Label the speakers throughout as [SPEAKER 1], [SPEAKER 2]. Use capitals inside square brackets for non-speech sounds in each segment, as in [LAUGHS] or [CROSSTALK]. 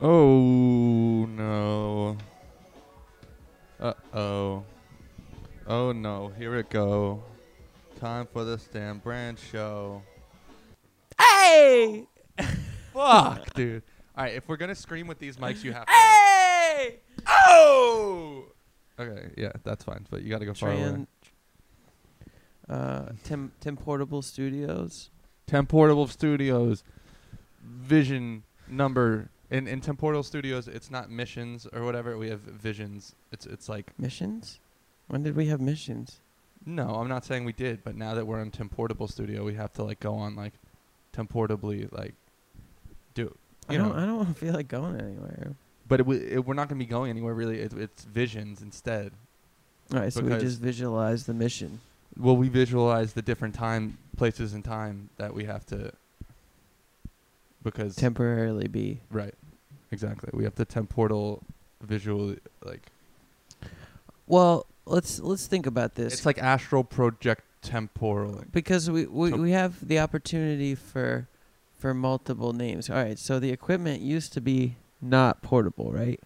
[SPEAKER 1] Oh no. Uh oh. Oh no, here it go. Time for the Stan Brand show.
[SPEAKER 2] Hey!
[SPEAKER 1] [LAUGHS] Fuck, dude. All right, if we're gonna scream with these mics, you have to.
[SPEAKER 2] Hey! Oh!
[SPEAKER 1] Okay, yeah, that's fine. But you gotta go far away.
[SPEAKER 2] Tran. Uh, Tim Tim Portable Studios.
[SPEAKER 1] Ten Portable Studios, Vision number. In in Ten Portable Studios, it's not missions or whatever. We have visions. It's it's like
[SPEAKER 2] Missions? When did we have missions?
[SPEAKER 1] no, I'm not saying we did, but now that we're in Ten Portable Studio, we have to like go on like, temporably like, do.
[SPEAKER 2] I
[SPEAKER 1] You
[SPEAKER 2] don't.
[SPEAKER 1] know,
[SPEAKER 2] I don't [LAUGHS] feel like going anywhere.
[SPEAKER 1] but it, w- it, we're not gonna be going anywhere really. It, it's visions instead.
[SPEAKER 2] All right, so we
[SPEAKER 1] Because-
[SPEAKER 2] just visualize the mission.
[SPEAKER 1] Well, we visualize the different time, places, and time that we have to. Because
[SPEAKER 2] Temporarily be.
[SPEAKER 1] right, exactly. We have to temportal visual like
[SPEAKER 2] Well, let's let's think about this.
[SPEAKER 1] It's like astral project temporal.
[SPEAKER 2] because we, we,
[SPEAKER 1] Tom-
[SPEAKER 2] we have the opportunity for for multiple names. All right, so the equipment used to be not portable, right?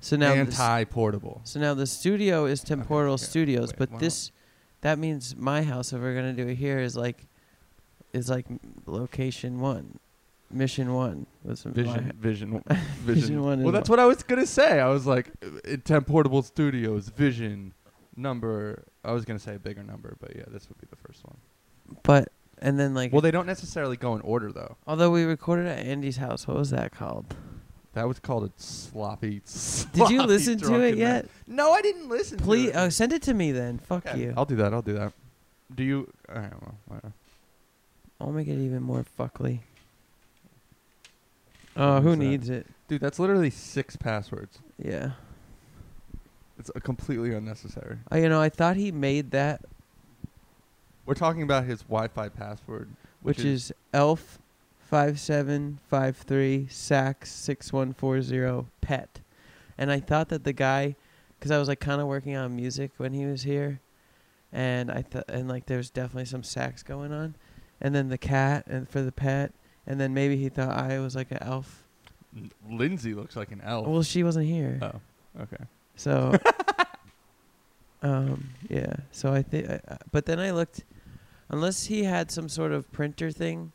[SPEAKER 2] So now the s-
[SPEAKER 1] Anti portable.
[SPEAKER 2] so now the studio is Temporal
[SPEAKER 1] okay,
[SPEAKER 2] Studios,
[SPEAKER 1] wait,
[SPEAKER 2] but
[SPEAKER 1] why not?
[SPEAKER 2] this that means my house if we're going to do it here is like is like m- location 1, mission 1 was my
[SPEAKER 1] Vision,
[SPEAKER 2] h-
[SPEAKER 1] vision,
[SPEAKER 2] [LAUGHS]
[SPEAKER 1] vision.
[SPEAKER 2] Vision one
[SPEAKER 1] well,
[SPEAKER 2] is
[SPEAKER 1] that's what I was gonna say. I was like, uh, Temportable Studios, Vision, number. I was gonna say a bigger number, but yeah, this would be the first one.
[SPEAKER 2] but and then like
[SPEAKER 1] Well, they don't necessarily go in order though.
[SPEAKER 2] although we recorded at Andy's house, what was that called?
[SPEAKER 1] That was called a sloppy. [LAUGHS]
[SPEAKER 2] Did you
[SPEAKER 1] sloppy
[SPEAKER 2] listen to it
[SPEAKER 1] drunken
[SPEAKER 2] yet?
[SPEAKER 1] mess. No, I didn't listen.
[SPEAKER 2] Please
[SPEAKER 1] to
[SPEAKER 2] oh,
[SPEAKER 1] it.
[SPEAKER 2] send it to me then. Fuck
[SPEAKER 1] Okay,
[SPEAKER 2] you.
[SPEAKER 1] I'll do that. I'll do that. Do you? I don't know. whatever.
[SPEAKER 2] I'll make it even more fuckly. Oh, who
[SPEAKER 1] Who's that?
[SPEAKER 2] needs it?
[SPEAKER 1] Dude, that's literally six passwords.
[SPEAKER 2] Yeah.
[SPEAKER 1] It's uh, completely unnecessary.
[SPEAKER 2] Oh, you know, I thought he made that,
[SPEAKER 1] We're talking about his Wi-Fi password,
[SPEAKER 2] which is elf five seven five three sax six one four zero pet, and I thought that the guy, because I was like kind of working on music when he was here, and I thought and like there was definitely some sax going on, and then the cat and for the pet, and then maybe he thought I was like an elf.
[SPEAKER 1] N- Lindsay looks like an elf.
[SPEAKER 2] Well, she wasn't here.
[SPEAKER 1] Oh, okay. [LAUGHS]
[SPEAKER 2] So, um, yeah. So I think, but then I looked, unless he had some sort of printer thing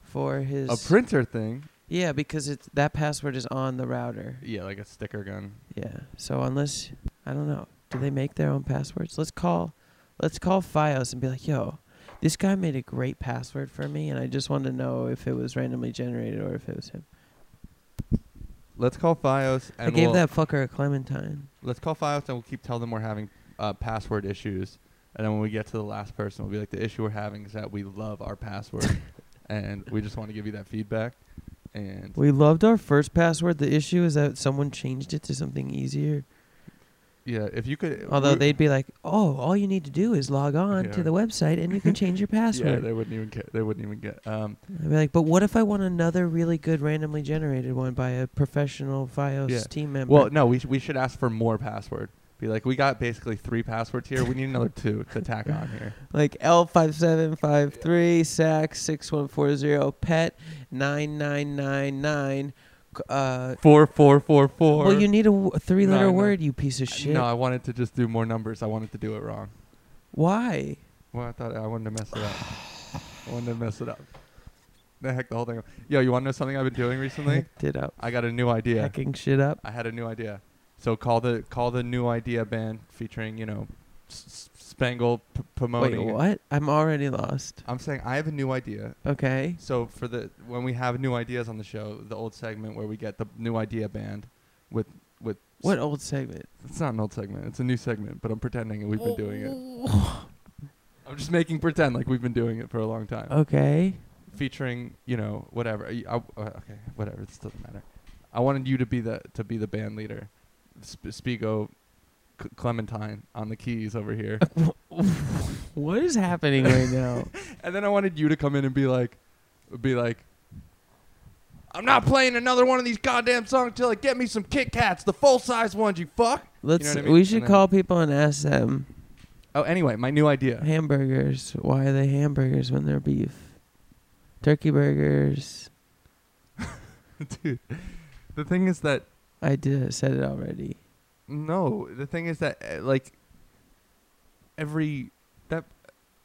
[SPEAKER 2] for his
[SPEAKER 1] A printer thing.
[SPEAKER 2] Yeah, because it's that password is on the router.
[SPEAKER 1] Yeah, like a sticker gun.
[SPEAKER 2] Yeah. So unless I don't know, do they make their own passwords? Let's call, let's call FiOS and be like, yo. This guy made a great password for me, and I just wanted to know if it was randomly generated or if it was him.
[SPEAKER 1] Let's call FiOS and
[SPEAKER 2] I gave
[SPEAKER 1] we'll,
[SPEAKER 2] that fucker a clementine.
[SPEAKER 1] Let's call FiOS and we'll keep telling them we're having uh, password issues, and then when we get to the last person, we'll be like, the issue we're having is that we love our [LAUGHS] password, and we just want to give you that feedback. And
[SPEAKER 2] We loved our first password. The issue is that someone changed it to something easier.
[SPEAKER 1] yeah, if you could,
[SPEAKER 2] Although
[SPEAKER 1] we-
[SPEAKER 2] they'd be like, "Oh, all you need to do is log on
[SPEAKER 1] Yeah.
[SPEAKER 2] to the website and you can change your
[SPEAKER 1] [LAUGHS] yeah,
[SPEAKER 2] password."
[SPEAKER 1] they wouldn't even get. They wouldn't even get. Um,
[SPEAKER 2] I'd be like, "But what if I want another really good randomly generated one by a professional FiOS
[SPEAKER 1] Yeah.
[SPEAKER 2] team member?"
[SPEAKER 1] Well, no, we, sh- we should ask for more password. Be like, we got basically three passwords here. We need another two to tack on here.
[SPEAKER 2] like L five seven five three sac six one four zero pet nine nine nine nine. Uh,
[SPEAKER 1] [LAUGHS] Four, four, four, four. Uh,
[SPEAKER 2] well, you need a, w- a three-letter
[SPEAKER 1] No, no.
[SPEAKER 2] word, you piece of shit.
[SPEAKER 1] No, I wanted to just do more numbers. I wanted to do it wrong.
[SPEAKER 2] Why?
[SPEAKER 1] Well, I thought I wanted to mess it up. I wanted to mess it up. The heck, the whole thing. up. Yo, you want to know something I've been doing
[SPEAKER 2] [LAUGHS]
[SPEAKER 1] recently?
[SPEAKER 2] Hacked it up,
[SPEAKER 1] I got a new idea.
[SPEAKER 2] hacking shit up.
[SPEAKER 1] I had a new idea. So call the call the new idea band featuring you know, S- S- Spangle P- Pomoni.
[SPEAKER 2] Wait, what? I'm already lost.
[SPEAKER 1] I'm saying I have a new idea.
[SPEAKER 2] Okay.
[SPEAKER 1] So for the when we have new ideas on the show, the old segment where we get the new idea band with with
[SPEAKER 2] What old segment?
[SPEAKER 1] It's not an old segment. It's a new segment, but I'm pretending and we've been doing it. I'm just making pretend like we've been doing it for a long time.
[SPEAKER 2] Okay. [LAUGHS]
[SPEAKER 1] Featuring, you know, whatever. I, I- uh, okay, whatever. It doesn't matter. I wanted you to be the to be the band leader. Sp- Spigo C- Clementine on the keys over [LAUGHS] here.
[SPEAKER 2] What is happening
[SPEAKER 1] [LAUGHS]
[SPEAKER 2] right now?
[SPEAKER 1] and then I wanted you to come in and be like, be like, I'm not playing another one of these goddamn songs till I get me some Kit Kats, the full size ones, you fuck.
[SPEAKER 2] Let's.
[SPEAKER 1] I mean?
[SPEAKER 2] We should
[SPEAKER 1] And then-
[SPEAKER 2] call people and ask them
[SPEAKER 1] Oh, anyway, my new idea.
[SPEAKER 2] hamburgers. Why are they hamburgers when they're beef? Turkey burgers.
[SPEAKER 1] Dude, The thing is that
[SPEAKER 2] I did said it already.
[SPEAKER 1] no. The thing is that uh, like every that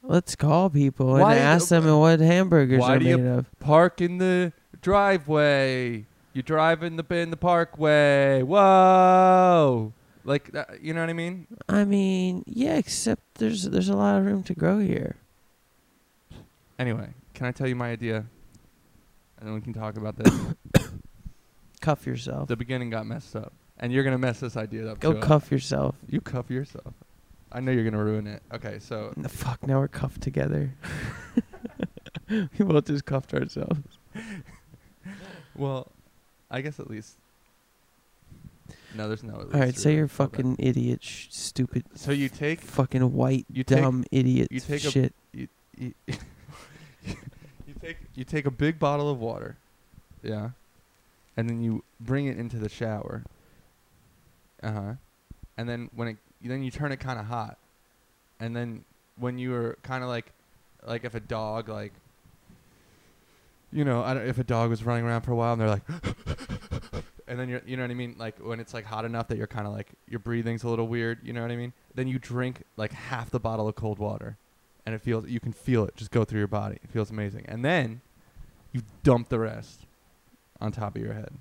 [SPEAKER 2] Let's call people
[SPEAKER 1] Why do-
[SPEAKER 2] and ask them what hamburgers
[SPEAKER 1] Why
[SPEAKER 2] are
[SPEAKER 1] do
[SPEAKER 2] made
[SPEAKER 1] you-
[SPEAKER 2] of.
[SPEAKER 1] park in the driveway. You drive in the in the parkway. Whoa! Like that, you know what I mean?
[SPEAKER 2] I mean, yeah, except there's there's a lot of room to grow here.
[SPEAKER 1] Anyway, can I tell you my idea? And then we can talk about
[SPEAKER 2] [COUGHS]
[SPEAKER 1] this.
[SPEAKER 2] Cuff yourself.
[SPEAKER 1] the beginning got messed up, and you're gonna mess this idea up.
[SPEAKER 2] Go
[SPEAKER 1] too.
[SPEAKER 2] cuff yourself.
[SPEAKER 1] You cuff yourself. I know you're gonna ruin it. Okay, so
[SPEAKER 2] N- fuck, now we're cuffed together. [LAUGHS] we both just cuffed ourselves.
[SPEAKER 1] well, I guess at least. No, there's no. At least
[SPEAKER 2] All right, say
[SPEAKER 1] really.
[SPEAKER 2] you're
[SPEAKER 1] Hold on.
[SPEAKER 2] fucking idiot, sh- stupid,
[SPEAKER 1] So you take
[SPEAKER 2] fucking white,
[SPEAKER 1] You take-
[SPEAKER 2] dumb idiot
[SPEAKER 1] you take a-
[SPEAKER 2] shit.
[SPEAKER 1] you, [LAUGHS] you take you take a big bottle of water, yeah, and then you bring it into the shower. Uh huh, and then when it then you turn it kind of hot, and then when you are kind of like, like if a dog like. You know, I don't, if a dog was running around for a while and they're like, [LAUGHS] and then you're, you know what I mean? Like when it's like hot enough that you're kind of like, your breathing's a little weird, you know what I mean? Then you drink like half the bottle of cold water and it feels you can feel it just go through your body. It feels amazing. And then you dump the rest on top of your head.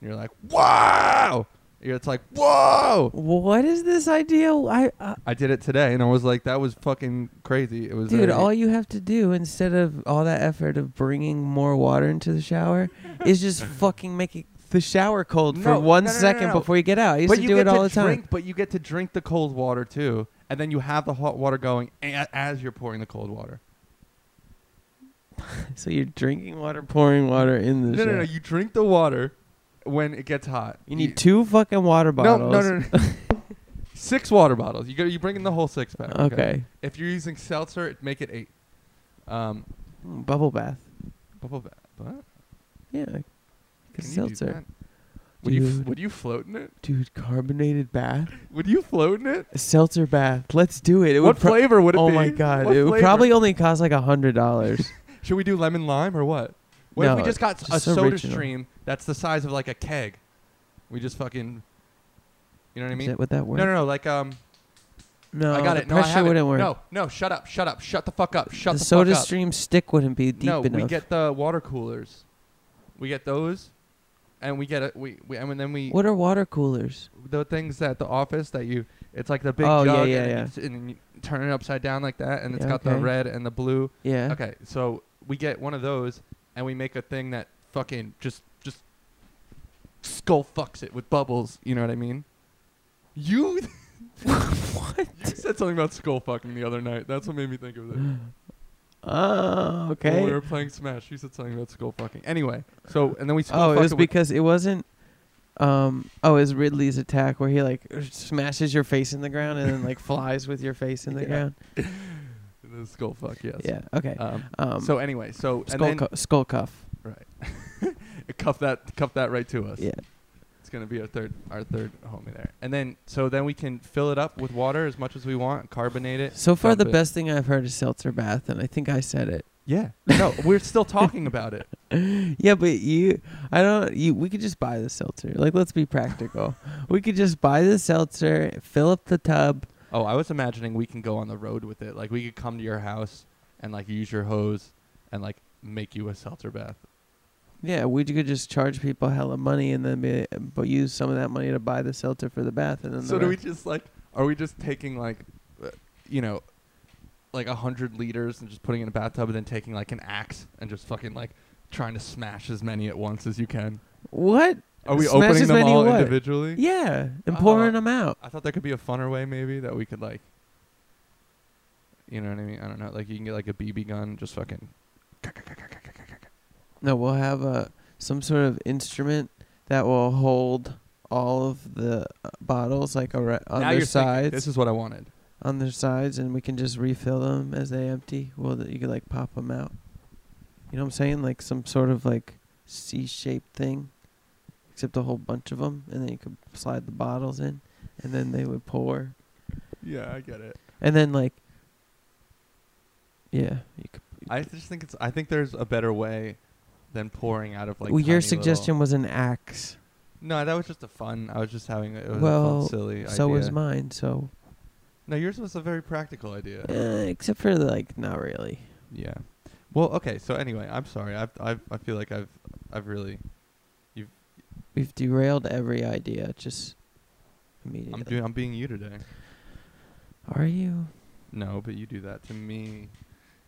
[SPEAKER 1] You're like, wow! You're, it's like, whoa!
[SPEAKER 2] What is this idea? I, uh, I
[SPEAKER 1] I did it today, and I was like, that was fucking crazy. It was
[SPEAKER 2] Dude,
[SPEAKER 1] very-
[SPEAKER 2] all you have to do instead of all that effort of bringing more water into the
[SPEAKER 1] [LAUGHS]
[SPEAKER 2] shower is just fucking make it, the shower cold
[SPEAKER 1] No,
[SPEAKER 2] for one
[SPEAKER 1] no, no, no,
[SPEAKER 2] second
[SPEAKER 1] no.
[SPEAKER 2] before you get out. I used
[SPEAKER 1] but
[SPEAKER 2] to
[SPEAKER 1] you
[SPEAKER 2] do
[SPEAKER 1] get
[SPEAKER 2] it all
[SPEAKER 1] to
[SPEAKER 2] the time.
[SPEAKER 1] drink, But you get to drink the cold water too, and then you have the hot water going a- as you're pouring the cold water.
[SPEAKER 2] So you're drinking water, pouring water in the
[SPEAKER 1] No,
[SPEAKER 2] shower.
[SPEAKER 1] no, no. You drink the water when it gets hot.
[SPEAKER 2] you need two fucking water
[SPEAKER 1] No,
[SPEAKER 2] bottles.
[SPEAKER 1] no, no, no. [LAUGHS] six water bottles. You go. You bring in the whole six pack.
[SPEAKER 2] Okay.
[SPEAKER 1] If you're using seltzer, it- make it eight. Um,
[SPEAKER 2] Mm, Bubble bath.
[SPEAKER 1] bubble bath. What?
[SPEAKER 2] Yeah.
[SPEAKER 1] Can
[SPEAKER 2] Because
[SPEAKER 1] you do
[SPEAKER 2] seltzer.
[SPEAKER 1] that? Would you f-
[SPEAKER 2] Dude.
[SPEAKER 1] would you float in it?
[SPEAKER 2] Dude, carbonated bath.
[SPEAKER 1] Would you float in it?
[SPEAKER 2] A seltzer bath. Let's do it. It
[SPEAKER 1] what
[SPEAKER 2] would pro-
[SPEAKER 1] flavor would it
[SPEAKER 2] Oh
[SPEAKER 1] be?
[SPEAKER 2] my god.
[SPEAKER 1] What
[SPEAKER 2] it would
[SPEAKER 1] flavor?
[SPEAKER 2] probably only cost like a hundred dollars.
[SPEAKER 1] Should we do lemon lime or what? What if we
[SPEAKER 2] No,
[SPEAKER 1] just got s- a
[SPEAKER 2] just
[SPEAKER 1] soda
[SPEAKER 2] original.
[SPEAKER 1] stream that's the size of like a keg? We just fucking. You know what I
[SPEAKER 2] Is
[SPEAKER 1] mean?
[SPEAKER 2] that what that word?
[SPEAKER 1] No, no, no. Like um,
[SPEAKER 2] no.
[SPEAKER 1] I got
[SPEAKER 2] the
[SPEAKER 1] it. No, I
[SPEAKER 2] Pressure
[SPEAKER 1] have it.
[SPEAKER 2] wouldn't work.
[SPEAKER 1] No, no. Shut up. Shut up. Shut the fuck up. Shut
[SPEAKER 2] the,
[SPEAKER 1] the,
[SPEAKER 2] soda
[SPEAKER 1] fuck up.
[SPEAKER 2] stream stick wouldn't be deep
[SPEAKER 1] no,
[SPEAKER 2] enough.
[SPEAKER 1] we get the water coolers. We get those, and we get a we, we and then we
[SPEAKER 2] what are water coolers?
[SPEAKER 1] the things at the office that you it's like the big
[SPEAKER 2] Oh, yeah,
[SPEAKER 1] jug
[SPEAKER 2] yeah,
[SPEAKER 1] and,
[SPEAKER 2] yeah.
[SPEAKER 1] You, s- and then you turn it upside down like that and it's
[SPEAKER 2] Yeah,
[SPEAKER 1] got the
[SPEAKER 2] okay.
[SPEAKER 1] red and the blue
[SPEAKER 2] Yeah.
[SPEAKER 1] okay so we get one of those and we make a thing that fucking just just skull fucks it with bubbles you know what i mean you [LAUGHS]
[SPEAKER 2] [LAUGHS] what?
[SPEAKER 1] you said something about skull fucking the other night that's what made me think of it
[SPEAKER 2] Oh,
[SPEAKER 1] when we
[SPEAKER 2] [GASPS] okay.
[SPEAKER 1] were playing smash you said something about skull fucking anyway so and then we skull
[SPEAKER 2] Oh, it
[SPEAKER 1] fucked
[SPEAKER 2] was
[SPEAKER 1] with-
[SPEAKER 2] because it wasn't. Um. Oh, it's Ridley's attack where he like smashes your face in the ground and then
[SPEAKER 1] [LAUGHS]
[SPEAKER 2] like flies with your face in the
[SPEAKER 1] Yeah.
[SPEAKER 2] ground.
[SPEAKER 1] the skull fuck yes
[SPEAKER 2] Yeah. Okay.
[SPEAKER 1] um,
[SPEAKER 2] Um.
[SPEAKER 1] so anyway so and
[SPEAKER 2] skull,
[SPEAKER 1] then
[SPEAKER 2] cu- skull cuff.
[SPEAKER 1] cuff that cuff that right to us
[SPEAKER 2] Yeah.
[SPEAKER 1] It's gonna be our third our third homie there. And then so then we can fill it up with water as much as we want, carbonate it.
[SPEAKER 2] So far,
[SPEAKER 1] dump
[SPEAKER 2] the
[SPEAKER 1] it.
[SPEAKER 2] best thing I've heard is seltzer bath, and I think I said it. [LAUGHS]
[SPEAKER 1] Yeah. No, we're still talking about it. [LAUGHS]
[SPEAKER 2] Yeah, but you, I don't. You, we could just buy the seltzer. Like, let's be practical. we could just buy the seltzer, fill up the tub,
[SPEAKER 1] Oh, I was imagining we can go on the road with it. Like we could come to your house and like use your hose and like make you a seltzer bath.
[SPEAKER 2] Yeah, we j- could just charge people hella money and then be, but use some of that money to buy the seltzer for the bath and then.
[SPEAKER 1] So
[SPEAKER 2] the
[SPEAKER 1] do we
[SPEAKER 2] rest-
[SPEAKER 1] just like are we just taking like uh, you know like a hundred liters and just putting it in a bathtub and then taking like an axe and just fucking like trying to smash as many at once as you can?
[SPEAKER 2] what?
[SPEAKER 1] Are we
[SPEAKER 2] Smash
[SPEAKER 1] opening
[SPEAKER 2] as
[SPEAKER 1] them
[SPEAKER 2] many
[SPEAKER 1] all
[SPEAKER 2] what?
[SPEAKER 1] individually?
[SPEAKER 2] Yeah, and
[SPEAKER 1] Uh,
[SPEAKER 2] pouring them out.
[SPEAKER 1] I thought there could be a funner way maybe that we could like you know what I mean? I don't know. Like you can get like a BB gun, just fucking
[SPEAKER 2] No, we'll have a some sort of instrument that will hold all of the uh, bottles like a re- on
[SPEAKER 1] Now
[SPEAKER 2] their
[SPEAKER 1] you're thinking,
[SPEAKER 2] sides,
[SPEAKER 1] This is what I wanted.
[SPEAKER 2] on their sides, and we can just refill them as they empty. Well, th- you could like pop them out. You know what I'm saying? Like some sort of like C-shaped thing, except a whole bunch of them, and then you could slide the bottles in, and then they would pour.
[SPEAKER 1] Yeah, I get it.
[SPEAKER 2] And then like, yeah, you could,
[SPEAKER 1] I just think it's I think there's a better way than pouring out of like.
[SPEAKER 2] well, your
[SPEAKER 1] tiny little-
[SPEAKER 2] suggestion was an axe.
[SPEAKER 1] No, that was just a fun. I was just having a, it was a
[SPEAKER 2] Well,
[SPEAKER 1] fun, silly
[SPEAKER 2] So
[SPEAKER 1] idea.
[SPEAKER 2] was mine. So
[SPEAKER 1] No, yours was a very practical idea.
[SPEAKER 2] uh, except for like not really.
[SPEAKER 1] Yeah. Well, okay. So anyway, I'm sorry. I've, I've I feel like I've I've really
[SPEAKER 2] We've derailed every idea just immediately.
[SPEAKER 1] I'm doing I'm being you today.
[SPEAKER 2] Are you?
[SPEAKER 1] No, but you do that to me.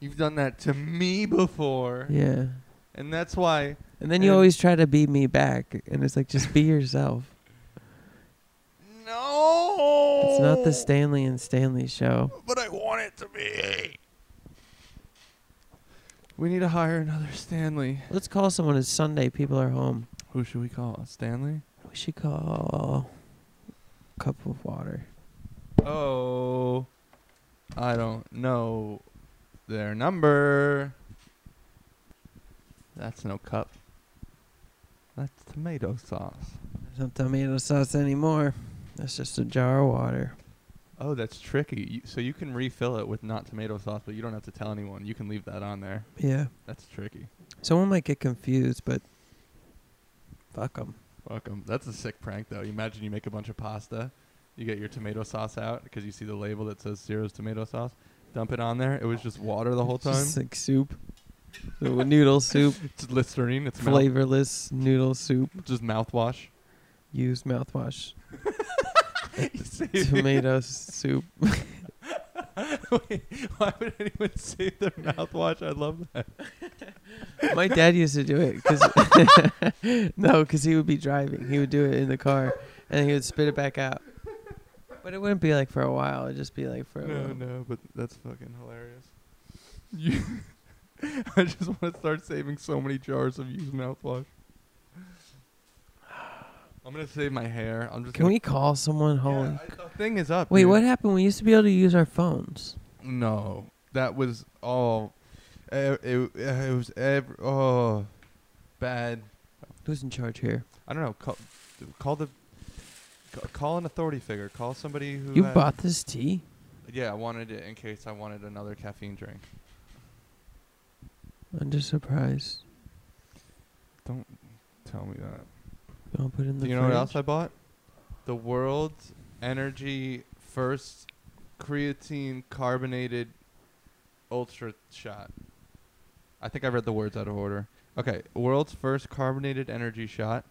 [SPEAKER 1] You've done that to me before,
[SPEAKER 2] Yeah.
[SPEAKER 1] and that's why.
[SPEAKER 2] And then you
[SPEAKER 1] And-
[SPEAKER 2] always try to beat me back, and it's like just be yourself.
[SPEAKER 1] No.
[SPEAKER 2] It's
[SPEAKER 1] [LAUGHS]
[SPEAKER 2] not the Stanley and Stanley show.
[SPEAKER 1] But I want it to be. We need to hire another Stanley.
[SPEAKER 2] Let's call someone. It's Sunday. People are home.
[SPEAKER 1] Who should we call? Stanley?
[SPEAKER 2] We should call cup of water.
[SPEAKER 1] Oh, I don't know their number. That's no cup. That's tomato sauce.
[SPEAKER 2] There's no tomato sauce anymore. That's just a jar of water.
[SPEAKER 1] Oh, that's tricky. You, so you can refill it with not tomato sauce, but you don't have to tell anyone. You can leave that on there.
[SPEAKER 2] Yeah.
[SPEAKER 1] That's tricky.
[SPEAKER 2] Someone might get confused, but fuck them.
[SPEAKER 1] Fuck 'em. That's a sick prank, though. You imagine you make a bunch of pasta, you get your tomato sauce out because you see the label that says Zero's tomato sauce. Dump it on there. It was just water the whole time.
[SPEAKER 2] Just like soup. So noodle soup.
[SPEAKER 1] It's listerine. It's [LAUGHS] mouth,
[SPEAKER 2] Flavorless noodle soup.
[SPEAKER 1] just mouthwash. [LAUGHS]
[SPEAKER 2] Use mouthwash.
[SPEAKER 1] You see-
[SPEAKER 2] Tomato soup.
[SPEAKER 1] Wait, why would anyone say their mouthwash? I love that.
[SPEAKER 2] My dad used to do it 'cause- [LAUGHS] no, because he would be driving. He would do it in the car, and he would spit it back out. But it wouldn't be like for a while. It'd just be like for a
[SPEAKER 1] No,
[SPEAKER 2] little-
[SPEAKER 1] no, but that's fucking hilarious. You [LAUGHS] I just want to start saving so many jars of used mouthwash. [SIGHS] I'm gonna save my hair. I'm just.
[SPEAKER 2] Can
[SPEAKER 1] gonna-
[SPEAKER 2] we call someone?
[SPEAKER 1] Yeah,
[SPEAKER 2] Holy.
[SPEAKER 1] I- the thing is up.
[SPEAKER 2] Wait,
[SPEAKER 1] dude.
[SPEAKER 2] what happened? We used to be able to use our phones.
[SPEAKER 1] No, that was all. eh, It, it, was ev oh bad.
[SPEAKER 2] Who's in charge here?
[SPEAKER 1] I don't know. Call, call the ca- call an authority figure. Call somebody who
[SPEAKER 2] You
[SPEAKER 1] had-
[SPEAKER 2] bought this tea?
[SPEAKER 1] Yeah, I wanted it in case I wanted another caffeine drink.
[SPEAKER 2] I'm just surprised.
[SPEAKER 1] Don't tell me that.
[SPEAKER 2] I'll put it in
[SPEAKER 1] Do
[SPEAKER 2] the
[SPEAKER 1] you know what
[SPEAKER 2] fridge.
[SPEAKER 1] else I bought? The world's energy first creatine carbonated ultra shot. I think I read the words out of order. Okay, world's first carbonated energy shot.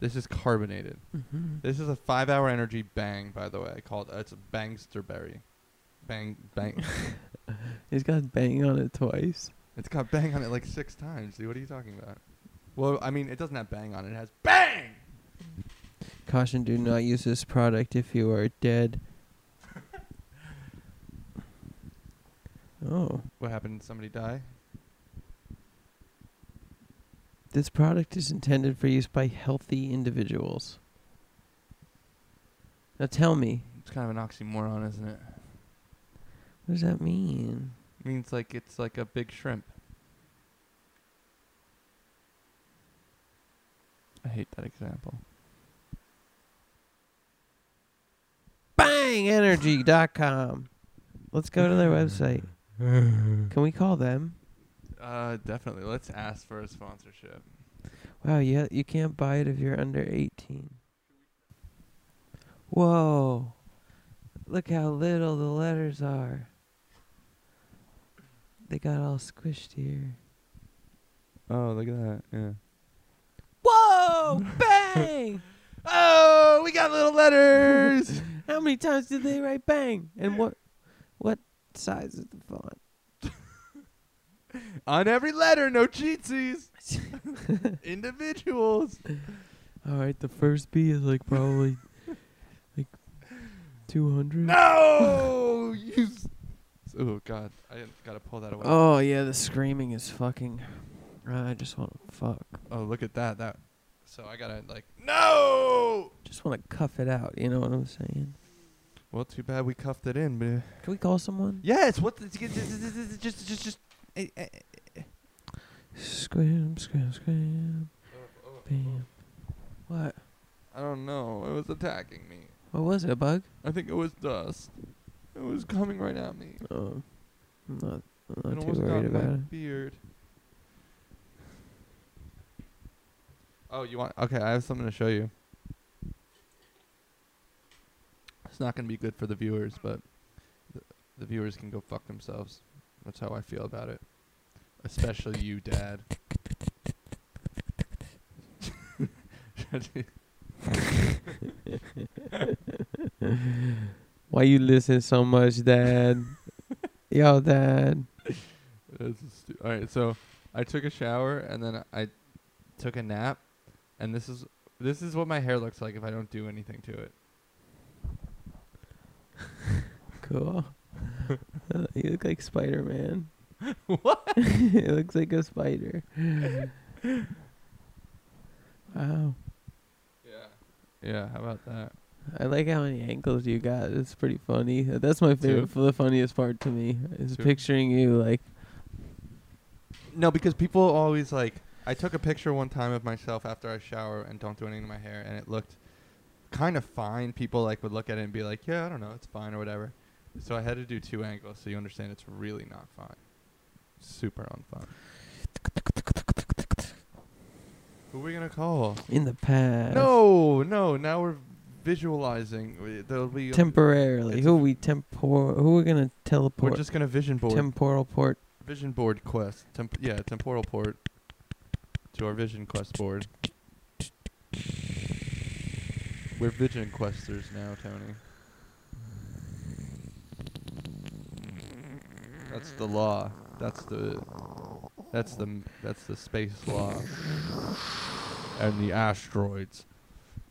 [SPEAKER 1] This is carbonated.
[SPEAKER 2] Mhm.
[SPEAKER 1] This is a five-hour energy bang, by the way. Called uh, it's Bangsterberry. Bang bang. [LAUGHS]
[SPEAKER 2] He's got bang on it twice.
[SPEAKER 1] it's got bang on it like six times. Dude, what are you talking about? Well, I mean, it doesn't have bang on it. It has bang.
[SPEAKER 2] Caution, do not use this product if you are
[SPEAKER 1] [LAUGHS]
[SPEAKER 2] dead. oh.
[SPEAKER 1] What happened? Did somebody die?
[SPEAKER 2] This product is intended for use by healthy individuals. Now tell me,
[SPEAKER 1] It's kind of an oxymoron, isn't it?
[SPEAKER 2] what does that mean?
[SPEAKER 1] Means like it's like a big shrimp. I hate that example.
[SPEAKER 2] BangEnergy.com. Let's go to their website. Can we call them?
[SPEAKER 1] Uh, definitely. Let's ask for a sponsorship.
[SPEAKER 2] Wow, yeah, you can't buy it if you're under 18. Whoa. Look how little the letters are. They got all squished here.
[SPEAKER 1] Oh, look at that. Yeah. [LAUGHS]
[SPEAKER 2] Whoa! Bang!
[SPEAKER 1] Oh, we got little letters. [LAUGHS]
[SPEAKER 2] How many times did they write bang? And what what size is the font?
[SPEAKER 1] On every letter, no [LAUGHS] cheatsies. [LAUGHS] Individuals.
[SPEAKER 2] All right, the first B is like [LAUGHS] probably like 200.
[SPEAKER 1] No. you. S- oh God, I gotta pull that away.
[SPEAKER 2] Oh, yeah, the screaming is fucking I just want to fuck.
[SPEAKER 1] Oh, look at that. That. So I gotta like. No.
[SPEAKER 2] Just want to cuff it out, you know what I'm saying?
[SPEAKER 1] Well, too bad we cuffed it in, but.
[SPEAKER 2] Can we call someone?
[SPEAKER 1] Yes. What? The, just, just, just, just. eh, eh, eh.
[SPEAKER 2] Scram, scram, scram. Bam. What?
[SPEAKER 1] I don't know. It was attacking me.
[SPEAKER 2] What was it, a bug?
[SPEAKER 1] I think it was dust. It was coming right at me.
[SPEAKER 2] Uh, Oh, I'm not, I'm
[SPEAKER 1] it
[SPEAKER 2] not too
[SPEAKER 1] almost
[SPEAKER 2] worried
[SPEAKER 1] got my
[SPEAKER 2] about it.
[SPEAKER 1] beard. Oh, you want? Okay, I have something to show you. It's not going to be good for the viewers, but th- the viewers can go fuck themselves. That's how I feel about it. Especially you, Dad. [LAUGHS]
[SPEAKER 2] Why you listen so much, Dad? Yo, Dad.
[SPEAKER 1] That's a stu- All right, so I took a shower and then I took a nap, and this is this is what my hair looks like if I don't do anything to it.
[SPEAKER 2] Cool. [LAUGHS] you look like
[SPEAKER 1] [LAUGHS]
[SPEAKER 2] Spider Man. what? [LAUGHS] it looks like a spider. wow.
[SPEAKER 1] Yeah. Yeah. How about that?
[SPEAKER 2] I like how many ankles you got. It's pretty funny. That's my favorite, the funniest part to me is
[SPEAKER 1] Two.
[SPEAKER 2] picturing you like
[SPEAKER 1] No, because people always like. I took a picture one time of myself after I shower and don't do anything to my hair, and it looked kind of fine. People like would look at it and be like, "Yeah, I don't know, it's fine or whatever." So I had to do two angles, so you understand it's really not fine. Super unfun. Who are we gonna call?
[SPEAKER 2] in the past.
[SPEAKER 1] No, no. Now we're visualizing. We- There'll be
[SPEAKER 2] Temporarily.
[SPEAKER 1] It's
[SPEAKER 2] Who we tempor who we gonna
[SPEAKER 1] We're
[SPEAKER 2] teleport?
[SPEAKER 1] just gonna vision board.
[SPEAKER 2] temporal port.
[SPEAKER 1] vision board quest. Temp- yeah, temporal port to our vision quest board. We're vision questers now, Tony. That's the law. That's the that's the that's the space law. And the asteroids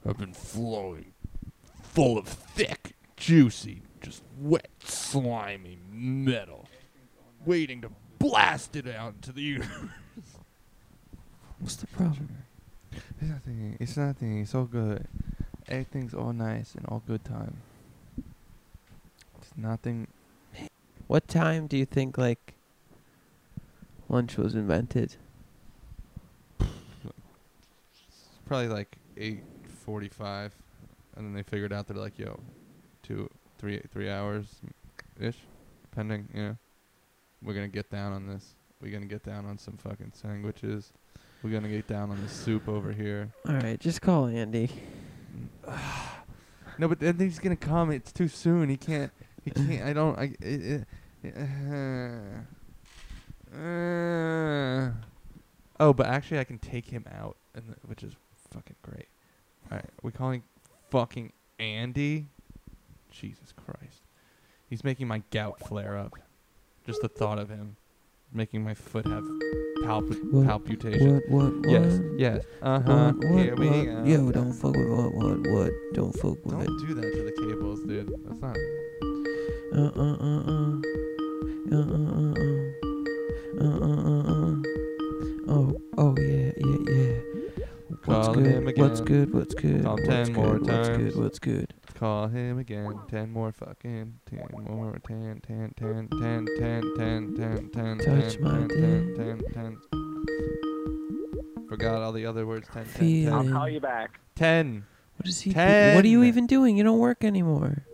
[SPEAKER 1] have been flowing full of thick, juicy, just wet, slimy metal waiting to blast it out into the universe.
[SPEAKER 2] What's the problem?
[SPEAKER 1] It's nothing. It's nothing. It's all good. Everything's all nice and all good time. It's nothing.
[SPEAKER 2] What time do you think like lunch was invented?
[SPEAKER 1] It's probably like eight forty-five, and then they figured out they're like, yo, two, three, three hours, ish, depending. You know, we're gonna get down on this. We're gonna get down on some fucking sandwiches. We're gonna get down on the soup over here.
[SPEAKER 2] All right, just call Andy.
[SPEAKER 1] No, but then he's gonna come. It's too soon. He can't. He can't. I don't. I. It, it, uh, uh. Oh, but actually, I can take him out, and th- which is fucking great. All right, we're calling fucking Andy. Jesus Christ, he's making my gout flare up. Just the thought of him making my foot have palpit-
[SPEAKER 2] What-
[SPEAKER 1] palpitations.
[SPEAKER 2] what
[SPEAKER 1] Yes, yes. Uh huh. Here we
[SPEAKER 2] Uh,
[SPEAKER 1] go.
[SPEAKER 2] fuck with what what what. Don't fuck
[SPEAKER 1] Don't do that to the cables, dude. That's not.
[SPEAKER 2] Uh uh uh uh. Uh uh uh uh. Uh uh uh uh. Oh oh yeah yeah yeah. What's
[SPEAKER 1] Calling
[SPEAKER 2] good?
[SPEAKER 1] him again.
[SPEAKER 2] What's good? What's good?
[SPEAKER 1] Call him 10
[SPEAKER 2] what's good?
[SPEAKER 1] more
[SPEAKER 2] What's
[SPEAKER 1] times.
[SPEAKER 2] good? What's good?
[SPEAKER 1] Call him again. Ten more fucking. Ten more. Ten, ten, ten, ten, ten, ten, ten, ten,
[SPEAKER 2] Touch
[SPEAKER 1] ten,
[SPEAKER 2] my
[SPEAKER 1] ten, ten,
[SPEAKER 2] dick.
[SPEAKER 1] ten, ten. Forgot all the other words. Ten, ten,
[SPEAKER 2] Feel
[SPEAKER 1] ten.
[SPEAKER 2] it.
[SPEAKER 3] I'll call you back.
[SPEAKER 1] Ten.
[SPEAKER 2] What is he? do- What are you
[SPEAKER 1] 10.
[SPEAKER 2] even doing? You don't work anymore.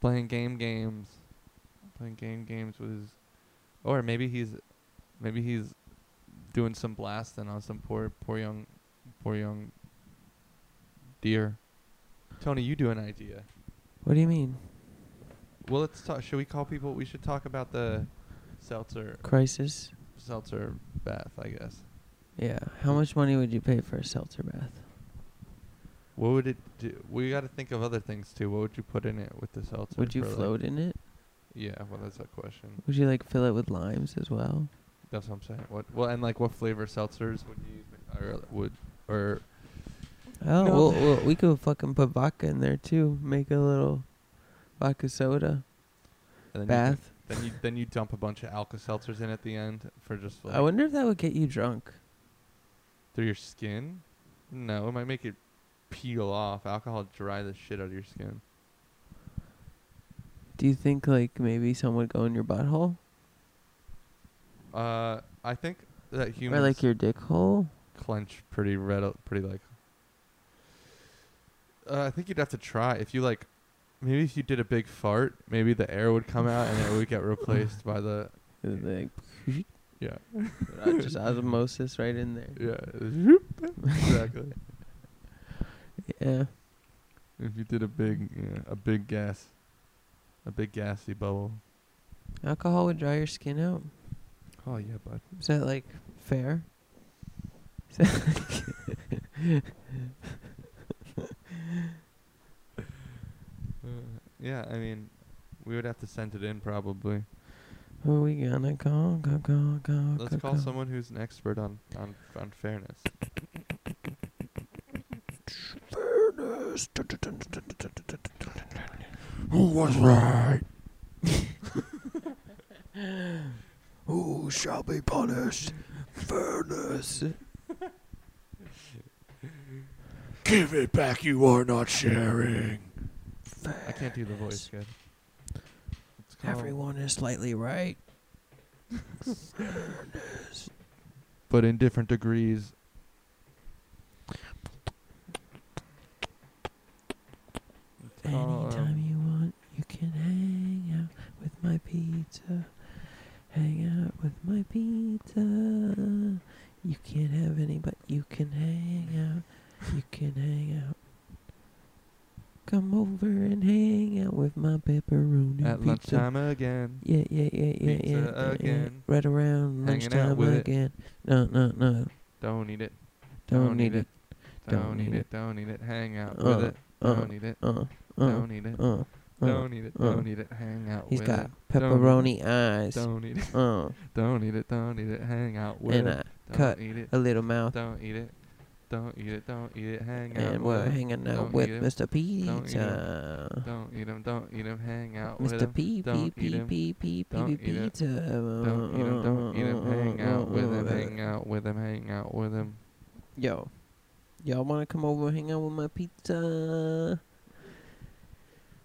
[SPEAKER 1] Playing game games. Playing game games with his. Or maybe he's, maybe he's, doing some blasting on some poor, poor young, poor young. Deer. Tony, you do an idea.
[SPEAKER 2] What do you mean?
[SPEAKER 1] Well, let's talk. Should we call people? We should talk about the seltzer
[SPEAKER 2] Crisis.
[SPEAKER 1] seltzer bath, I guess.
[SPEAKER 2] Yeah. How much money would you pay for a seltzer bath?
[SPEAKER 1] What would it do? We got to think of other things too. What would you put in it with the seltzer?
[SPEAKER 2] Would you
[SPEAKER 1] for, like-
[SPEAKER 2] float in it?
[SPEAKER 1] yeah, well, that's a question.
[SPEAKER 2] Would you like fill it with limes as well?
[SPEAKER 1] That's what I'm saying. What? Well, and like, what flavor seltzers would you use? Or would or No.
[SPEAKER 2] Oh, well, well, we could fucking put vodka in there too. Make a little vodka soda
[SPEAKER 1] and then You,
[SPEAKER 2] bath.
[SPEAKER 1] then you then you dump a bunch of Alka Seltzers in at the end for just like
[SPEAKER 2] I wonder if that would get you drunk.
[SPEAKER 1] through your skin. No, it might make it peel off. Alcohol dry the shit out of your skin.
[SPEAKER 2] Do you think like maybe some would go in your butthole
[SPEAKER 1] Uh, I think that humans
[SPEAKER 2] or like your dick hole?
[SPEAKER 1] clench pretty red pretty like uh, I think you'd have to try if you like maybe if you did a big fart, maybe the air would come out and it would get replaced by the
[SPEAKER 2] Like, [LAUGHS]
[SPEAKER 1] Yeah.
[SPEAKER 2] Uh, just osmosis right in there.
[SPEAKER 1] Yeah. Zoop. exactly.
[SPEAKER 2] Yeah.
[SPEAKER 1] If you did a big, yeah, a big gas, a big gassy bubble.
[SPEAKER 2] Alcohol would dry your skin out.
[SPEAKER 1] Oh yeah, bud.
[SPEAKER 2] Is that like fair? Is that
[SPEAKER 1] Uh, yeah, I mean, we would have to send it in probably.
[SPEAKER 2] who we gonna call? Go, go, go,
[SPEAKER 1] Let's
[SPEAKER 2] go,
[SPEAKER 1] call
[SPEAKER 2] go.
[SPEAKER 1] someone who's an expert on on on fairness.
[SPEAKER 3] Who was right? [LAUGHS] Who shall be punished? Fairness. Give it back, you are not sharing.
[SPEAKER 1] I can't do the voice good. Let's call-
[SPEAKER 2] Everyone is slightly right.
[SPEAKER 1] but in different degrees. Let's call,
[SPEAKER 2] Anytime
[SPEAKER 1] um,
[SPEAKER 2] you want, you can hang out with my pizza. Hang out with my pizza. You can't have any, but you can hang out. You can hang out. Come over and hang out with my pepperoni
[SPEAKER 1] at
[SPEAKER 2] pizza.
[SPEAKER 1] lunchtime again.
[SPEAKER 2] Yeah, yeah, yeah, yeah,
[SPEAKER 1] Pizza
[SPEAKER 2] yeah, yeah.
[SPEAKER 1] again.
[SPEAKER 2] Yeah. Right around
[SPEAKER 1] Hanging out
[SPEAKER 2] lunchtime
[SPEAKER 1] with it.
[SPEAKER 2] again. No, no, no.
[SPEAKER 1] Don't eat it.
[SPEAKER 2] Don't, need it.
[SPEAKER 1] Don't,
[SPEAKER 2] Don't
[SPEAKER 1] eat
[SPEAKER 2] eat
[SPEAKER 1] it. Don't eat it. Hang out
[SPEAKER 2] Uh,
[SPEAKER 1] with it.
[SPEAKER 2] uh,
[SPEAKER 1] don't eat it.
[SPEAKER 2] Uh, uh,
[SPEAKER 1] don't eat it.
[SPEAKER 2] uh, uh.
[SPEAKER 1] don't eat it.
[SPEAKER 2] uh.
[SPEAKER 1] don't eat it. Hang out
[SPEAKER 2] He's
[SPEAKER 1] with
[SPEAKER 2] got
[SPEAKER 1] it. Don't eat
[SPEAKER 2] pepperoni eyes.
[SPEAKER 1] Don't eat it.
[SPEAKER 2] Uh,
[SPEAKER 1] Don't eat it. Don't eat it. Hang out with
[SPEAKER 2] and
[SPEAKER 1] it.
[SPEAKER 2] a,
[SPEAKER 1] Don't
[SPEAKER 2] cut
[SPEAKER 1] eat it.
[SPEAKER 2] a little mouth.
[SPEAKER 1] Don't eat it. Don't eat it. Don't eat it. Hang out with
[SPEAKER 2] And we're
[SPEAKER 1] it.
[SPEAKER 2] hanging out
[SPEAKER 1] Don't
[SPEAKER 2] with
[SPEAKER 1] eat 'em.
[SPEAKER 2] Mr.
[SPEAKER 1] Don't eat 'em.
[SPEAKER 2] Pizza.
[SPEAKER 1] Don't eat him. Don't eat him. Hang out with him.
[SPEAKER 2] Mr. P P
[SPEAKER 1] Don't eat
[SPEAKER 2] P
[SPEAKER 1] 'em.
[SPEAKER 2] P P
[SPEAKER 1] Don't
[SPEAKER 2] P
[SPEAKER 1] eat 'em.
[SPEAKER 2] Pizza.
[SPEAKER 1] Don't eat him. Don't eat him. Hang
[SPEAKER 2] uh,
[SPEAKER 1] out with him. Hang out with him. Hang out with him.
[SPEAKER 2] Yo, y'all want to come over and hang out with my pizza?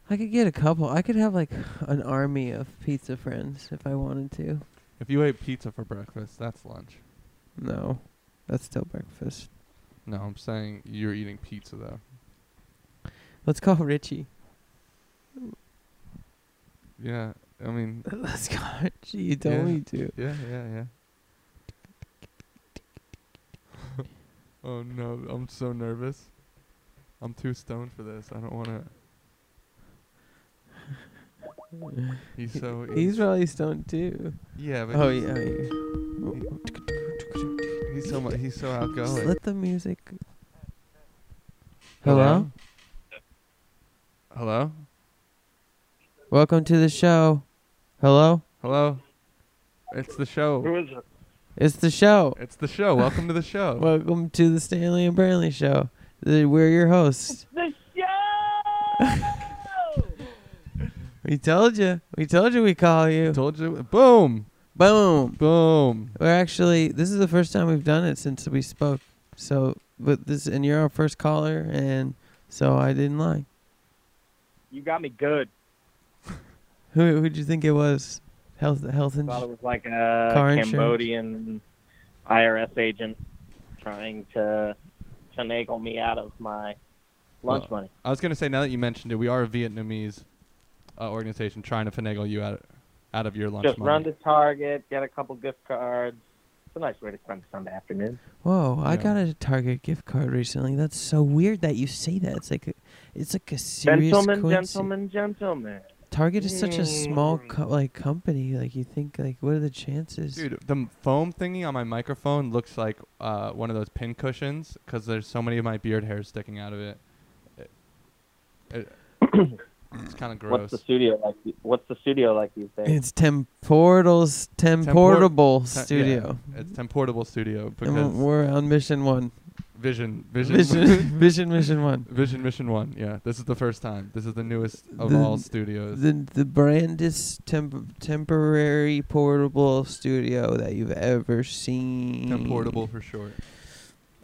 [SPEAKER 2] I could get a couple. I could have like an army of pizza friends if I wanted to.
[SPEAKER 1] If you ate pizza for breakfast, that's lunch.
[SPEAKER 2] No, that's still breakfast.
[SPEAKER 1] No, I'm saying you're eating pizza though.
[SPEAKER 2] Let's call Richie. [LAUGHS]
[SPEAKER 1] Yeah, I mean,
[SPEAKER 2] Let's call Richie. You told
[SPEAKER 1] Yeah.
[SPEAKER 2] me to.
[SPEAKER 1] yeah, yeah, yeah. [LAUGHS] oh no, I'm so nervous. I'm too stoned for this. I don't want
[SPEAKER 2] [LAUGHS]
[SPEAKER 1] to. He's so.
[SPEAKER 2] He's probably stoned too.
[SPEAKER 1] yeah, but
[SPEAKER 2] Oh
[SPEAKER 1] he's,
[SPEAKER 2] yeah. yeah.
[SPEAKER 1] he's so mu- he's so
[SPEAKER 2] Just
[SPEAKER 1] outgoing.
[SPEAKER 2] let the music. Hello.
[SPEAKER 1] Hello.
[SPEAKER 2] Welcome to the show. Hello.
[SPEAKER 1] Hello. It's the show.
[SPEAKER 4] Who is it?
[SPEAKER 2] It's the show.
[SPEAKER 1] It's the show. Welcome to the show.
[SPEAKER 2] Welcome to the Stanley and Burnley Show. The- We're your hosts.
[SPEAKER 4] The show!
[SPEAKER 2] We told you. We told you we call you.
[SPEAKER 1] Told you. Boom.
[SPEAKER 2] Boom.
[SPEAKER 1] Boom.
[SPEAKER 2] We're actually. This is the first time we've done it since we spoke. So, but this and you're our first caller, and so I didn't lie.
[SPEAKER 4] [LAUGHS] you got me good.
[SPEAKER 2] Who who'd you think it was? Health health
[SPEAKER 4] I thought it
[SPEAKER 2] insurance.
[SPEAKER 4] was like a
[SPEAKER 2] Car insurance.
[SPEAKER 4] Cambodian IRS agent trying to finagle me out of my lunch
[SPEAKER 1] Well,
[SPEAKER 4] money.
[SPEAKER 1] I was gonna say now that you mentioned it, we are a Vietnamese uh, organization trying to finagle you out out of your lunch
[SPEAKER 4] Just
[SPEAKER 1] money.
[SPEAKER 4] run to Target, get a couple gift cards. It's a nice way to spend Sunday afternoon.
[SPEAKER 2] Whoa! I
[SPEAKER 1] Yeah.
[SPEAKER 2] got a Target gift card recently. That's so weird that you say that. It's like a, it's like a serious
[SPEAKER 4] Gentlemen,
[SPEAKER 2] coincidence.
[SPEAKER 4] gentlemen, gentlemen.
[SPEAKER 2] Target is such a small
[SPEAKER 1] Hmm.
[SPEAKER 4] Mm.
[SPEAKER 2] co- like company. Like you think like what are the chances?
[SPEAKER 1] Dude, the m- foam thingy on my microphone looks like uh, one of those pin cushions because there's so many of my beard hairs sticking out of it. It-
[SPEAKER 4] [COUGHS]
[SPEAKER 1] it- it's kind of gross.
[SPEAKER 4] What's the studio like? What's the studio like these days?
[SPEAKER 2] It's Temportals Temportable
[SPEAKER 1] Tempor- Te- yeah,
[SPEAKER 2] Studio.
[SPEAKER 1] it's Temportable Studio
[SPEAKER 2] And
[SPEAKER 1] because
[SPEAKER 2] we're on mission one. [LAUGHS]
[SPEAKER 1] Vision, Vision,
[SPEAKER 2] Vision, vision, mission one.
[SPEAKER 1] [LAUGHS] Vision Mission One. Yeah, this is the first time. This is the newest of
[SPEAKER 2] The-
[SPEAKER 1] all studios.
[SPEAKER 2] The the grandest temp- temporary portable studio that you've ever seen.
[SPEAKER 1] Temportable for short,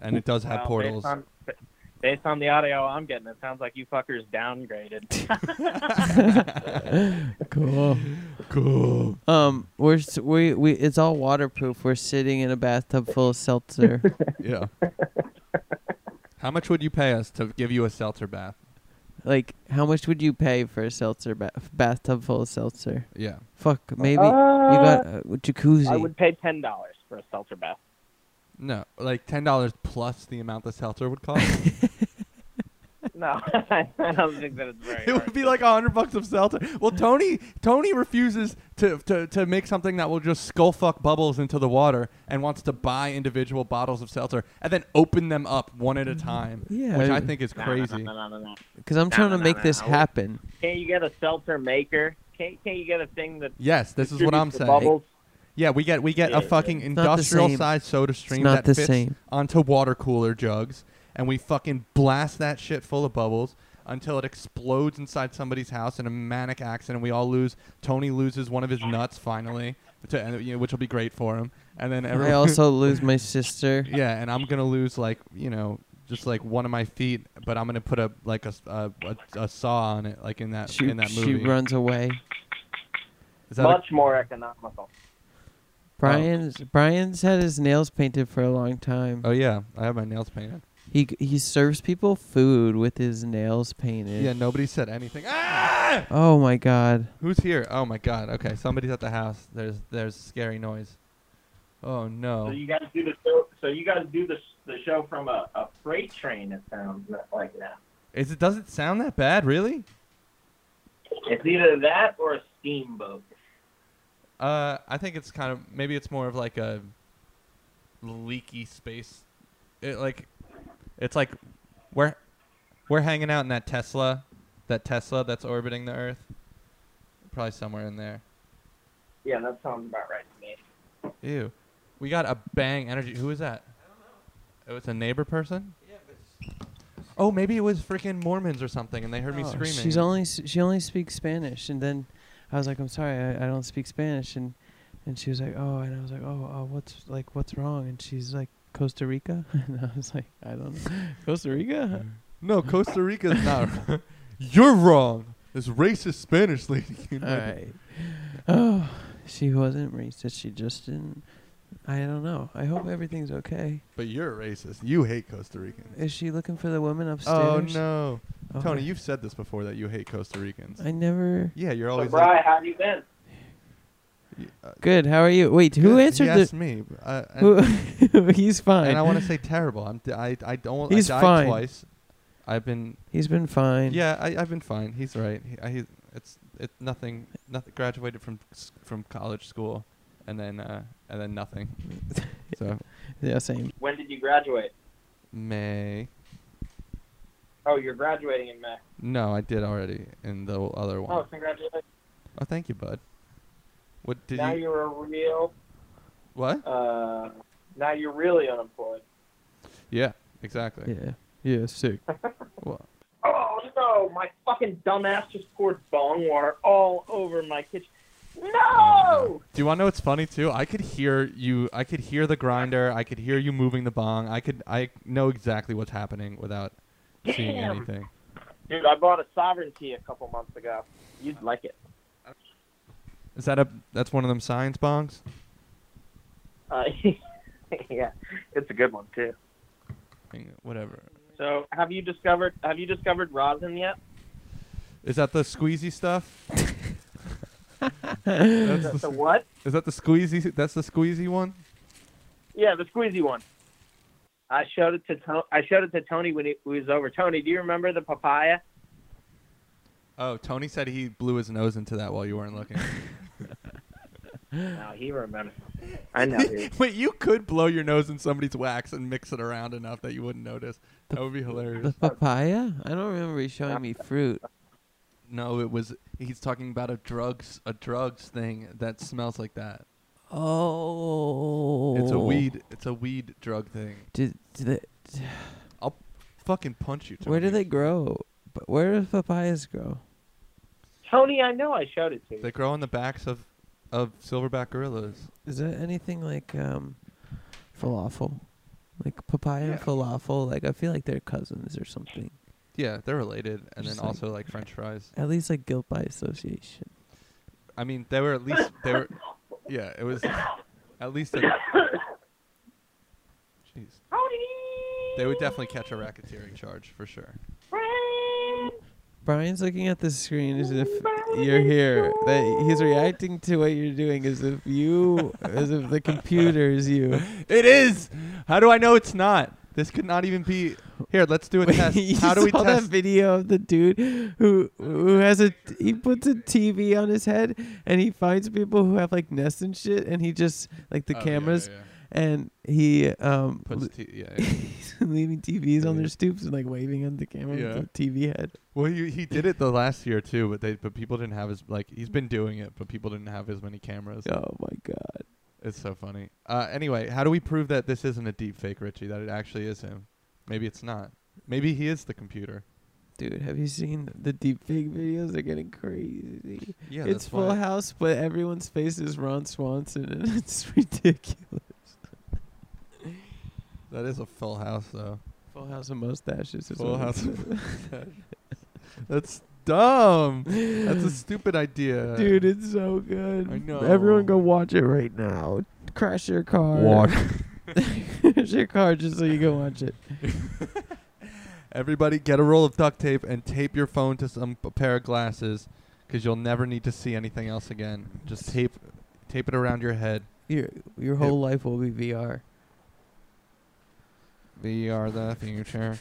[SPEAKER 1] and it does have
[SPEAKER 4] Well,
[SPEAKER 1] portals.
[SPEAKER 4] Based on, based on the audio I'm getting, it sounds like you fuckers downgraded.
[SPEAKER 2] [LAUGHS] cool.
[SPEAKER 1] cool.
[SPEAKER 2] Um, we're s- we we it's all waterproof. We're sitting in a bathtub full of seltzer.
[SPEAKER 4] [LAUGHS]
[SPEAKER 1] [LAUGHS] Yeah. How much would you pay us to give you a seltzer bath?
[SPEAKER 2] Like, how much would you pay for a seltzer ba- bathtub full of seltzer?
[SPEAKER 1] Yeah.
[SPEAKER 2] Fuck, maybe
[SPEAKER 4] Uh,
[SPEAKER 2] you got a jacuzzi.
[SPEAKER 4] I would pay ten dollars for a seltzer bath.
[SPEAKER 1] No, like ten dollars plus the amount the seltzer would cost.
[SPEAKER 4] No, [LAUGHS] I don't think that it's
[SPEAKER 1] [LAUGHS]
[SPEAKER 4] very.
[SPEAKER 1] it
[SPEAKER 4] hard
[SPEAKER 1] would be
[SPEAKER 4] to-
[SPEAKER 1] like a hundred bucks of seltzer. Well, Tony, Tony refuses to, to to make something that will just skull fuck bubbles into the water, and wants to buy individual bottles of seltzer and then open them up one at a time.
[SPEAKER 2] Yeah.
[SPEAKER 1] which I think is
[SPEAKER 4] No, no, no,
[SPEAKER 1] crazy.
[SPEAKER 4] No, no, no, no.
[SPEAKER 2] Because I'm
[SPEAKER 4] No,
[SPEAKER 2] trying
[SPEAKER 4] no,
[SPEAKER 2] to
[SPEAKER 4] no,
[SPEAKER 2] make
[SPEAKER 4] no,
[SPEAKER 2] this
[SPEAKER 4] no.
[SPEAKER 2] happen.
[SPEAKER 4] Can't you get a seltzer maker? Can't Can't you get a thing that?
[SPEAKER 1] Yes, this is what
[SPEAKER 4] distributes
[SPEAKER 1] I'm
[SPEAKER 4] the
[SPEAKER 1] saying.
[SPEAKER 4] Bubbles?
[SPEAKER 1] Yeah, we get we get
[SPEAKER 4] Yeah,
[SPEAKER 1] a fucking
[SPEAKER 2] not the same.
[SPEAKER 1] industrial sized soda stream that
[SPEAKER 2] not the
[SPEAKER 1] fits
[SPEAKER 2] same.
[SPEAKER 1] onto water cooler jugs, and we fucking blast that shit full of bubbles until it explodes inside somebody's house in a manic accident. We all lose. Tony loses one of his nuts finally, to, and, you know, which will be great for him. And then [LAUGHS] everyone.
[SPEAKER 2] I also lose my sister.
[SPEAKER 1] yeah, and I'm gonna lose like you know just like one of my feet, but I'm gonna put a like a s- a, a- a saw on it like in that
[SPEAKER 2] She,
[SPEAKER 1] in that
[SPEAKER 2] she
[SPEAKER 1] movie.
[SPEAKER 2] runs away.
[SPEAKER 1] Is that a-
[SPEAKER 4] Much more economical.
[SPEAKER 2] Brian's Brian's had his nails painted for a long time.
[SPEAKER 1] oh yeah, I have my nails painted.
[SPEAKER 2] He he serves people food with his nails painted.
[SPEAKER 1] Yeah, nobody said anything. Ah!
[SPEAKER 2] Oh my god.
[SPEAKER 1] Who's here? Oh my god. Okay, somebody's at the house. There's there's scary noise. Oh
[SPEAKER 4] So
[SPEAKER 1] no.
[SPEAKER 4] you guys do the show. So you guys do the the show from a, a freight train. It sounds like now.
[SPEAKER 1] Is it does it sound that bad, really?
[SPEAKER 4] It's either that or a steamboat.
[SPEAKER 1] Uh I think it's kind of maybe it's more of like a leaky space. It like it's like we're we're hanging out in that Tesla, that Tesla that's orbiting the earth. Probably somewhere in there.
[SPEAKER 4] Yeah, that sounds about right to me.
[SPEAKER 1] Ew. We got a bang energy. Who is that? I don't know. It was a neighbor person? Yeah, but. Oh, maybe it was freaking Mormons or something and they heard me
[SPEAKER 2] Oh,
[SPEAKER 1] screaming.
[SPEAKER 2] She's only s- she only speaks Spanish, and then I was like, I'm sorry, I, I don't speak Spanish, and and she was like, oh, and I was like, oh, uh, what's like what's wrong? And she's like, Costa Rica, [LAUGHS] and I was like, I don't know, [LAUGHS] Costa Rica.
[SPEAKER 1] No, Costa Rica's not. [LAUGHS] You're wrong. This racist Spanish lady. [LAUGHS]
[SPEAKER 2] All right. Oh, she wasn't racist. She just didn't. I don't know. I hope everything's okay.
[SPEAKER 1] But you're a racist. You hate Costa Ricans.
[SPEAKER 2] Is she looking for the women upstairs?
[SPEAKER 1] Oh, no.
[SPEAKER 2] Oh,
[SPEAKER 1] Tony, you've said this before that you hate Costa Ricans.
[SPEAKER 2] I never.
[SPEAKER 1] yeah, you're
[SPEAKER 4] So,
[SPEAKER 1] always.
[SPEAKER 4] Bri, how have you been?
[SPEAKER 1] like, y- uh,
[SPEAKER 2] Good. How are you? Wait, who
[SPEAKER 1] good.
[SPEAKER 2] answered
[SPEAKER 1] he
[SPEAKER 2] the?
[SPEAKER 1] asked me. Uh, and,
[SPEAKER 2] Who, [LAUGHS] he's fine.
[SPEAKER 1] and I want to say terrible. I'm. D- I. I don't.
[SPEAKER 2] He's
[SPEAKER 1] I died
[SPEAKER 2] fine.
[SPEAKER 1] twice. I've been
[SPEAKER 2] he's been fine. [LAUGHS]
[SPEAKER 1] Yeah, I, I've been fine. He's right. He, I, he's it's it's nothing. Nothing. Graduated from s- from college school, and then uh, and then
[SPEAKER 2] [LAUGHS]
[SPEAKER 1] nothing. so
[SPEAKER 2] Yeah. Same.
[SPEAKER 4] When did you graduate?
[SPEAKER 1] May.
[SPEAKER 4] Oh, you're graduating in May.
[SPEAKER 1] No, I did already in the other one.
[SPEAKER 4] Oh,
[SPEAKER 1] Oh,
[SPEAKER 4] congratulations.
[SPEAKER 1] thank you, bud. What did
[SPEAKER 4] now
[SPEAKER 1] you?
[SPEAKER 4] you're a real.
[SPEAKER 1] What?
[SPEAKER 4] Uh, now you're really unemployed.
[SPEAKER 1] Yeah, exactly.
[SPEAKER 2] Yeah. Yeah. Sick.
[SPEAKER 1] Well,
[SPEAKER 4] Oh no, my fucking dumbass just poured bong water all over my kitchen. No!
[SPEAKER 1] do you want to know what's funny too? I could hear you. I could hear the grinder. I could hear you moving the bong. I could. I know exactly what's happening without seeing
[SPEAKER 4] Damn.
[SPEAKER 1] anything.
[SPEAKER 4] Dude, I bought a sovereignty a couple months ago. You'd like it.
[SPEAKER 1] Is that a? That's one of them science bongs.
[SPEAKER 4] Uh, [LAUGHS] yeah, it's a good one too.
[SPEAKER 1] Whatever.
[SPEAKER 4] So, have you discovered have you discovered rosin yet?
[SPEAKER 1] Is that the squeezy stuff?
[SPEAKER 4] The,
[SPEAKER 2] [LAUGHS]
[SPEAKER 1] That's the,
[SPEAKER 4] the what?
[SPEAKER 1] is that the squeezy? That's the squeezy one.
[SPEAKER 4] Yeah, the squeezy one. I showed it to Tony. I showed it to Tony when he was over. Tony, do you remember the papaya?
[SPEAKER 1] Oh, Tony said he blew his nose into that while you weren't
[SPEAKER 2] [LAUGHS]
[SPEAKER 1] looking.
[SPEAKER 4] No, he remembers. I know. Dude.
[SPEAKER 1] [LAUGHS] Wait, you could blow your nose in somebody's wax and mix it around enough that you wouldn't notice. That would be
[SPEAKER 2] The
[SPEAKER 1] hilarious.
[SPEAKER 2] papaya? I don't remember you showing me fruit.
[SPEAKER 1] No, it was. He's talking about a drugs, a drugs thing that smells like that.
[SPEAKER 2] Oh.
[SPEAKER 1] It's a weed. It's a weed drug thing.
[SPEAKER 2] Did, did it,
[SPEAKER 1] I'll fucking punch you. Tony.
[SPEAKER 2] where do they grow? But where do papayas grow?
[SPEAKER 4] Tony, I know. I showed it to you.
[SPEAKER 1] They grow on the backs of, of silverback gorillas.
[SPEAKER 2] Is it anything like um, falafel? Like papaya
[SPEAKER 1] Yeah.
[SPEAKER 2] and falafel? Like I feel like they're cousins or something.
[SPEAKER 1] Yeah, they're related, and
[SPEAKER 2] Just
[SPEAKER 1] then
[SPEAKER 2] like-
[SPEAKER 1] also like French fries.
[SPEAKER 2] At least like guilt by association.
[SPEAKER 1] I mean, they were at least they were. Yeah, it was at least. A, jeez,
[SPEAKER 4] Tony.
[SPEAKER 1] they would definitely catch a racketeering charge for sure.
[SPEAKER 4] Friend.
[SPEAKER 2] Brian's looking at the screen as if you're here. That he's reacting to what you're doing as if you, as if the computer is you.
[SPEAKER 1] [LAUGHS] It is. How do I know it's not? This could not even be. Here, let's [LAUGHS] do a test.
[SPEAKER 2] [LAUGHS] you
[SPEAKER 1] [LAUGHS] How do we
[SPEAKER 2] saw that
[SPEAKER 1] test?
[SPEAKER 2] video of the dude who who has a he puts a TV on his head and he finds people who have like nests and shit and he just like
[SPEAKER 1] Oh,
[SPEAKER 2] the cameras and he um
[SPEAKER 1] Puts
[SPEAKER 2] le-
[SPEAKER 1] t- yeah, yeah.
[SPEAKER 2] he's [LAUGHS] leaving TVs on
[SPEAKER 1] Yeah.
[SPEAKER 2] their stoops and like waving on the camera
[SPEAKER 1] Yeah.
[SPEAKER 2] with the TV head.
[SPEAKER 1] [LAUGHS] Well, he he did it the last year too, but they but people didn't have as like he's been doing it, but people didn't have as many cameras.
[SPEAKER 2] Oh my god.
[SPEAKER 1] It's so funny. Uh, anyway, how do we prove that this isn't a deep fake, Richie? That it actually is him? Maybe it's not. Maybe he is the computer.
[SPEAKER 2] Dude, have you seen the deep fake videos? They're getting crazy.
[SPEAKER 1] Yeah,
[SPEAKER 2] it's Full House, but everyone's face is Ron Swanson, and [LAUGHS] it's ridiculous.
[SPEAKER 1] That is a full house though.
[SPEAKER 2] Full House of mustaches. Is
[SPEAKER 1] Full
[SPEAKER 2] what it [LAUGHS]
[SPEAKER 1] house. [LAUGHS]
[SPEAKER 2] says.
[SPEAKER 1] That's dumb. That's a stupid idea,
[SPEAKER 2] Dude, it's so good.
[SPEAKER 1] I know.
[SPEAKER 2] Everyone go watch it right now. Crash your car. [LAUGHS] Crash your car just so you can watch it.
[SPEAKER 1] Everybody, get a roll of duct tape and tape your phone to some p- pair of glasses, because you'll never need to see anything else again. Just tape, tape it around your head.
[SPEAKER 2] Your your whole life will be VR.
[SPEAKER 1] We are the future.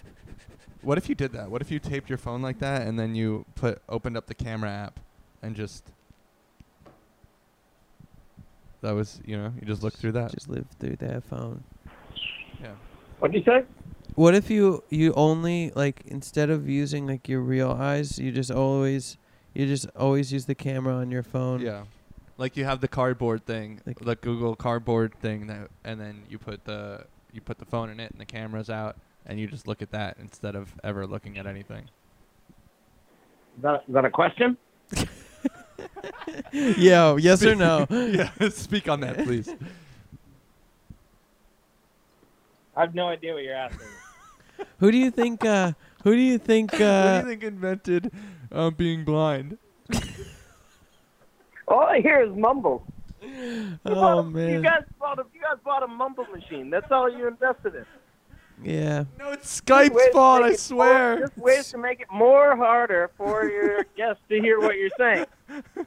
[SPEAKER 1] What if you did that? What if you taped your phone like that and then you put opened up the camera app and just that was you know you just look through that.
[SPEAKER 2] Just live through that phone.
[SPEAKER 1] Yeah.
[SPEAKER 4] What'd you say?
[SPEAKER 2] What if you you only like instead of using like your real eyes, you just always you just always use the camera on your phone. [LAUGHS]
[SPEAKER 1] Yeah. Like you have the cardboard thing,
[SPEAKER 2] Like-
[SPEAKER 1] the Google cardboard thing that and then you put the you put the phone in it and the camera's out and you just look at that instead of ever looking at
[SPEAKER 2] [LAUGHS]
[SPEAKER 1] anything. [LAUGHS]
[SPEAKER 4] Is that, is that a question?
[SPEAKER 2] Yo,
[SPEAKER 1] [LAUGHS]
[SPEAKER 2] yes or no?
[SPEAKER 1] yeah, speak on
[SPEAKER 2] [LAUGHS]
[SPEAKER 1] that please.
[SPEAKER 4] I have no idea what you're asking.
[SPEAKER 2] Who do you think? Uh, who do you think?
[SPEAKER 1] what do
[SPEAKER 2] Uh,
[SPEAKER 1] you think invented um, being blind?
[SPEAKER 4] [LAUGHS] All I hear is mumble. You bought
[SPEAKER 2] oh
[SPEAKER 4] a- You
[SPEAKER 2] man,
[SPEAKER 4] guys bought a you guys bought a mumble machine. That's all you invested in.
[SPEAKER 2] yeah.
[SPEAKER 1] No, it's
[SPEAKER 4] Ways
[SPEAKER 1] Skype's
[SPEAKER 4] to
[SPEAKER 1] fault,
[SPEAKER 4] make
[SPEAKER 1] I
[SPEAKER 4] it
[SPEAKER 1] swear.
[SPEAKER 4] more- just ways to make it more harder for
[SPEAKER 1] [LAUGHS]
[SPEAKER 4] your guests to hear what you're saying. That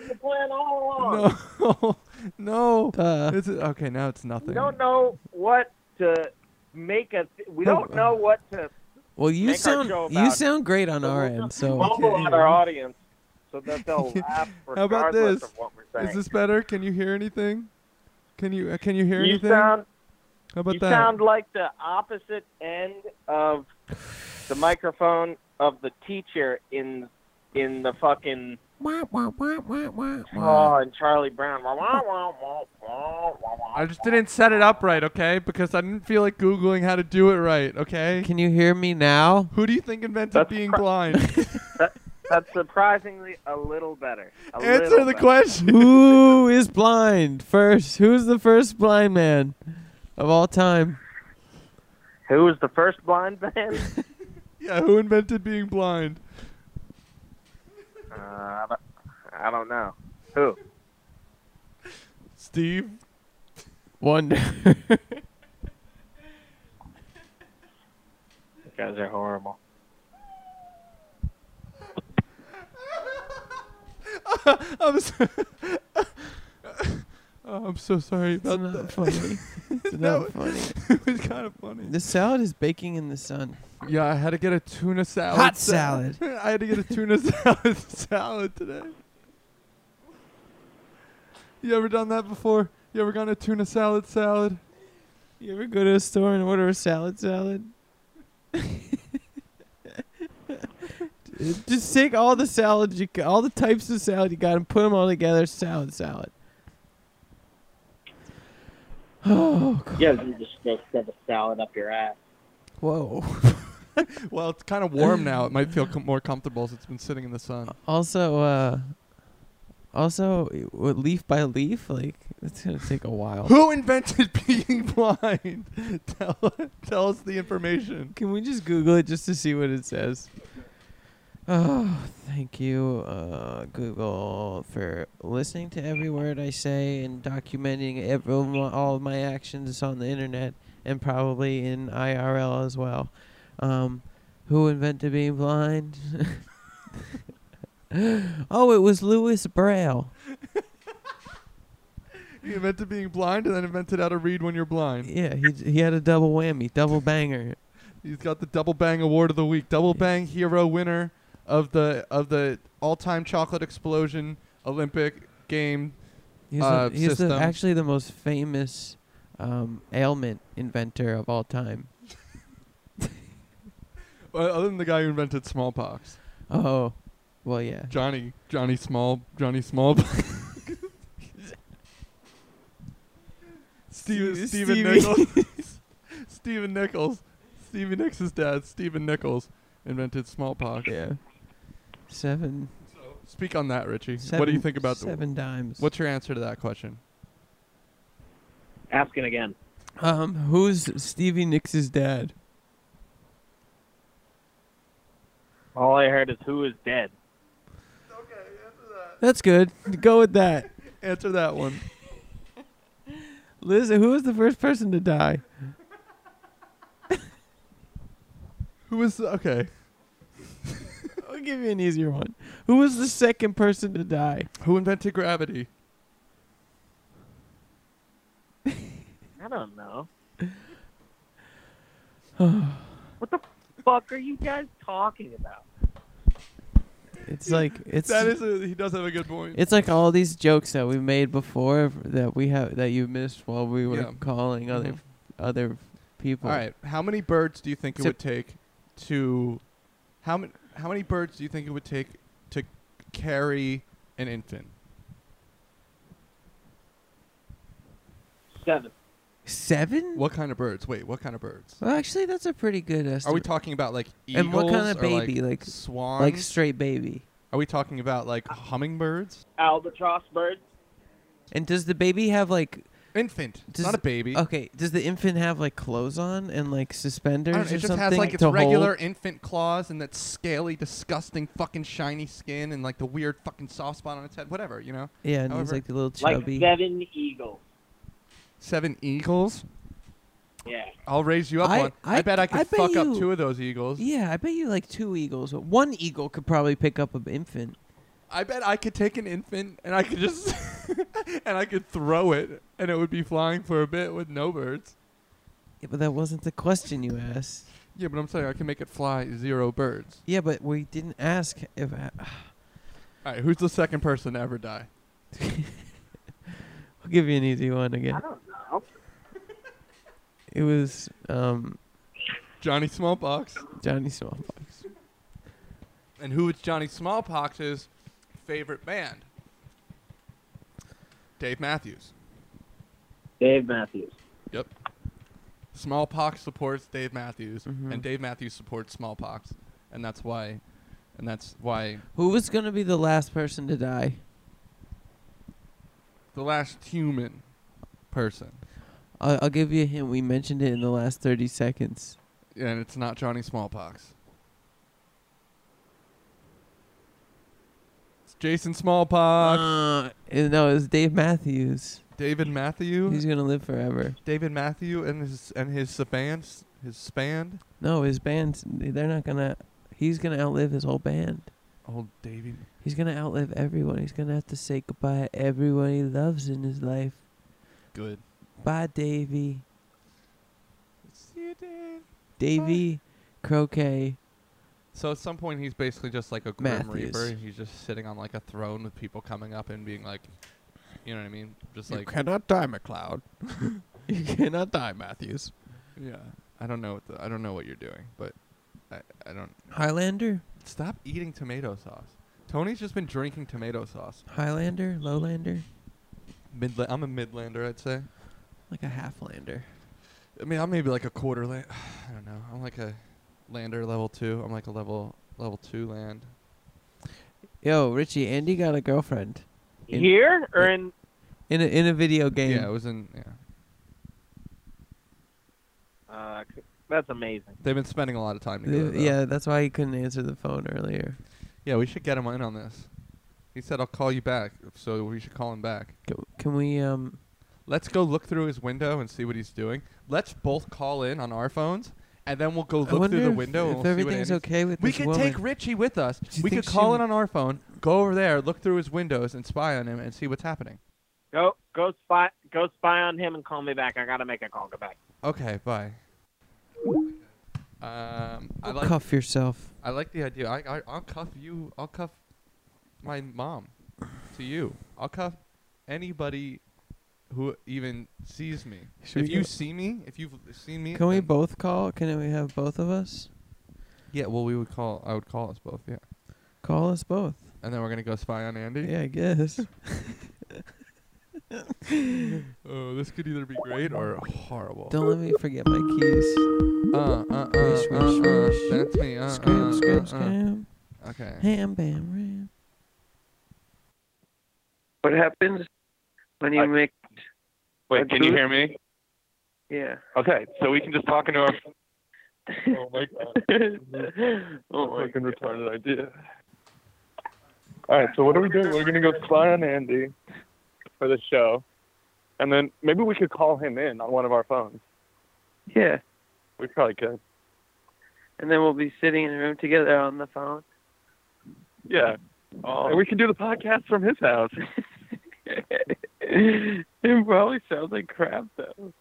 [SPEAKER 4] was the plan all along.
[SPEAKER 1] No, [LAUGHS] no.
[SPEAKER 2] Duh.
[SPEAKER 1] It's, okay, now it's nothing.
[SPEAKER 4] We don't know what to make a. We
[SPEAKER 1] No.
[SPEAKER 4] don't know what to
[SPEAKER 2] Well, you
[SPEAKER 4] Make our
[SPEAKER 2] sound
[SPEAKER 4] show
[SPEAKER 2] you
[SPEAKER 4] about it.
[SPEAKER 2] sound great on
[SPEAKER 4] So
[SPEAKER 2] our
[SPEAKER 4] we'll
[SPEAKER 2] end.
[SPEAKER 4] just
[SPEAKER 2] So
[SPEAKER 4] mumble
[SPEAKER 1] Okay.
[SPEAKER 4] at our audience so that they'll laugh
[SPEAKER 1] [LAUGHS] How about
[SPEAKER 4] regardless
[SPEAKER 1] this?
[SPEAKER 4] of what we're
[SPEAKER 1] Is
[SPEAKER 4] saying.
[SPEAKER 1] this better? Can you hear anything? Can you uh, can you hear
[SPEAKER 4] you
[SPEAKER 1] anything?
[SPEAKER 4] sound
[SPEAKER 1] How about
[SPEAKER 4] you
[SPEAKER 1] that?
[SPEAKER 4] sound like the opposite end of the microphone of the teacher in in the fucking oh and Charlie Brown. Wah, wah, wah, wah, wah, wah, wah.
[SPEAKER 1] I just didn't set it up right, okay? Because I didn't feel like googling how to do it right, okay?
[SPEAKER 2] can you hear me
[SPEAKER 4] [LAUGHS]
[SPEAKER 2] now?
[SPEAKER 1] Who do you think invented
[SPEAKER 4] That's
[SPEAKER 1] being
[SPEAKER 4] pro- [LAUGHS]
[SPEAKER 1] blind?
[SPEAKER 4] That's surprisingly a little better. A
[SPEAKER 1] [LAUGHS] Answer
[SPEAKER 4] little
[SPEAKER 1] the
[SPEAKER 4] better.
[SPEAKER 1] question.
[SPEAKER 2] Who is blind first? Who's the first blind man of all time?
[SPEAKER 4] Who was the first blind man? [LAUGHS]
[SPEAKER 1] yeah, who invented being blind?
[SPEAKER 4] uh, I don't- I don't know. Who?
[SPEAKER 1] Steve? [LAUGHS]
[SPEAKER 2] Wonder. [LAUGHS]
[SPEAKER 4] You guys are horrible.
[SPEAKER 1] I'm so, [LAUGHS] Oh, I'm so sorry
[SPEAKER 2] it's
[SPEAKER 1] about
[SPEAKER 2] not
[SPEAKER 1] that.
[SPEAKER 2] funny. It's
[SPEAKER 1] That was-
[SPEAKER 2] not funny.
[SPEAKER 1] [LAUGHS] it was kind of funny.
[SPEAKER 2] The salad is baking in the sun.
[SPEAKER 1] Yeah, I had to get a tuna salad.
[SPEAKER 2] Hot
[SPEAKER 1] sa-
[SPEAKER 2] salad.
[SPEAKER 1] [LAUGHS] I had to get a tuna salad salad today. You ever done that before? You ever gotten a tuna salad salad?
[SPEAKER 2] You ever go to a store and order a salad salad? Just take all the salads you ca- all the types of salad you got and put them all together. Salad salad. [SIGHS] Oh, God.
[SPEAKER 4] You guys are just gonna shove a salad up your ass.
[SPEAKER 2] whoa.
[SPEAKER 1] Well, it's kind of warm now. It [LAUGHS] might feel com- more comfortable as it's been sitting in the sun.
[SPEAKER 2] Also, uh, also i- w- leaf by leaf, like it's gonna take a while.
[SPEAKER 1] [LAUGHS] Who [LAUGHS] invented being blind? [LAUGHS] tell, tell us the information.
[SPEAKER 2] Can we just Google it just to see what it says? Oh, thank you, uh, Google, for listening to every word I say and documenting every, all of my actions on the internet and probably in IRL as well. Um, who invented being blind? [LAUGHS] Oh, it was Louis Braille.
[SPEAKER 1] He invented being blind and then invented how to read when you're blind.
[SPEAKER 2] Yeah, he he had a double whammy, double banger.
[SPEAKER 1] He's got the Double Bang Award of the Week. Double Bang Hero winner of the of the all-time chocolate explosion Olympic game.
[SPEAKER 2] He's,
[SPEAKER 1] Uh,
[SPEAKER 2] the, he's the,
[SPEAKER 1] system.
[SPEAKER 2] actually the most famous um, ailment inventor of all time.
[SPEAKER 1] Uh, Other than the guy who invented smallpox,
[SPEAKER 2] Oh, well, yeah.
[SPEAKER 1] Johnny Johnny Small Johnny Small. [LAUGHS] Steven
[SPEAKER 2] Steve-
[SPEAKER 1] Steven
[SPEAKER 2] Stevie.
[SPEAKER 1] Nichols.
[SPEAKER 2] [LAUGHS]
[SPEAKER 1] Steven Nichols. Stevie Nicks' dad, Steven Nichols, invented smallpox.
[SPEAKER 2] Yeah. Seven.
[SPEAKER 1] Speak on that, Richie.
[SPEAKER 2] seven
[SPEAKER 1] what do you think about the
[SPEAKER 2] seven dimes?
[SPEAKER 1] What's your answer to that question?
[SPEAKER 4] Asking again.
[SPEAKER 2] um? Who's Stevie Nicks' dad?
[SPEAKER 4] All I heard is who is dead.
[SPEAKER 2] That's good. Go with that.
[SPEAKER 1] Answer that one.
[SPEAKER 2] Liz, who was the first person to die?
[SPEAKER 1] Who is the, okay?
[SPEAKER 2] I'll give you an easier one. Who was the second person to die?
[SPEAKER 1] Who invented gravity?
[SPEAKER 4] I
[SPEAKER 2] [SIGHS]
[SPEAKER 4] don't know. what the fuck are you guys talking about?
[SPEAKER 2] It's like it's
[SPEAKER 1] That is a, he does have a good point.
[SPEAKER 2] It's like all these jokes that we made before f- that we have that you missed while we were
[SPEAKER 1] Yeah.
[SPEAKER 2] calling other
[SPEAKER 1] Mhm.
[SPEAKER 2] other people.
[SPEAKER 1] All right. How many birds do you think it
[SPEAKER 2] So-
[SPEAKER 1] would take to how many how many birds do you think it would take to carry an infant?
[SPEAKER 4] Seven.
[SPEAKER 2] Seven?
[SPEAKER 1] What kind of birds? Wait, what kind of birds?
[SPEAKER 2] Well, actually, that's a pretty good estimate.
[SPEAKER 1] Are we talking about like eagles?
[SPEAKER 2] And what kind of
[SPEAKER 1] or, like,
[SPEAKER 2] baby? Like
[SPEAKER 1] swans?
[SPEAKER 2] like straight baby.
[SPEAKER 1] Are we talking about like hummingbirds?
[SPEAKER 4] Albatross birds.
[SPEAKER 2] And does the baby have like
[SPEAKER 1] Infant, It's
[SPEAKER 2] Does-
[SPEAKER 1] not a baby.
[SPEAKER 2] okay? Does the infant have like clothes on and like
[SPEAKER 1] I
[SPEAKER 2] suspenders
[SPEAKER 1] don't
[SPEAKER 2] or
[SPEAKER 1] know, it just
[SPEAKER 2] something
[SPEAKER 1] has like its
[SPEAKER 2] to
[SPEAKER 1] regular
[SPEAKER 2] hold?
[SPEAKER 1] infant claws and that scaly, disgusting, fucking shiny skin and like the weird fucking soft spot on its head. Whatever, you know.
[SPEAKER 2] Yeah, and he's
[SPEAKER 1] however-
[SPEAKER 2] like the little
[SPEAKER 4] Like
[SPEAKER 2] chubby.
[SPEAKER 4] seven eagles.
[SPEAKER 1] Seven eagles.
[SPEAKER 4] Yeah.
[SPEAKER 1] I'll raise you up
[SPEAKER 2] I-
[SPEAKER 1] one.
[SPEAKER 2] I-
[SPEAKER 1] I bet I could
[SPEAKER 2] I bet
[SPEAKER 1] fuck up
[SPEAKER 2] you-
[SPEAKER 1] two of those eagles.
[SPEAKER 2] yeah, I bet you like two eagles. But one eagle could probably pick up an infant.
[SPEAKER 1] I bet I could take an infant and I could just [LAUGHS] and I could throw it and it would be flying for a bit with no birds.
[SPEAKER 2] Yeah, but that wasn't the question you asked.
[SPEAKER 1] Yeah, but I'm saying I can make it fly zero birds.
[SPEAKER 2] Yeah, but we didn't ask if uh,
[SPEAKER 1] All right, who's the second person to ever die?
[SPEAKER 2] I'll give you an easy one again.
[SPEAKER 4] I don't know.
[SPEAKER 2] It was um,
[SPEAKER 1] Johnny Smallpox.
[SPEAKER 2] Johnny Smallpox.
[SPEAKER 1] And who is Johnny Smallpox's favorite band? Dave Matthews.
[SPEAKER 4] Dave Matthews.
[SPEAKER 1] Yep. Smallpox supports Dave Matthews,
[SPEAKER 2] Mhm.
[SPEAKER 1] and Dave Matthews supports Smallpox, and that's why, and that's why
[SPEAKER 2] Who was gonna be the last person to die?
[SPEAKER 1] the last human person,
[SPEAKER 2] I'll, I'll give you a hint. We mentioned it in the last thirty seconds.
[SPEAKER 1] and it's not Johnny Smallpox. It's Jason Smallpox,
[SPEAKER 2] Uh, no, it was Dave Matthews.
[SPEAKER 1] David
[SPEAKER 2] He's
[SPEAKER 1] Matthew,
[SPEAKER 2] gonna live forever.
[SPEAKER 1] David Matthew, and his and his band, his band.
[SPEAKER 2] No, his band's They're not gonna. He's gonna outlive his whole band.
[SPEAKER 1] Old David.
[SPEAKER 2] He's gonna outlive everyone. He's gonna have to say goodbye to everyone he loves in his life.
[SPEAKER 1] Good.
[SPEAKER 2] Bye, Davy.
[SPEAKER 1] See you, Dave.
[SPEAKER 2] Davy, croquet.
[SPEAKER 1] So at some point he's basically just like a grim
[SPEAKER 2] Matthews.
[SPEAKER 1] reaper. He's just sitting on like a throne with people coming up and being like, you know what I mean? Just like
[SPEAKER 3] cannot die, McLeod.
[SPEAKER 1] you
[SPEAKER 3] Cannot die, Matthews.
[SPEAKER 1] Yeah. I don't know what the, I don't know what you're doing, but I, I don't.
[SPEAKER 2] Highlander,
[SPEAKER 1] Stop eating tomato sauce. Tony's just been drinking tomato sauce.
[SPEAKER 2] Highlander, Lowlander,
[SPEAKER 1] Midla- I'm a Midlander, I'd say.
[SPEAKER 2] like a Halflander.
[SPEAKER 1] I mean, I'm maybe like a quarter land. [SIGHS] I don't know. I'm like a lander level two. I'm like a level level two land.
[SPEAKER 2] Yo, Richie, Andy got a girlfriend In-
[SPEAKER 4] Here or in
[SPEAKER 2] in a, in a video game.
[SPEAKER 1] Yeah, it was in. Yeah,
[SPEAKER 4] uh, that's amazing.
[SPEAKER 1] they've been spending a lot of
[SPEAKER 5] Uh,
[SPEAKER 1] time
[SPEAKER 2] Th-
[SPEAKER 1] together. though.
[SPEAKER 2] yeah, that's why he couldn't answer the phone earlier.
[SPEAKER 1] Yeah, we should get him in on this. He said I'll call you back, so we should call him back.
[SPEAKER 2] C- Can we um
[SPEAKER 1] Let's go look through his window and see what he's doing. Let's both call in on our phones
[SPEAKER 3] and then we'll go
[SPEAKER 5] I
[SPEAKER 3] look
[SPEAKER 5] wonder
[SPEAKER 3] through the
[SPEAKER 5] if-
[SPEAKER 3] window. and
[SPEAKER 5] if
[SPEAKER 3] we'll see what
[SPEAKER 5] everything's
[SPEAKER 3] Andy-
[SPEAKER 5] okay with
[SPEAKER 3] We
[SPEAKER 5] this
[SPEAKER 3] could
[SPEAKER 5] woman.
[SPEAKER 3] take Richie with us.
[SPEAKER 5] Do you
[SPEAKER 3] We
[SPEAKER 5] think
[SPEAKER 3] could
[SPEAKER 5] she
[SPEAKER 3] call
[SPEAKER 5] would-
[SPEAKER 3] in on our phone, go over there, look through his windows, and spy on him and see what's happening.
[SPEAKER 4] Go go spy go spy on him and call me back. I gotta make a call. Go back.
[SPEAKER 3] Okay, bye. Um, I
[SPEAKER 5] Go
[SPEAKER 3] like
[SPEAKER 5] cuff yourself.
[SPEAKER 3] I like the idea. I, I I'll cuff you. I'll cuff my mom to you. I'll cuff anybody who even sees me.
[SPEAKER 5] Should
[SPEAKER 3] if
[SPEAKER 5] we
[SPEAKER 3] you
[SPEAKER 5] go-
[SPEAKER 3] see me, if you've seen me,
[SPEAKER 5] Can we
[SPEAKER 3] then-
[SPEAKER 5] both call? Can we have both of us
[SPEAKER 3] Yeah, well, we would call. I would call us both. Yeah,
[SPEAKER 5] call us both?
[SPEAKER 3] and then we're gonna go spy on Andy.
[SPEAKER 5] Yeah, I guess.
[SPEAKER 3] Oh, this could either be great or horrible.
[SPEAKER 5] Don't let me forget my keys.
[SPEAKER 3] uh, uh, uh,
[SPEAKER 5] Wish, wish,
[SPEAKER 3] uh, uh,
[SPEAKER 5] wish.
[SPEAKER 3] That's me. Uh, uh,
[SPEAKER 5] Scram,
[SPEAKER 3] uh,
[SPEAKER 5] scram, scram.
[SPEAKER 3] Uh. Okay.
[SPEAKER 5] Ham, bam, ram.
[SPEAKER 2] What happens when you
[SPEAKER 1] I-
[SPEAKER 2] make?
[SPEAKER 1] Wait,
[SPEAKER 2] Uh,
[SPEAKER 1] can you
[SPEAKER 2] Drew?
[SPEAKER 1] hear me?
[SPEAKER 2] Yeah. [LAUGHS]
[SPEAKER 1] Okay, so we can just talk into our. Oh my god,
[SPEAKER 2] oh my
[SPEAKER 1] fucking retarded idea. All right, so what are we doing? We're gonna go spy on Andy for the show, and then maybe we could call him in on one of our phones.
[SPEAKER 2] Yeah.
[SPEAKER 1] We probably could.
[SPEAKER 2] And then we'll be sitting in a room together on the phone.
[SPEAKER 1] Yeah,
[SPEAKER 3] Oh,
[SPEAKER 1] and we can do the podcast from his house.
[SPEAKER 2] [LAUGHS] it probably sounds like crap though.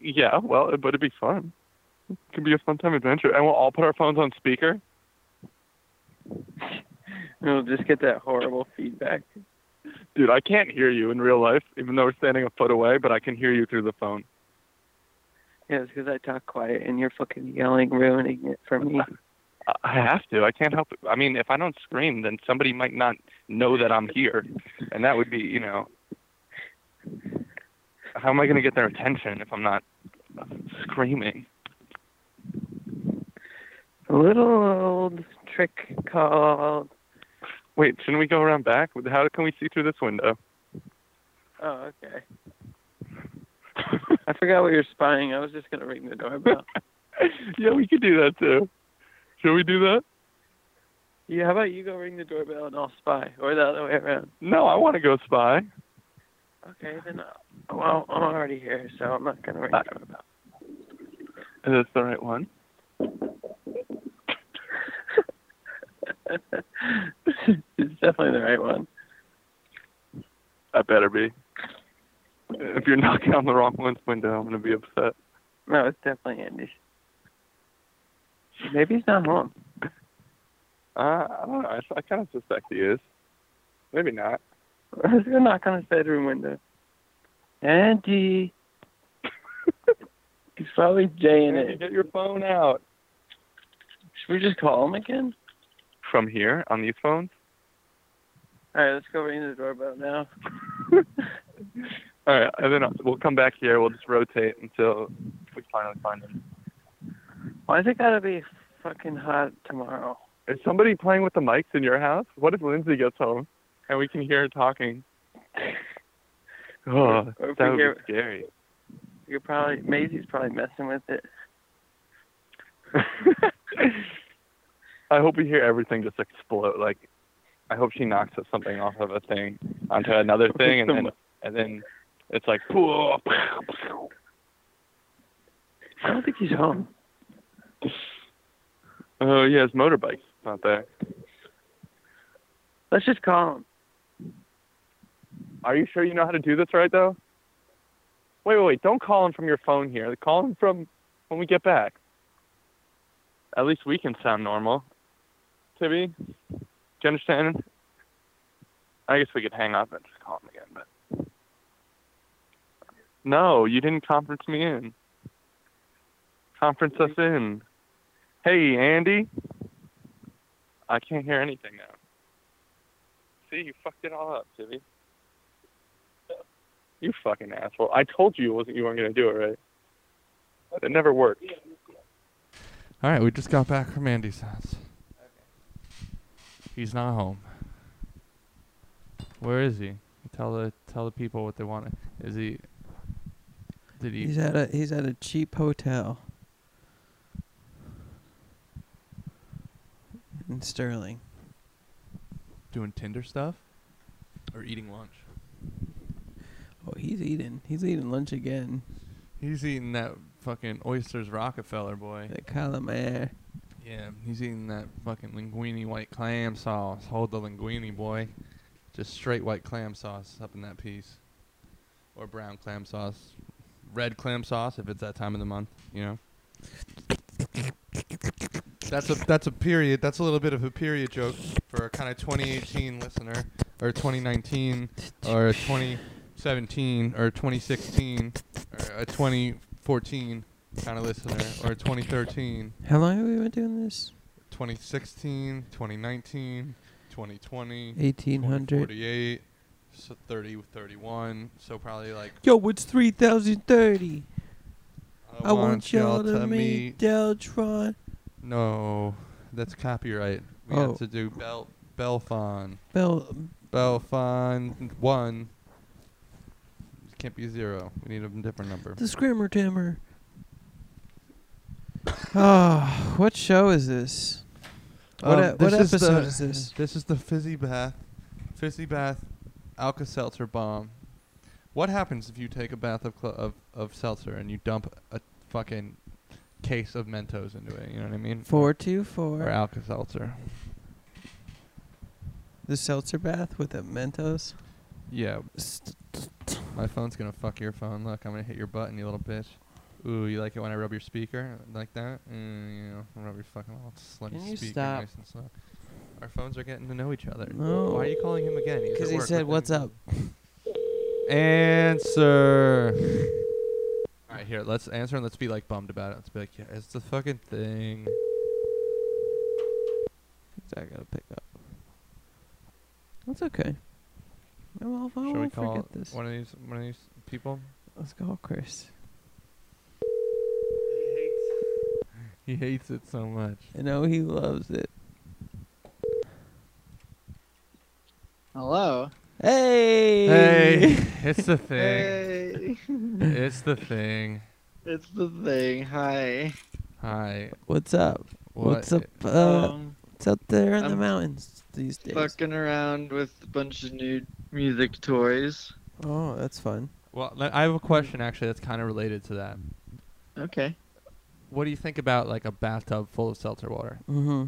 [SPEAKER 1] Yeah, well, but it'd be fun. It could be a fun time adventure, and we'll all put our phones on speaker.
[SPEAKER 2] And we'll just get that horrible feedback.
[SPEAKER 1] Dude, I can't hear you in real life, even though we're standing a foot away, but I can hear you through the phone.
[SPEAKER 2] Yeah, it's because I talk quiet and you're fucking yelling, ruining it for me.
[SPEAKER 1] I- I have to. I can't help it. I mean, if I don't scream, then somebody might not know that I'm here, and that would be, you know, how am I going to get their attention if I'm not screaming?
[SPEAKER 2] A little old trick called.
[SPEAKER 1] Wait, shouldn't we go around back? How can we see through this window? [LAUGHS]
[SPEAKER 2] Oh, okay. I forgot what you're spying. I was just gonna ring the doorbell.
[SPEAKER 1] yeah, we could do that too. Should we do that?
[SPEAKER 2] yeah, how about you go ring the doorbell and I'll spy, or the other way around.
[SPEAKER 1] No, I want to go spy.
[SPEAKER 2] Okay, then. I'll, well, I'm already here, so I'm not gonna ring the doorbell.
[SPEAKER 1] Is this the right one?
[SPEAKER 2] [LAUGHS] it's definitely the right one.
[SPEAKER 1] I better be. If you're knocking on the wrong one's window, I'm going to be upset.
[SPEAKER 2] No, it's definitely Andy. Maybe he's not home.
[SPEAKER 1] Uh, I don't know. I, I kind of suspect he is. Maybe not.
[SPEAKER 2] [LAUGHS] Let's go knock on his bedroom window. Andy. he's probably Jay in
[SPEAKER 1] Andy,
[SPEAKER 2] it.
[SPEAKER 1] get your phone out.
[SPEAKER 2] Should we just call him again?
[SPEAKER 1] From here on these phones?
[SPEAKER 2] All right, let's go ring the doorbell now.
[SPEAKER 1] All right, and then we'll come back here. We'll just rotate until we finally find him.
[SPEAKER 2] Why's it gotta be fucking hot tomorrow?
[SPEAKER 1] Is somebody playing with the mics in your house? What if Lindsay gets home and we can hear her
[SPEAKER 2] [LAUGHS]
[SPEAKER 1] talking? Oh,
[SPEAKER 2] Or if we
[SPEAKER 1] that would
[SPEAKER 2] hear-
[SPEAKER 1] be scary.
[SPEAKER 2] You're probably Maisie's probably messing with it.
[SPEAKER 1] [LAUGHS] I hope we hear everything just explode. Like, I hope she knocks something off of a thing onto another thing, and then and then it's like,
[SPEAKER 2] I don't think he's home.
[SPEAKER 1] oh yeah, his motorbike's not there.
[SPEAKER 2] Let's just call him.
[SPEAKER 1] Are you sure you know how to do this right, though? Wait, wait, wait. Don't call him from your phone here. Call him from when we get back. At least we can sound normal. Tibby, do you understand? I guess we could hang up and just call him again, but. No, you didn't conference me in. Conference us in. Hey, Andy. I can't hear anything now. See, you fucked it all up, Tibby. You fucking asshole! I told you it wasn't you weren't gonna do it right. It never worked.
[SPEAKER 3] All right, we just got back from Andy's house. He's not home. Where is he? Tell the tell the people what they want. Is he? Did he?
[SPEAKER 5] He's at a he's at a cheap hotel in Sterling.
[SPEAKER 3] doing Tinder stuff or eating lunch.
[SPEAKER 5] Oh, he's eating. He's eating lunch again.
[SPEAKER 1] He's eating that fucking oysters Rockefeller boy.
[SPEAKER 2] The calamari.
[SPEAKER 1] Yeah, he's eating that fucking linguine white clam sauce. Hold the linguine boy. Just straight white clam sauce up in that piece. Or brown clam sauce. Red clam sauce if it's that time of the month, you know. That's a that's a period. That's a little bit of a period joke for a kind of 2018 listener or 2019 or 2017 or 2016 or a 2014 kind of listener or 2013
[SPEAKER 2] How long have we been doing this?
[SPEAKER 1] 2016 2019 2020
[SPEAKER 2] Eighteen hundred.
[SPEAKER 1] 48 so 30 31 so probably like
[SPEAKER 2] Yo, it's three thousand thirty. I, want, y'all to
[SPEAKER 1] meet.
[SPEAKER 2] meet Deltron
[SPEAKER 1] no that's copyright we
[SPEAKER 2] Oh.
[SPEAKER 1] have to do bel belfon
[SPEAKER 2] Bell.
[SPEAKER 1] belfon 1 can't be 0 we need a different number
[SPEAKER 2] The
[SPEAKER 1] [LAUGHS]
[SPEAKER 2] Scrammer Timmer. oh, what show is this?
[SPEAKER 1] Um,
[SPEAKER 2] What, e- what
[SPEAKER 1] this is
[SPEAKER 2] episode
[SPEAKER 1] the- [LAUGHS]
[SPEAKER 2] is this?
[SPEAKER 1] This is the fizzy bath, fizzy bath, Alka Seltzer bomb. What happens if you take a bath of, cl- of of seltzer and you dump a fucking case of Mentos into it? You know what I mean?
[SPEAKER 2] Four two
[SPEAKER 1] or
[SPEAKER 2] four.
[SPEAKER 1] Alka Seltzer.
[SPEAKER 2] The seltzer bath with the Mentos.
[SPEAKER 1] Yeah, my phone's gonna fuck your phone. Look, I'm gonna hit your button, you little bitch. Ooh, you like it when I rub your speaker like that? Mm, you know, rub your fucking little slim
[SPEAKER 2] Can you
[SPEAKER 1] speaker
[SPEAKER 2] stop?
[SPEAKER 1] nice and slow. Our phones are getting to know each other.
[SPEAKER 2] No.
[SPEAKER 1] Why are you calling him again? He's at
[SPEAKER 2] Because he
[SPEAKER 1] work
[SPEAKER 2] said,
[SPEAKER 1] with the-
[SPEAKER 2] "What's
[SPEAKER 1] [LAUGHS]
[SPEAKER 2] up?"
[SPEAKER 1] Answer. All right, here. Let's answer and let's be like bummed about it. Let's be like, yeah, it's the fucking thing.
[SPEAKER 2] I gotta pick up. That's okay. I won't, I
[SPEAKER 1] Should we
[SPEAKER 2] won't
[SPEAKER 1] call
[SPEAKER 2] forget this.
[SPEAKER 1] one of these one of these people?
[SPEAKER 2] Let's call Chris.
[SPEAKER 1] He hates it so much.
[SPEAKER 2] I know he loves it.
[SPEAKER 6] Hello.
[SPEAKER 2] Hey.
[SPEAKER 1] Hey, it's the thing.
[SPEAKER 6] Hey.
[SPEAKER 1] it's the thing.
[SPEAKER 6] it's the thing. Hi.
[SPEAKER 1] Hi.
[SPEAKER 2] [LAUGHS] What's up?
[SPEAKER 1] What
[SPEAKER 2] What's up? Uh,
[SPEAKER 6] um,
[SPEAKER 2] what's up there in the
[SPEAKER 6] I'm
[SPEAKER 2] mountains these days?
[SPEAKER 6] fucking around with a bunch of new music toys.
[SPEAKER 2] Oh, that's fun.
[SPEAKER 1] Well, le- I have a question actually that's kind of related to that.
[SPEAKER 6] Okay.
[SPEAKER 1] What do you think about like a bathtub full of seltzer water?
[SPEAKER 2] Mm-hmm.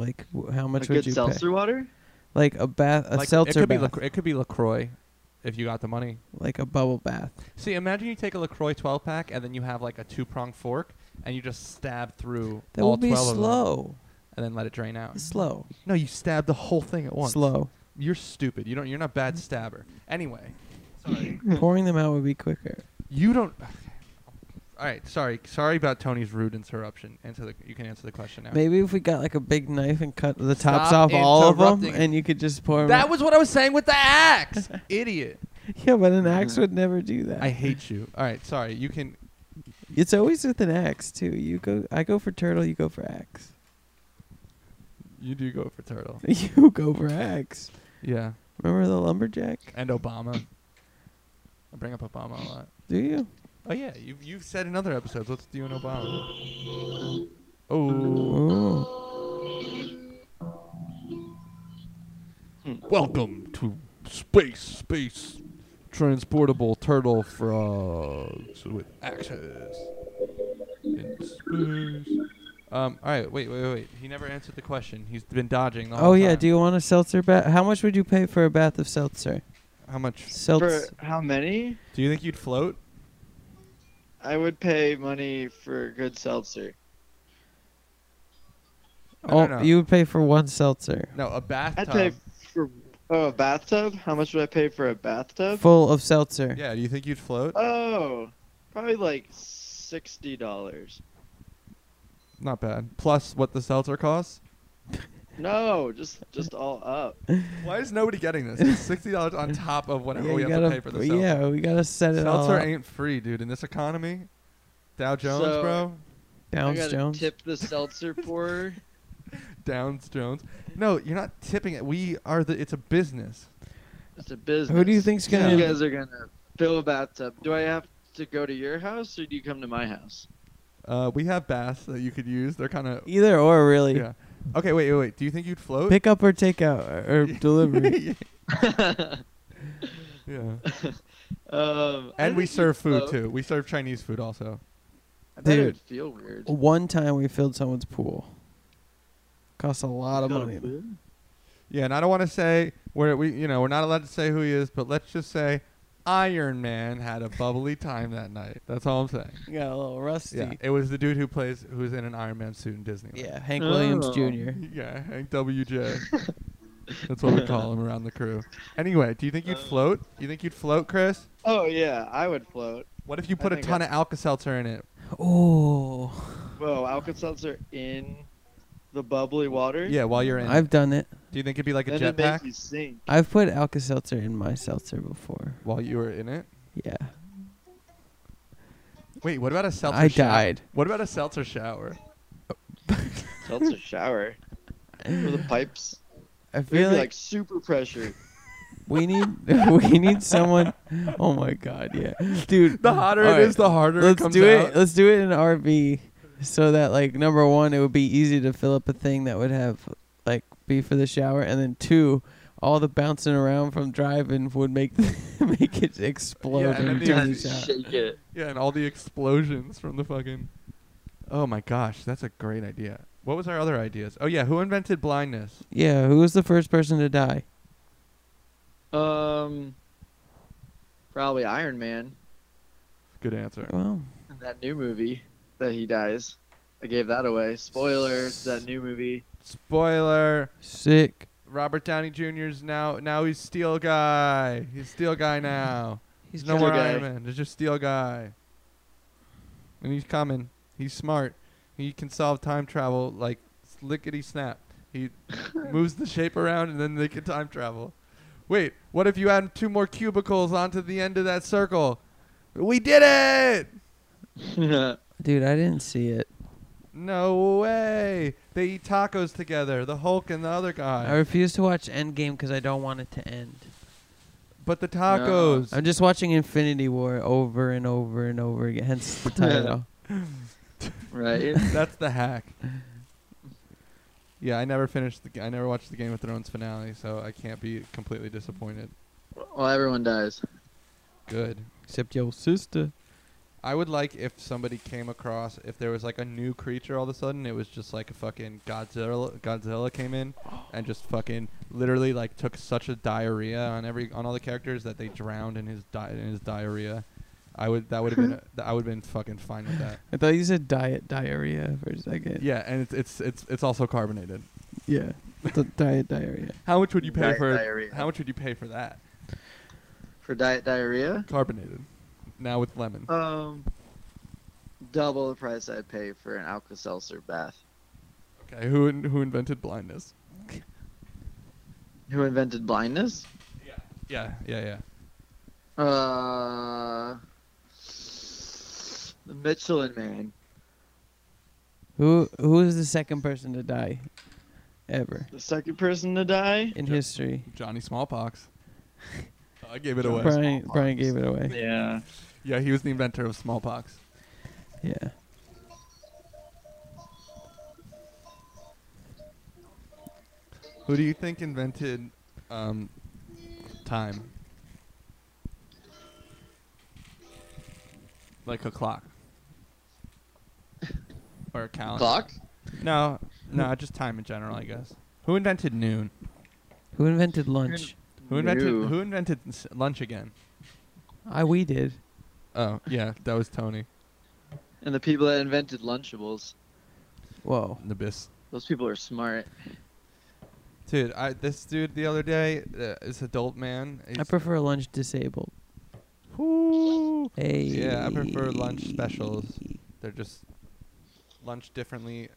[SPEAKER 2] Like, w- how much
[SPEAKER 6] a
[SPEAKER 2] would
[SPEAKER 6] good
[SPEAKER 2] you
[SPEAKER 6] seltzer water?
[SPEAKER 2] pay? Like a bath, a
[SPEAKER 1] like,
[SPEAKER 2] seltzer
[SPEAKER 1] it could
[SPEAKER 2] bath,
[SPEAKER 1] Be Lac- it could be Lacroix, if you got the money.
[SPEAKER 2] like a bubble bath.
[SPEAKER 1] See, imagine you take a Lacroix 12 pack and then you have like a two prong fork and you just stab through
[SPEAKER 2] That
[SPEAKER 1] all
[SPEAKER 2] will be
[SPEAKER 1] 12 of them
[SPEAKER 2] slow,
[SPEAKER 1] and then let it drain out.
[SPEAKER 2] slow,
[SPEAKER 1] No, you stab the whole thing at once.
[SPEAKER 2] slow. Mm.
[SPEAKER 1] You're stupid. You don't. You're not a bad stabber. Anyway, sorry.
[SPEAKER 6] Hmm.
[SPEAKER 2] Pouring them out would be quicker.
[SPEAKER 1] you don't. All right. Sorry. Sorry about Tony's rude interruption. Answer the. You can answer the question now.
[SPEAKER 2] Maybe if we got like a big knife and cut the tops
[SPEAKER 1] Stop
[SPEAKER 2] off all of them,
[SPEAKER 1] interrupting.
[SPEAKER 2] and you could just pour 'em
[SPEAKER 1] That
[SPEAKER 2] out. [LAUGHS]
[SPEAKER 1] was what I was saying with the axe, idiot.
[SPEAKER 2] yeah, but an
[SPEAKER 6] Mm-hmm.
[SPEAKER 2] axe would never do that.
[SPEAKER 1] I hate you. All right. Sorry. You can.
[SPEAKER 2] it's always with an axe too. You go, I go for turtle. You go for axe. [LAUGHS]
[SPEAKER 1] You do go for turtle.
[SPEAKER 2] you go for axe.
[SPEAKER 1] Yeah.
[SPEAKER 2] Remember the lumberjack?
[SPEAKER 1] And Obama. I bring up Obama a lot.
[SPEAKER 2] Do you?
[SPEAKER 1] Oh yeah, you've you've said in other episodes. Let's do an Obama. Oh,
[SPEAKER 2] Ooh.
[SPEAKER 3] Welcome to space, space.
[SPEAKER 1] transportable turtle frogs with axes in space. Um. All right. Wait. Wait. wait, Wait. He never answered the question. He's been dodging. The
[SPEAKER 2] Oh
[SPEAKER 1] whole
[SPEAKER 2] yeah.
[SPEAKER 1] time.
[SPEAKER 2] Do you want a seltzer bath? How much would you pay for a bath of seltzer?
[SPEAKER 1] How much?
[SPEAKER 2] Seltzer.
[SPEAKER 6] For how many?
[SPEAKER 1] Do you think you'd float?
[SPEAKER 6] I would pay money for a good seltzer.
[SPEAKER 1] No,
[SPEAKER 2] Oh,
[SPEAKER 1] no, no.
[SPEAKER 2] you would pay for one seltzer
[SPEAKER 1] No, a
[SPEAKER 6] I'd
[SPEAKER 1] bathtub.
[SPEAKER 6] pay for oh a bathtub. How much would I pay for a bathtub?
[SPEAKER 2] full of seltzer.
[SPEAKER 1] Yeah. Do you think you'd float?
[SPEAKER 6] Oh, probably like sixty dollars.
[SPEAKER 1] Not bad. Plus what the seltzer costs.
[SPEAKER 6] No, just just all up.
[SPEAKER 1] Why is nobody getting this? It's sixty dollars on top of whatever
[SPEAKER 2] Yeah,
[SPEAKER 1] we
[SPEAKER 2] you
[SPEAKER 1] have
[SPEAKER 2] gotta,
[SPEAKER 1] to pay for the
[SPEAKER 2] well,
[SPEAKER 1] seltzer.
[SPEAKER 2] yeah, we gotta set it all
[SPEAKER 1] Seltzer
[SPEAKER 2] up.
[SPEAKER 1] ain't free, dude. In this economy, Dow Jones,
[SPEAKER 6] So-
[SPEAKER 1] bro. [LAUGHS]
[SPEAKER 6] I
[SPEAKER 2] Downs
[SPEAKER 6] gotta
[SPEAKER 2] Jones.
[SPEAKER 6] tip the seltzer
[SPEAKER 2] [LAUGHS]
[SPEAKER 6] pourer.
[SPEAKER 1] Downs Jones. No, you're not tipping it. We are the. It's a business.
[SPEAKER 6] It's a business.
[SPEAKER 2] Who do you think's
[SPEAKER 6] So
[SPEAKER 2] gonna?
[SPEAKER 6] You guys are gonna fill a bathtub. Do I have to go to your house or do you come to my house? [LAUGHS]
[SPEAKER 1] Uh, we have baths that you could use. They're kind of.
[SPEAKER 2] either or really.
[SPEAKER 1] Yeah. Okay, wait, wait, [LAUGHS] wait. Do you think you'd float?
[SPEAKER 2] Pick up or take out or, or delivery.
[SPEAKER 1] Yeah.
[SPEAKER 6] I
[SPEAKER 1] Yeah.
[SPEAKER 6] Um, I
[SPEAKER 1] And we
[SPEAKER 6] think you-
[SPEAKER 1] serve food
[SPEAKER 6] though.
[SPEAKER 1] too. We serve Chinese food also.
[SPEAKER 6] I bet it
[SPEAKER 2] Dude.
[SPEAKER 6] would feel weird.
[SPEAKER 2] One time we filled someone's pool. Cost a lot of money.
[SPEAKER 1] Yeah, and I don't want to say where we, you know, we're not allowed to say who he is, but let's just say Iron Man had a bubbly time that night. That's all I'm saying.
[SPEAKER 2] Got a little rusty.
[SPEAKER 1] Yeah,
[SPEAKER 2] Yeah,
[SPEAKER 1] it was the dude who plays who's in an Iron Man suit in Disney.
[SPEAKER 2] Hank Williams
[SPEAKER 6] Oh.
[SPEAKER 2] Jr.
[SPEAKER 1] Yeah, Hank WJ. That's what we call him around the crew. Anyway, do you think you'd float? You think you'd float, Chris?
[SPEAKER 6] Oh yeah, I would float.
[SPEAKER 1] What if you
[SPEAKER 6] I
[SPEAKER 1] put a
[SPEAKER 6] think
[SPEAKER 1] ton of Alka-Seltzer in it?
[SPEAKER 2] Oh,
[SPEAKER 6] Whoa, Alka-Seltzer in the bubbly water.
[SPEAKER 1] Yeah, while you're in.
[SPEAKER 2] I've done it.
[SPEAKER 1] do you think it'd be like a
[SPEAKER 6] Then it makes you
[SPEAKER 1] jetpack
[SPEAKER 6] sink.
[SPEAKER 2] I've put Alka Seltzer in my seltzer before.
[SPEAKER 1] while you were in it?
[SPEAKER 2] Yeah,
[SPEAKER 1] Wait, what about a seltzer?
[SPEAKER 2] I
[SPEAKER 1] shower?
[SPEAKER 2] died.
[SPEAKER 1] What about a seltzer shower?
[SPEAKER 6] Seltzer shower. Or the
[SPEAKER 1] [LAUGHS]
[SPEAKER 6] pipes.
[SPEAKER 2] I
[SPEAKER 6] It'd
[SPEAKER 2] feel like,
[SPEAKER 6] be like super pressure.
[SPEAKER 2] we need [LAUGHS] we need someone. Oh my god, yeah, dude.
[SPEAKER 1] The hotter
[SPEAKER 2] all
[SPEAKER 1] it
[SPEAKER 2] right,
[SPEAKER 1] is, the harder
[SPEAKER 2] Let's
[SPEAKER 1] it comes
[SPEAKER 2] do
[SPEAKER 1] out.
[SPEAKER 2] it. Let's do it in an RV, so that like number one, it would be easy to fill up a thing that would have like be for the shower, and then two, all the bouncing around from driving would make [LAUGHS] make it explode
[SPEAKER 1] and then
[SPEAKER 2] and
[SPEAKER 1] the
[SPEAKER 2] turn
[SPEAKER 1] RV
[SPEAKER 2] the shower.
[SPEAKER 7] Shake it.
[SPEAKER 1] Yeah, and all the explosions from the fucking. Oh my gosh, that's a great idea. What was our other ideas? Oh yeah, who invented blindness?
[SPEAKER 2] Yeah, who was the first person to die?
[SPEAKER 6] Um, probably Iron Man
[SPEAKER 1] Good answer.
[SPEAKER 2] Well,
[SPEAKER 6] in that new movie that he dies. I gave that away. Spoiler to that new movie.
[SPEAKER 1] Spoiler:
[SPEAKER 2] sick.
[SPEAKER 1] Robert Downey Jr.'s now now he's Steel Guy. He's Steel Guy now. He's no
[SPEAKER 6] Steel
[SPEAKER 1] more
[SPEAKER 6] Guy.
[SPEAKER 1] Iron
[SPEAKER 6] [LAUGHS]
[SPEAKER 1] Man. There's just Steel Guy. And he's coming. He's smart. He can solve time travel like lickety snap. He moves the shape around and then they can time travel. Wait, what if you add two more cubicles onto the end of that circle? We did it!
[SPEAKER 2] Dude, I didn't see it.
[SPEAKER 1] No way! They eat tacos together, the Hulk and the other
[SPEAKER 2] I
[SPEAKER 1] guy.
[SPEAKER 2] refuse to watch Endgame because I don't want it to end.
[SPEAKER 1] But the tacos.
[SPEAKER 2] I'm just watching Infinity War over and over and over again. Hence
[SPEAKER 1] [LAUGHS]
[SPEAKER 2] the title.
[SPEAKER 6] right?
[SPEAKER 1] That's the hack. Yeah, I never finished the. g- I never watched the Game of Thrones finale, so I can't be completely disappointed.
[SPEAKER 6] well, everyone dies.
[SPEAKER 1] Good.
[SPEAKER 2] Except your sister.
[SPEAKER 1] I would like if somebody came across if there was like a new creature all of a sudden. It was just like a fucking Godzilla. Godzilla came in and just fucking literally like took such a diarrhea on every on all the characters that they drowned in his di- in his diarrhea. I would that would have been a- I would have been fucking fine with that.
[SPEAKER 2] I thought you said diet diarrhea for a second.
[SPEAKER 1] Yeah, and it's it's it's it's also carbonated. [LAUGHS]
[SPEAKER 2] Yeah. the diet diarrhea.
[SPEAKER 1] How much would you pay
[SPEAKER 6] Diet
[SPEAKER 1] for
[SPEAKER 6] diarrhea.
[SPEAKER 1] how much would you pay for that?
[SPEAKER 6] For diet diarrhea,
[SPEAKER 1] Carbonated. Now with lemon.
[SPEAKER 6] um, double the price I'd pay for an Alka Seltzer bath.
[SPEAKER 1] Okay, who in, who invented blindness?
[SPEAKER 6] Who invented blindness?
[SPEAKER 1] Yeah, yeah, yeah.
[SPEAKER 6] Uh, the Michelin Man,
[SPEAKER 2] Who who is the second person to die ever
[SPEAKER 6] the second person to die.
[SPEAKER 2] in history?
[SPEAKER 1] Johnny Smallpox. Oh, I gave it away.
[SPEAKER 2] Brian Brian gave it away.
[SPEAKER 6] Yeah.
[SPEAKER 1] Yeah, he was the inventor of smallpox.
[SPEAKER 2] Yeah.
[SPEAKER 1] Who do you think invented um, time? Like a clock. Or a calendar.
[SPEAKER 6] Clock.
[SPEAKER 1] No, no, just time in general, I guess. Who invented noon?
[SPEAKER 2] Who invented lunch?
[SPEAKER 1] Who invented
[SPEAKER 6] Ew.
[SPEAKER 1] who invented s- lunch again?
[SPEAKER 2] I we did.
[SPEAKER 1] Oh, yeah, that was Tony.
[SPEAKER 6] And the people that invented Lunchables.
[SPEAKER 2] Whoa.
[SPEAKER 1] Nabis.
[SPEAKER 6] Those people are smart.
[SPEAKER 1] Dude, I this dude the other day, uh, this adult man.
[SPEAKER 2] I
[SPEAKER 1] he's-
[SPEAKER 2] prefer lunch disabled.
[SPEAKER 1] Whoo.
[SPEAKER 2] Hey.
[SPEAKER 1] Yeah, I prefer lunch specials. They're just lunch differently,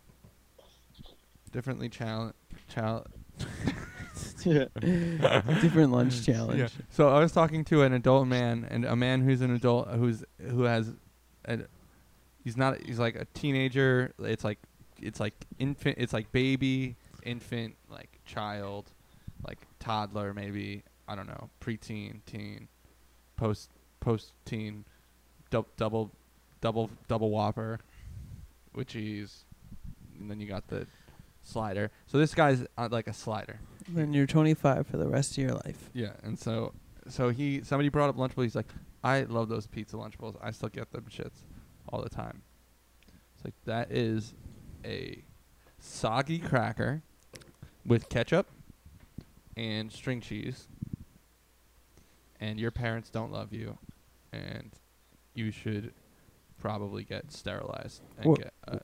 [SPEAKER 1] differently challenge. Chal-
[SPEAKER 2] [LAUGHS] Different lunch
[SPEAKER 1] [LAUGHS]
[SPEAKER 2] challenge.
[SPEAKER 1] yeah. So I was talking to an adult man and a man who's an adult who's who has, a, he's not he's like a teenager. It's like it's like infant. It's like baby, infant, like child, like toddler maybe. I don't know. Preteen, teen, post post teen, dou- double, double double whopper, with cheese, and then you got the slider. So this guy's uh, like a slider.
[SPEAKER 2] Then you're 25 for the rest of your life.
[SPEAKER 1] Yeah, and so so he somebody brought up Lunchable. He's like, I love those pizza Lunchables. I still get them shits all the time. It's like that is a soggy cracker with ketchup and string cheese, and your parents don't love you, and you should probably get sterilized and
[SPEAKER 2] Wha-
[SPEAKER 1] get uh, a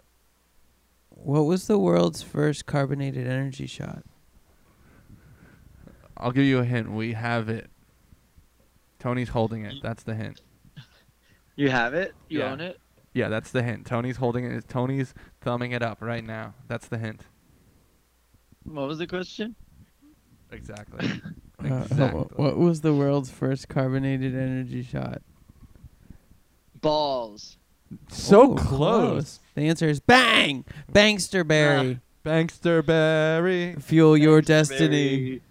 [SPEAKER 2] What was the world's first carbonated energy shot?
[SPEAKER 1] I'll give you a hint. We have it. Tony's holding it. That's the hint.
[SPEAKER 6] You have it. You
[SPEAKER 1] Yeah.
[SPEAKER 6] own it.
[SPEAKER 1] Yeah, that's the hint. Tony's holding it. Tony's thumbing it up right now. That's the hint.
[SPEAKER 6] What was the question? [LAUGHS]
[SPEAKER 1] Exactly.
[SPEAKER 2] [LAUGHS] Uh,
[SPEAKER 1] exactly.
[SPEAKER 2] wh- what was the world's first carbonated energy shot?
[SPEAKER 6] Balls.
[SPEAKER 1] so
[SPEAKER 2] Oh,
[SPEAKER 1] close.
[SPEAKER 2] The answer is bang! Bangster Berry.
[SPEAKER 1] Bankster Barry.
[SPEAKER 2] Ah, Fuel your destiny.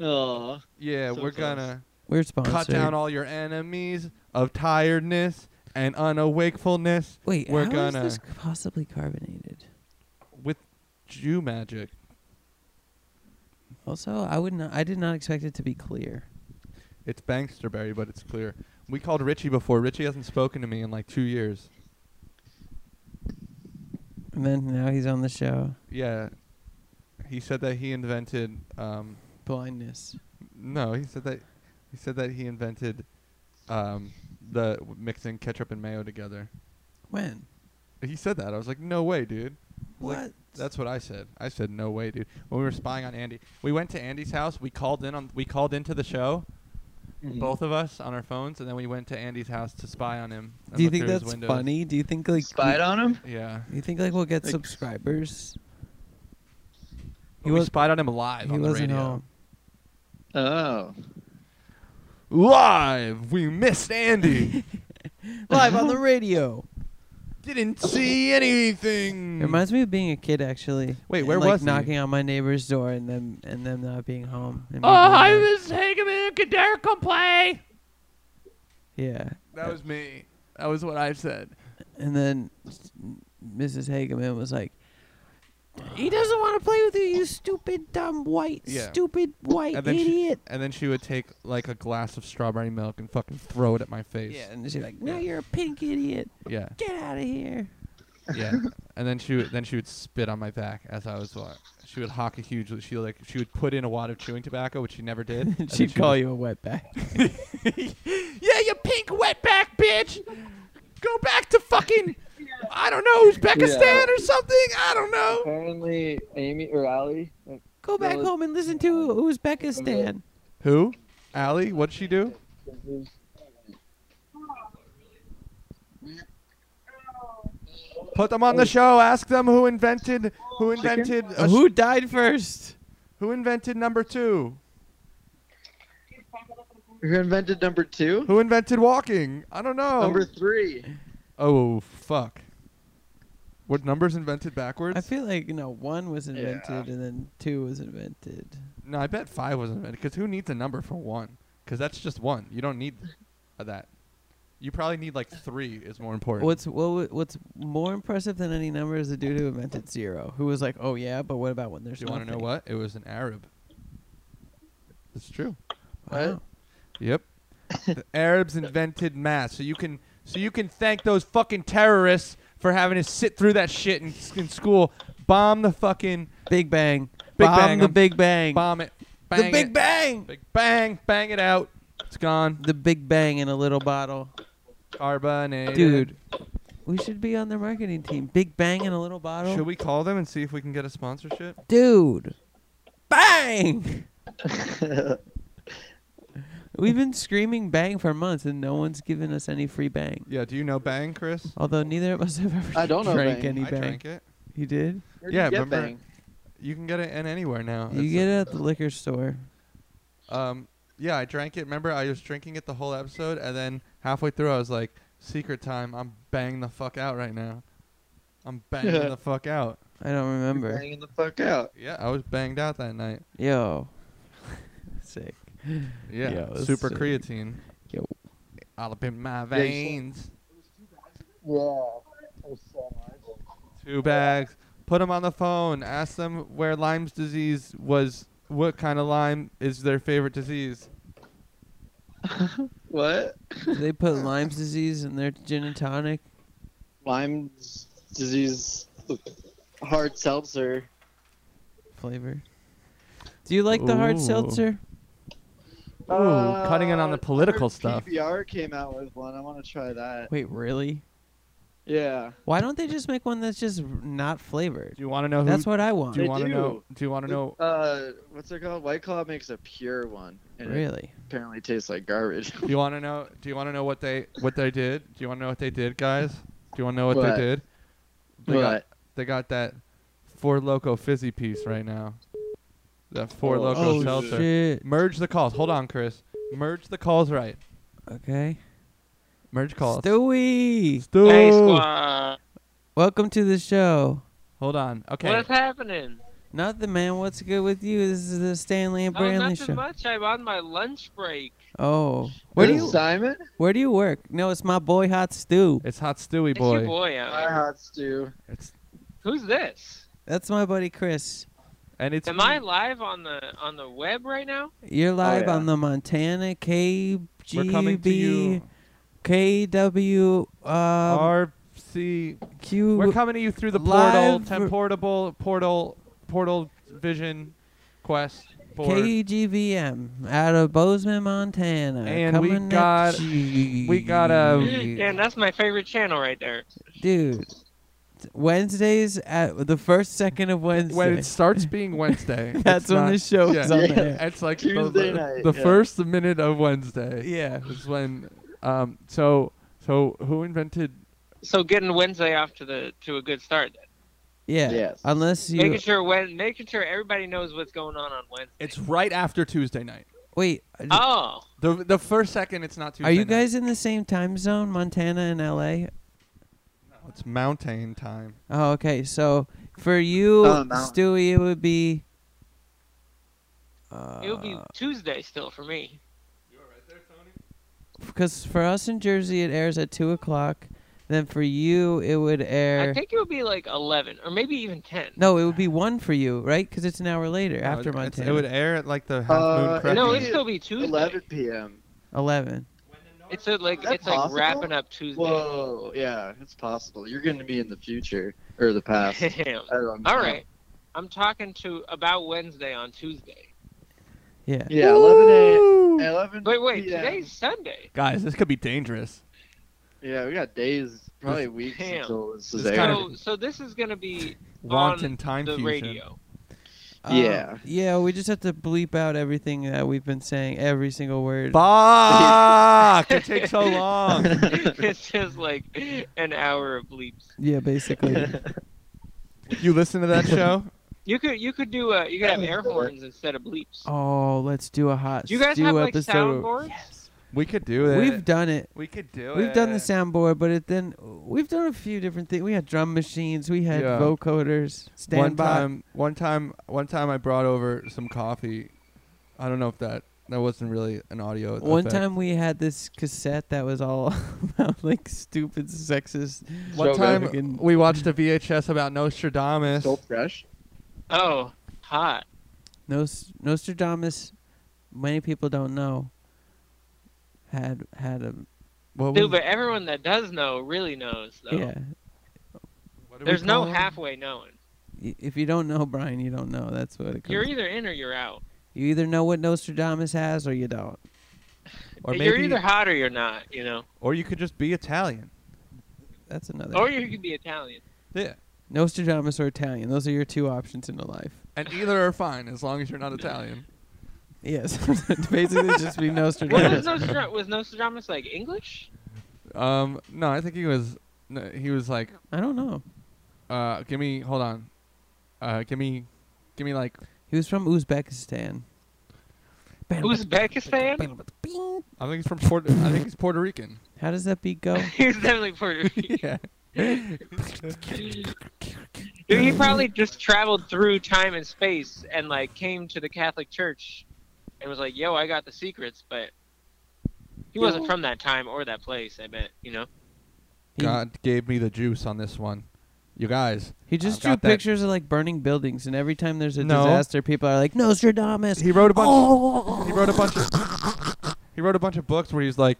[SPEAKER 6] Oh,
[SPEAKER 1] Yeah,
[SPEAKER 6] So
[SPEAKER 1] we're
[SPEAKER 6] close.
[SPEAKER 1] gonna
[SPEAKER 2] We're sponsored.
[SPEAKER 1] cut down all your enemies of tiredness and unawakefulness
[SPEAKER 2] Wait,
[SPEAKER 1] we're
[SPEAKER 2] how is
[SPEAKER 1] gonna-
[SPEAKER 2] this possibly carbonated?
[SPEAKER 1] with Jew magic.
[SPEAKER 2] Also, I would not. I did not expect it to be clear.
[SPEAKER 1] It's Bankster Barry, but it's clear. We called Richie before. Richie hasn't spoken to me in like two years.
[SPEAKER 2] And then now he's on the show.
[SPEAKER 1] Yeah. He said that he invented um
[SPEAKER 2] Blindness.
[SPEAKER 1] no, he said that he said that he invented um the w- mixing ketchup and mayo together.
[SPEAKER 2] When?
[SPEAKER 1] He said that. I was like, "No way, dude." Like,
[SPEAKER 2] What?
[SPEAKER 1] That's what I said. I said, "No way, dude." When we were spying on Andy, we went to Andy's house. We called in on we called into the show,
[SPEAKER 6] Mm.
[SPEAKER 1] both of us on our phones, and then we went to Andy's house to spy on him. and
[SPEAKER 2] Do you
[SPEAKER 1] look
[SPEAKER 2] think
[SPEAKER 1] through his
[SPEAKER 2] that's
[SPEAKER 1] windows.
[SPEAKER 2] funny? Do you think like
[SPEAKER 6] spied on him.
[SPEAKER 1] Yeah.
[SPEAKER 2] we, you think like we'll get
[SPEAKER 6] Like-
[SPEAKER 2] subscribers?
[SPEAKER 1] He
[SPEAKER 2] He
[SPEAKER 1] we
[SPEAKER 2] was-
[SPEAKER 1] spied on him live
[SPEAKER 2] He
[SPEAKER 1] on the
[SPEAKER 2] wasn't um,
[SPEAKER 1] radio.
[SPEAKER 2] home.
[SPEAKER 6] Oh,
[SPEAKER 1] Live, we missed Andy.
[SPEAKER 2] [LAUGHS] Live on the radio.
[SPEAKER 1] Didn't see anything.
[SPEAKER 2] It reminds me of being a kid actually.
[SPEAKER 1] Hmm. Wait,
[SPEAKER 2] and,
[SPEAKER 1] where
[SPEAKER 2] like,
[SPEAKER 1] was he?
[SPEAKER 2] knocking on my neighbor's door and them and them not being home.
[SPEAKER 1] Oh,
[SPEAKER 2] and me being like-
[SPEAKER 1] Mrs. Hageman. Could Derek come play?
[SPEAKER 2] yeah.
[SPEAKER 1] That was me. That was what I said.
[SPEAKER 2] And then Mrs. Hageman was like, "He doesn't want to play with you, you stupid dumb white,
[SPEAKER 1] Yeah.
[SPEAKER 2] stupid white
[SPEAKER 1] And then she-
[SPEAKER 2] idiot."
[SPEAKER 1] And then she would take like a glass of strawberry milk and fucking throw it at my face.
[SPEAKER 2] yeah, and she's like, "No,
[SPEAKER 1] Yeah.
[SPEAKER 2] you're a pink idiot.
[SPEAKER 1] Yeah.
[SPEAKER 2] Get out of here."
[SPEAKER 1] [LAUGHS] Yeah. and then she would then she would spit on my back as I was wa- she would hock a huge she like she would put in a wad of chewing tobacco, which she never [LAUGHS] did. and then
[SPEAKER 2] She'd
[SPEAKER 1] she
[SPEAKER 2] call
[SPEAKER 1] would-
[SPEAKER 2] you a wetback.
[SPEAKER 1] [LAUGHS] yeah, you pink wetback bitch. Go back to fucking I don't know, Uzbekistan or something. I don't know.
[SPEAKER 6] apparently Amy or Ali.
[SPEAKER 2] Go back
[SPEAKER 6] Well,
[SPEAKER 2] home and listen to Uzbekistan.
[SPEAKER 1] Who? Allie, what'd she do? Put them on the show. Ask them who invented Uh, who invented a
[SPEAKER 2] Who died first?
[SPEAKER 1] Who invented number two?
[SPEAKER 6] Who invented number two?
[SPEAKER 1] Who invented walking? I don't know.
[SPEAKER 6] Number three.
[SPEAKER 1] oh fuck. Were numbers invented backwards?
[SPEAKER 2] I feel like you know one was
[SPEAKER 6] Yeah.
[SPEAKER 2] invented and then two was invented.
[SPEAKER 1] no, I bet five was invented. Because who needs a number for one? Because that's just one. You don't need uh, that. You probably need like three is more important.
[SPEAKER 2] What's what, wa- what's more impressive than any number is the dude who invented zero, who was like, "Oh yeah, but what about when there's
[SPEAKER 1] Do you want to know
[SPEAKER 2] nothing?"
[SPEAKER 1] what? It was an Arab. It's true.
[SPEAKER 6] What?
[SPEAKER 2] Wow.
[SPEAKER 1] Yep.
[SPEAKER 2] [LAUGHS]
[SPEAKER 1] the Arabs invented math, so you can so you can thank those fucking terrorists for having to sit through that shit in, in school, bomb the fucking
[SPEAKER 2] Big Bang.
[SPEAKER 1] Big
[SPEAKER 2] bomb
[SPEAKER 1] Bang
[SPEAKER 2] the
[SPEAKER 1] 'em.
[SPEAKER 2] Big Bang.
[SPEAKER 1] bomb it,
[SPEAKER 2] the
[SPEAKER 1] bang
[SPEAKER 2] Big
[SPEAKER 1] it,
[SPEAKER 2] Bang.
[SPEAKER 1] big bang, bang it out. It's gone.
[SPEAKER 2] The Big Bang in a little bottle.
[SPEAKER 1] Carbonated.
[SPEAKER 2] Dude, we should be on their marketing team. Big Bang in a little bottle.
[SPEAKER 1] should we call them and see if we can get a sponsorship?
[SPEAKER 2] Dude.
[SPEAKER 1] [LAUGHS]
[SPEAKER 2] Bang. We've been screaming bang for months and no one's given us any free bang.
[SPEAKER 1] Yeah. Do you know Bang, Chris?
[SPEAKER 2] Although neither of us have ever
[SPEAKER 6] I don't know
[SPEAKER 2] drank
[SPEAKER 6] Bang.
[SPEAKER 2] any
[SPEAKER 1] I
[SPEAKER 2] bang.
[SPEAKER 1] drank it.
[SPEAKER 2] You did?
[SPEAKER 6] Where'd
[SPEAKER 1] Yeah,
[SPEAKER 6] you get
[SPEAKER 1] remember-
[SPEAKER 6] bang?
[SPEAKER 1] You can get it in anywhere now.
[SPEAKER 2] you
[SPEAKER 1] It's-
[SPEAKER 2] get it at the liquor store.
[SPEAKER 1] Um, yeah, I drank it. Remember, I was drinking it the whole episode, and then halfway through, I was like, "Secret time! I'm banging the fuck out right now. I'm banging the fuck out."
[SPEAKER 2] I don't remember.
[SPEAKER 6] Banging the fuck out.
[SPEAKER 1] Yeah, I was banged out that night.
[SPEAKER 2] Yo. [LAUGHS] Sick.
[SPEAKER 1] Yeah,
[SPEAKER 2] Yeah, that's
[SPEAKER 1] super
[SPEAKER 2] sick.
[SPEAKER 1] creatine.
[SPEAKER 2] Yo.
[SPEAKER 1] All up in my
[SPEAKER 6] you said-
[SPEAKER 1] veins.
[SPEAKER 6] Yeah.
[SPEAKER 1] Two bags. Put them on the phone. Ask them where Lyme's disease was. What kind of Lyme is their favorite disease?
[SPEAKER 6] What?
[SPEAKER 2] Do they put Lyme's disease in their gin and tonic?
[SPEAKER 6] Lyme disease hard seltzer.
[SPEAKER 2] flavor. Do you like the hard
[SPEAKER 8] Ooh.
[SPEAKER 2] seltzer?
[SPEAKER 8] Ooh, cutting in on
[SPEAKER 6] Uh,
[SPEAKER 8] the political stuff.
[SPEAKER 6] PBR came out with one. I want to try that.
[SPEAKER 2] Wait, really?
[SPEAKER 6] Yeah.
[SPEAKER 2] Why don't they just make one that's just r- not flavored?
[SPEAKER 8] Do you want to know who?
[SPEAKER 2] That's what I want.
[SPEAKER 8] do you
[SPEAKER 6] They
[SPEAKER 8] want to
[SPEAKER 6] do.
[SPEAKER 8] know? Do you want to know?
[SPEAKER 6] Uh, what's it called? White Claw makes a pure one, and it
[SPEAKER 2] Really?
[SPEAKER 6] apparently tastes like garbage. [LAUGHS]
[SPEAKER 1] Do you want to know? Do you want to know what they what they did? Do you want to know what they did, guys? Do you want to know what,
[SPEAKER 6] What?
[SPEAKER 1] they did? They got
[SPEAKER 6] but
[SPEAKER 1] they got that four loco fizzy piece right now. That four loco
[SPEAKER 2] Oh
[SPEAKER 1] seltzer.
[SPEAKER 2] shit.
[SPEAKER 1] Merge the calls. Hold on, Chris. Merge the calls right.
[SPEAKER 2] Okay.
[SPEAKER 1] Merge calls.
[SPEAKER 2] Stewie,
[SPEAKER 1] Stu.
[SPEAKER 4] Hey, squad.
[SPEAKER 2] welcome to the show.
[SPEAKER 1] Hold on. Okay.
[SPEAKER 4] What's happening?
[SPEAKER 2] Not the man. What's good with you? This is the Stanley and
[SPEAKER 4] Oh,
[SPEAKER 2] Branley
[SPEAKER 4] nothing
[SPEAKER 2] show.
[SPEAKER 4] much. I'm on my lunch break.
[SPEAKER 2] Oh, where
[SPEAKER 6] what
[SPEAKER 2] do
[SPEAKER 6] is
[SPEAKER 2] you
[SPEAKER 6] Simon?
[SPEAKER 2] where do you work? No, it's my boy Hot Stew.
[SPEAKER 1] It's hot Stewie
[SPEAKER 4] It's
[SPEAKER 1] boy.
[SPEAKER 4] your boy
[SPEAKER 9] Uh,
[SPEAKER 4] out
[SPEAKER 6] My
[SPEAKER 4] here.
[SPEAKER 6] hot stew.
[SPEAKER 1] It's
[SPEAKER 4] Who's this?
[SPEAKER 2] That's my buddy Chris.
[SPEAKER 1] and it's
[SPEAKER 4] Am I live on the on the web right now?
[SPEAKER 2] You're live
[SPEAKER 6] yeah.
[SPEAKER 2] on the Montana
[SPEAKER 1] Oh, we're coming to
[SPEAKER 2] KGB
[SPEAKER 1] you.
[SPEAKER 2] KW uh,
[SPEAKER 1] RC.
[SPEAKER 2] Q.
[SPEAKER 1] We're coming to you through the portal.
[SPEAKER 2] live-
[SPEAKER 1] Temp portable portal portal vision quest board.
[SPEAKER 2] KGVM out of Bozeman, Montana.
[SPEAKER 1] And we
[SPEAKER 2] Coming at
[SPEAKER 1] got-
[SPEAKER 2] you.
[SPEAKER 1] we got, um,
[SPEAKER 4] Damn, that's my favorite channel right there.
[SPEAKER 2] dude. Wednesdays at the first second of Wednesday.
[SPEAKER 1] when it starts being Wednesday.
[SPEAKER 2] [LAUGHS] That's
[SPEAKER 1] it's
[SPEAKER 2] when
[SPEAKER 1] not-
[SPEAKER 2] the show
[SPEAKER 1] yeah.
[SPEAKER 2] is on
[SPEAKER 6] Yeah.
[SPEAKER 1] [LAUGHS]
[SPEAKER 2] the air.
[SPEAKER 1] It's like
[SPEAKER 6] Tuesday
[SPEAKER 1] the,
[SPEAKER 6] night,
[SPEAKER 1] the
[SPEAKER 6] yeah.
[SPEAKER 1] first minute of Wednesday.
[SPEAKER 2] Yeah.
[SPEAKER 1] Is when. Um. So. So who invented?
[SPEAKER 4] So getting Wednesday off to the to a good start. then.
[SPEAKER 2] Yeah.
[SPEAKER 6] Yes.
[SPEAKER 2] Unless you
[SPEAKER 4] Making sure when making sure everybody knows what's going on on Wednesday.
[SPEAKER 1] It's right after Tuesday night.
[SPEAKER 2] wait,
[SPEAKER 4] Oh,
[SPEAKER 1] The the first second. It's not Tuesday.
[SPEAKER 2] are you
[SPEAKER 1] night.
[SPEAKER 2] guys in the same time zone, Montana and LA?
[SPEAKER 1] It's mountain time.
[SPEAKER 2] Oh, okay. So for you,
[SPEAKER 6] Oh, no.
[SPEAKER 2] Stewie, it would be. Uh,
[SPEAKER 4] it'll be Tuesday still for me.
[SPEAKER 2] because for us in Jersey, it airs at two o'clock. Then for you, it would air.
[SPEAKER 4] I think it'll be like eleven or maybe even ten.
[SPEAKER 2] No, it would be one for you, right? Because it's an hour later
[SPEAKER 1] No,
[SPEAKER 2] after
[SPEAKER 1] it, it's-
[SPEAKER 2] Montana.
[SPEAKER 1] It would air at like the half
[SPEAKER 6] Uh,
[SPEAKER 1] moon crescent.
[SPEAKER 4] no,
[SPEAKER 6] Correct.
[SPEAKER 4] it'll still be Tuesday.
[SPEAKER 6] 11 p.m.
[SPEAKER 2] Eleven.
[SPEAKER 4] It's a, like
[SPEAKER 6] Is that
[SPEAKER 4] it's like
[SPEAKER 6] possible?
[SPEAKER 4] wrapping up Tuesday.
[SPEAKER 6] Whoa. Yeah, it's possible. You're going to be in the future or the
[SPEAKER 9] [LAUGHS]
[SPEAKER 6] past. I
[SPEAKER 4] Damn.
[SPEAKER 6] don't know.
[SPEAKER 4] [LAUGHS] All right, I'm talking to about Wednesday on Tuesday.
[SPEAKER 2] Yeah.
[SPEAKER 6] Yeah, 11 a.m. 11
[SPEAKER 4] But wait,
[SPEAKER 6] p.m.
[SPEAKER 4] today's Sunday.
[SPEAKER 1] Guys, this could be dangerous.
[SPEAKER 6] Yeah, we got days, probably weeks
[SPEAKER 4] Damn.
[SPEAKER 6] until this
[SPEAKER 1] This
[SPEAKER 6] is
[SPEAKER 1] kind
[SPEAKER 6] aired.
[SPEAKER 1] of-
[SPEAKER 4] So so this is gonna be
[SPEAKER 1] Wanton
[SPEAKER 4] on
[SPEAKER 1] time
[SPEAKER 4] the
[SPEAKER 1] fusion.
[SPEAKER 4] radio.
[SPEAKER 6] Yeah.
[SPEAKER 2] Uh, Yeah, we just have to bleep out everything that we've been saying, every single word.
[SPEAKER 1] Fuck!
[SPEAKER 4] [LAUGHS]
[SPEAKER 1] it takes [LAUGHS] so long.
[SPEAKER 4] it's just like an hour of bleeps.
[SPEAKER 2] Yeah, basically.
[SPEAKER 4] [LAUGHS]
[SPEAKER 6] [LAUGHS]
[SPEAKER 1] You listen to
[SPEAKER 2] [LAUGHS]
[SPEAKER 1] that show?
[SPEAKER 4] You could you could do uh you could have air horns instead of bleeps.
[SPEAKER 2] oh, let's do a hot
[SPEAKER 4] Do you guys
[SPEAKER 2] stew
[SPEAKER 4] have like
[SPEAKER 2] episode.
[SPEAKER 4] soundboards?
[SPEAKER 1] We could do it.
[SPEAKER 2] We've done it.
[SPEAKER 1] we could do
[SPEAKER 2] We've
[SPEAKER 1] it.
[SPEAKER 2] done the soundboard, but it then we've done a few different things. We had drum machines, we had
[SPEAKER 1] Yeah.
[SPEAKER 2] vocoders,
[SPEAKER 1] One
[SPEAKER 2] standby.
[SPEAKER 1] time, one time, one time, I brought over some coffee. I don't know if that that wasn't really an audio.
[SPEAKER 2] One
[SPEAKER 1] effect.
[SPEAKER 2] time we had this cassette that was all [LAUGHS] about like stupid sexist.
[SPEAKER 1] one
[SPEAKER 6] So
[SPEAKER 1] time
[SPEAKER 2] fucking-
[SPEAKER 1] we watched a VHS about Nostradamus.
[SPEAKER 6] So fresh.
[SPEAKER 4] Oh, hot.
[SPEAKER 2] Nos- Nostradamus, many people don't know, had had a
[SPEAKER 1] What was-
[SPEAKER 4] Dude, but everyone that does know really knows though.
[SPEAKER 2] yeah.
[SPEAKER 1] what did we
[SPEAKER 4] There's no
[SPEAKER 1] call him?
[SPEAKER 4] halfway knowing.
[SPEAKER 2] Y- If you don't know Brian, you don't know. That's what it comes.
[SPEAKER 4] You're either in or you're out.
[SPEAKER 2] you either know what Nostradamus has or you don't.
[SPEAKER 1] Or
[SPEAKER 4] you're
[SPEAKER 1] maybe-
[SPEAKER 4] either hot or you're not, you know.
[SPEAKER 1] or you could just be Italian.
[SPEAKER 2] That's another.
[SPEAKER 4] Or you could be Italian.
[SPEAKER 1] Yeah.
[SPEAKER 2] Nostradamus or Italian. Those are your two options in life.
[SPEAKER 1] And either are fine as long as you're not Italian.
[SPEAKER 4] [LAUGHS]
[SPEAKER 2] Yes, [LAUGHS] basically just be
[SPEAKER 4] What was
[SPEAKER 1] [LAUGHS]
[SPEAKER 2] Nostradamus.
[SPEAKER 4] Nostradamus? Was Nostradamus like English?
[SPEAKER 1] Um, no, I think he was. No, he was like,
[SPEAKER 2] I don't know.
[SPEAKER 1] uh, give me, hold on, uh, give me, give me like,
[SPEAKER 2] He was from Uzbekistan.
[SPEAKER 4] Uzbekistan?
[SPEAKER 1] I think he's from Puerto. I think he's Puerto Rican.
[SPEAKER 2] How does that beat
[SPEAKER 4] [LAUGHS]
[SPEAKER 2] go?
[SPEAKER 4] he was definitely Puerto Rican.
[SPEAKER 1] [LAUGHS] yeah.
[SPEAKER 4] Dude, he probably just traveled through time and space and like came to the Catholic Church and was like, "Yo, I got the secrets," but he wasn't from that time or that place. I bet you know.
[SPEAKER 2] He,
[SPEAKER 1] God gave me the juice on this one. You guys,
[SPEAKER 2] he just
[SPEAKER 1] I've
[SPEAKER 2] drew
[SPEAKER 1] got that-
[SPEAKER 2] pictures of like burning buildings, and every time there's a
[SPEAKER 1] No. Oh,
[SPEAKER 2] disaster, people are like Nostradamus.
[SPEAKER 3] Oh!
[SPEAKER 1] he wrote a bunch. He wrote a bunch of. He wrote a bunch of books where he's like,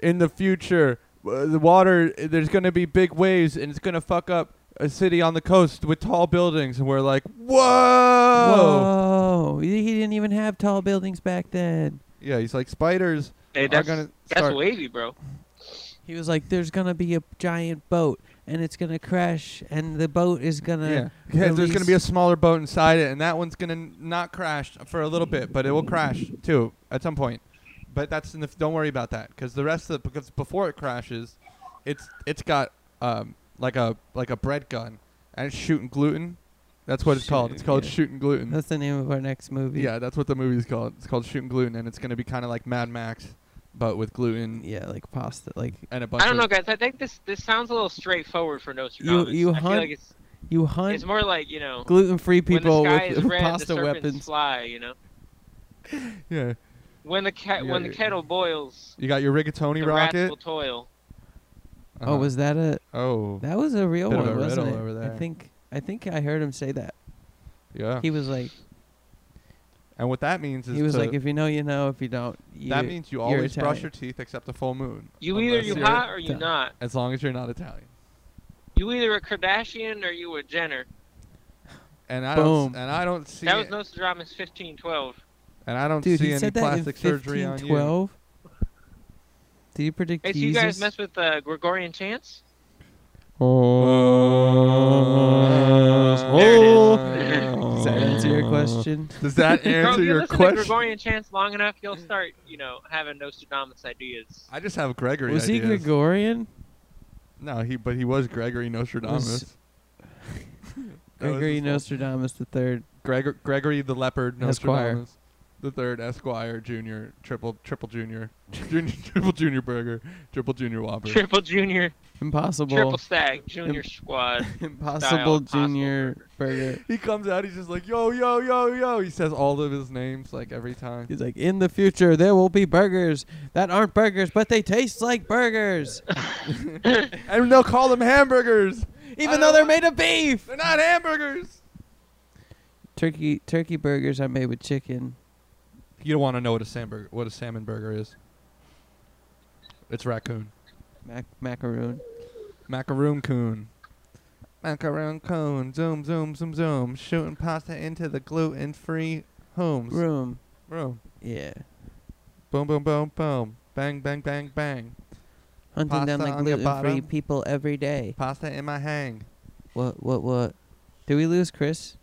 [SPEAKER 1] in the future, uh, the water, there's going to be big waves and it's going to fuck up a city on the coast with tall buildings. And we're like, whoa.
[SPEAKER 2] Whoa. He he didn't even have tall buildings back then.
[SPEAKER 1] Yeah, he's like, spiders
[SPEAKER 4] Hey,
[SPEAKER 1] are
[SPEAKER 4] that's,
[SPEAKER 1] going to
[SPEAKER 4] that's
[SPEAKER 1] start.
[SPEAKER 4] wavy, bro.
[SPEAKER 2] He was like, "There's gonna be a giant boat, and it's gonna crash, and the boat is gonna
[SPEAKER 1] Yeah. yeah there's going to be a
[SPEAKER 2] release-
[SPEAKER 1] smaller boat inside it, and that one's going to not crash for a little bit, but it will crash too at some point. But that's in the f- don't worry about that because the rest of the, because before it crashes, it's it's got um like a like a bread gun and it's shooting gluten. That's what it's called. It's
[SPEAKER 2] Shoot,
[SPEAKER 1] called
[SPEAKER 2] yeah.
[SPEAKER 1] shooting gluten.
[SPEAKER 2] That's the name of our next movie.
[SPEAKER 1] yeah, that's what the movie's called. It's called shooting gluten, and it's going to be kind of like Mad Max, but with gluten
[SPEAKER 2] yeah, like pasta. Like
[SPEAKER 1] and a bunch.
[SPEAKER 4] I don't know,
[SPEAKER 1] of
[SPEAKER 4] guys. I think this this sounds a little straightforward for Nostradamus.
[SPEAKER 2] you
[SPEAKER 4] I feel
[SPEAKER 2] hunt-
[SPEAKER 4] like it's,
[SPEAKER 2] you hunt
[SPEAKER 4] it's more like you know
[SPEAKER 2] gluten-free people
[SPEAKER 4] when the sky
[SPEAKER 2] with
[SPEAKER 4] is red,
[SPEAKER 2] pasta
[SPEAKER 4] the serpents
[SPEAKER 2] weapons.
[SPEAKER 4] fly. You know,
[SPEAKER 1] Yeah,
[SPEAKER 4] when the cat
[SPEAKER 1] Yeah,
[SPEAKER 4] when the
[SPEAKER 1] yeah.
[SPEAKER 4] kettle boils,
[SPEAKER 1] you got your
[SPEAKER 4] the
[SPEAKER 1] rigatoni
[SPEAKER 4] rats
[SPEAKER 1] rocket.
[SPEAKER 4] will toil.
[SPEAKER 1] Uh-huh.
[SPEAKER 2] Oh, was that a
[SPEAKER 1] oh
[SPEAKER 2] that was a real
[SPEAKER 1] Bit of
[SPEAKER 2] one,
[SPEAKER 1] a
[SPEAKER 2] wasn't it?
[SPEAKER 1] riddle over
[SPEAKER 2] I
[SPEAKER 1] there.
[SPEAKER 2] think I think I heard him say that.
[SPEAKER 1] yeah.
[SPEAKER 2] He was like
[SPEAKER 1] and what that means is
[SPEAKER 2] he was
[SPEAKER 1] to-
[SPEAKER 2] like, if you know, you know. If you don't, you,
[SPEAKER 1] That means you
[SPEAKER 2] you're
[SPEAKER 1] always brush
[SPEAKER 2] Italian.
[SPEAKER 1] your teeth except the full moon.
[SPEAKER 4] You either
[SPEAKER 1] Unless
[SPEAKER 4] you
[SPEAKER 1] you're-
[SPEAKER 4] hot or you
[SPEAKER 2] done.
[SPEAKER 4] not.
[SPEAKER 1] As long as you're not Italian.
[SPEAKER 4] You either a Kardashian or you a Jenner.
[SPEAKER 1] And I
[SPEAKER 2] Boom.
[SPEAKER 1] don't. s- And I don't see.
[SPEAKER 4] That was
[SPEAKER 1] it-
[SPEAKER 4] Nostradamus 1512.
[SPEAKER 1] and I don't
[SPEAKER 2] dude,
[SPEAKER 1] see
[SPEAKER 2] he
[SPEAKER 1] any
[SPEAKER 2] said that in
[SPEAKER 1] plastic surgery on you.
[SPEAKER 2] 1512. Do you predict
[SPEAKER 4] Hey, so
[SPEAKER 2] Jesus?
[SPEAKER 4] you guys mess with uh, Gregorian chants? There it
[SPEAKER 1] Oh.
[SPEAKER 2] Does that answer your question?
[SPEAKER 1] Uh, Does that
[SPEAKER 4] Bro,
[SPEAKER 1] answer
[SPEAKER 4] if you
[SPEAKER 1] your
[SPEAKER 4] listen to
[SPEAKER 1] question?
[SPEAKER 4] Gregorian chants long enough, you'll start, you know, having Nostradamus ideas.
[SPEAKER 1] I just have Gregory.
[SPEAKER 2] Was he
[SPEAKER 1] ideas.
[SPEAKER 2] Gregorian?
[SPEAKER 1] No, he. But he was Gregory Nostradamus.
[SPEAKER 2] Was-
[SPEAKER 1] That was
[SPEAKER 2] Gregory
[SPEAKER 1] his whole-
[SPEAKER 2] Nostradamus the third.
[SPEAKER 1] Gregor, Gregory the Leopard
[SPEAKER 2] Esquire.
[SPEAKER 1] Nostradamus, the third Esquire Junior, triple triple junior, [LAUGHS] junior triple junior burger, triple junior whopper.
[SPEAKER 4] Triple Junior,
[SPEAKER 2] Impossible. [LAUGHS]
[SPEAKER 4] Triple Stag, Junior Squad.
[SPEAKER 2] Impossible
[SPEAKER 4] Impossible
[SPEAKER 2] Junior Burger.
[SPEAKER 1] He comes out. He's just like yo yo yo yo. He says all of his names like every time.
[SPEAKER 2] He's like, in the future, there will be burgers that aren't burgers, but they taste like
[SPEAKER 4] [LAUGHS]
[SPEAKER 2] burgers,
[SPEAKER 1] And they'll call them hamburgers.
[SPEAKER 2] even though they're made of beef.
[SPEAKER 1] They're not hamburgers.
[SPEAKER 2] Turkey turkey burgers are made with chicken.
[SPEAKER 1] You don't want to know what a samburger, what a salmon burger is. It's raccoon,
[SPEAKER 2] Mac- macaroon.
[SPEAKER 1] macaroon coon, macaroon coon. Zoom zoom zoom zoom. Shooting pasta into the gluten-free homes.
[SPEAKER 2] Room.
[SPEAKER 1] Room.
[SPEAKER 2] Yeah.
[SPEAKER 1] Boom boom boom boom. Bang bang bang bang.
[SPEAKER 2] Hunting down
[SPEAKER 1] Pasta
[SPEAKER 2] like
[SPEAKER 1] on your
[SPEAKER 2] gluten free
[SPEAKER 1] bottom.
[SPEAKER 2] people every day.
[SPEAKER 1] Pasta in my hang.
[SPEAKER 2] What, what, what? Did we lose Chris?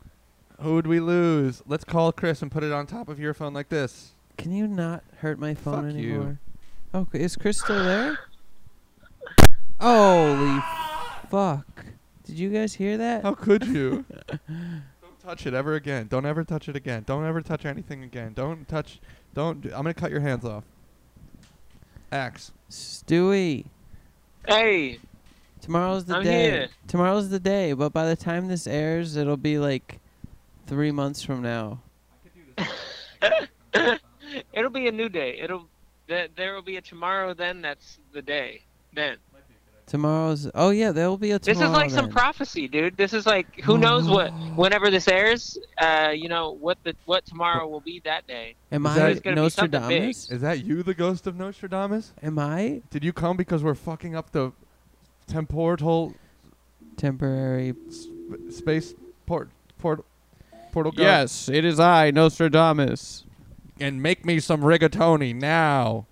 [SPEAKER 1] Who would we lose? Let's call Chris and put it on top of your phone like this.
[SPEAKER 2] Can you not hurt my phone
[SPEAKER 1] Fuck you.
[SPEAKER 2] anymore? Oh, is Chris still there? Holy fuck. Did you guys hear that?
[SPEAKER 1] How could you? don't touch it ever again. Don't ever touch it again. Don't ever touch anything again. Don't touch. Don't. I'm gonna cut your hands off. Axe.
[SPEAKER 2] Stewie,
[SPEAKER 4] hey, [LAUGHS]
[SPEAKER 2] tomorrow's the
[SPEAKER 4] I'm
[SPEAKER 2] day.
[SPEAKER 4] here.
[SPEAKER 2] Tomorrow's the day, but by the time this airs, it'll be like three months from now.
[SPEAKER 4] it'll be a new day. It'll th- there will be a tomorrow. Then that's the day. Then
[SPEAKER 2] Tomorrow's. Oh, yeah, there will be a
[SPEAKER 4] this
[SPEAKER 2] tomorrow.
[SPEAKER 4] is like some
[SPEAKER 2] then.
[SPEAKER 4] prophecy, dude. This is like who knows what whenever this airs. Uh, you know what the what tomorrow will be that day.
[SPEAKER 2] Am
[SPEAKER 1] Is
[SPEAKER 2] I
[SPEAKER 1] that-
[SPEAKER 4] gonna be something big.
[SPEAKER 2] Nostradamus?
[SPEAKER 1] Is that you, the ghost of Nostradamus?
[SPEAKER 2] Am I
[SPEAKER 1] Did you come because we're fucking up the temporal
[SPEAKER 2] temporary?
[SPEAKER 1] sp- space port port portal? guard?
[SPEAKER 2] it is I, Nostradamus.
[SPEAKER 1] And make me some rigatoni now.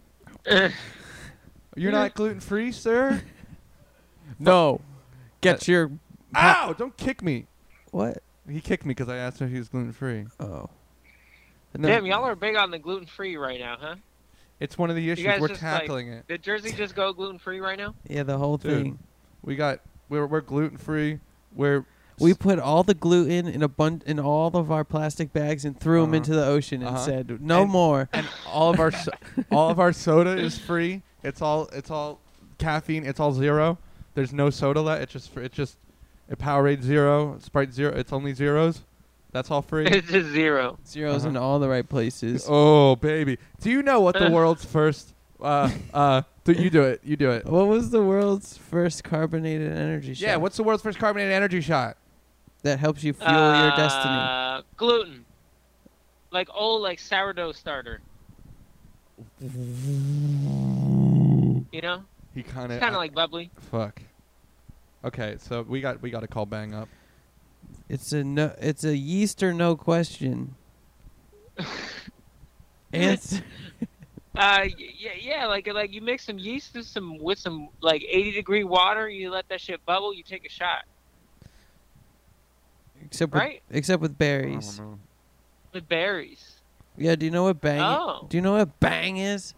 [SPEAKER 1] [LAUGHS] You're not gluten free, [LAUGHS] sir.
[SPEAKER 2] No, get
[SPEAKER 1] Uh,
[SPEAKER 2] your.
[SPEAKER 1] Ow! Don't kick me.
[SPEAKER 2] What?
[SPEAKER 1] He kicked me because I asked him if he was gluten free.
[SPEAKER 2] Oh.
[SPEAKER 4] Damn, y'all are big on the gluten free right now, huh?
[SPEAKER 1] It's one of the issues
[SPEAKER 4] guys
[SPEAKER 1] we're
[SPEAKER 4] just, like-
[SPEAKER 1] tackling it.
[SPEAKER 4] Did Jersey just go gluten free right now?
[SPEAKER 2] Yeah, the whole
[SPEAKER 1] Dude.
[SPEAKER 2] thing.
[SPEAKER 1] We got we're we're gluten free. We're
[SPEAKER 2] We put all the gluten in a bun in all of our plastic bags and threw them
[SPEAKER 1] Uh-huh.
[SPEAKER 2] into the ocean and
[SPEAKER 1] Uh-huh.
[SPEAKER 2] said, "No
[SPEAKER 1] And-
[SPEAKER 2] more."
[SPEAKER 1] [LAUGHS] and all of our so- all of our soda is free. It's all it's all caffeine. It's all zero. There's no soda left. It's just fr- it's just a Powerade zero, Sprite zero. It's only zeros. That's all free.
[SPEAKER 4] It's [LAUGHS] just zero.
[SPEAKER 2] Zeros
[SPEAKER 1] Uh-huh.
[SPEAKER 2] in all the right places.
[SPEAKER 1] oh baby, do you know what
[SPEAKER 4] [LAUGHS]
[SPEAKER 1] the world's first? Uh uh, do you do it? You do it.
[SPEAKER 2] What was the world's first carbonated energy shot?
[SPEAKER 1] Yeah. What's the world's first carbonated energy shot?
[SPEAKER 2] that helps you fuel
[SPEAKER 1] Ah.
[SPEAKER 2] your destiny?
[SPEAKER 4] Uh, Gluten. Like old, like sourdough starter. You know,
[SPEAKER 1] He kind of
[SPEAKER 4] it's kind of like bubbly.
[SPEAKER 1] fuck. Okay, so we got we got to call bang up.
[SPEAKER 2] It's a no. It's a yeast or
[SPEAKER 1] [LAUGHS]
[SPEAKER 2] no question. Answer.
[SPEAKER 4] Uh, y- yeah, yeah, like like you mix some yeast with some with some like 80 degree water. You let that shit bubble. You take a shot,
[SPEAKER 2] except with,
[SPEAKER 4] right?
[SPEAKER 2] except with
[SPEAKER 8] I
[SPEAKER 2] berries.
[SPEAKER 8] don't know.
[SPEAKER 4] With berries.
[SPEAKER 2] Yeah. Do you know what bang?
[SPEAKER 4] Oh.
[SPEAKER 2] Do you know what bang is?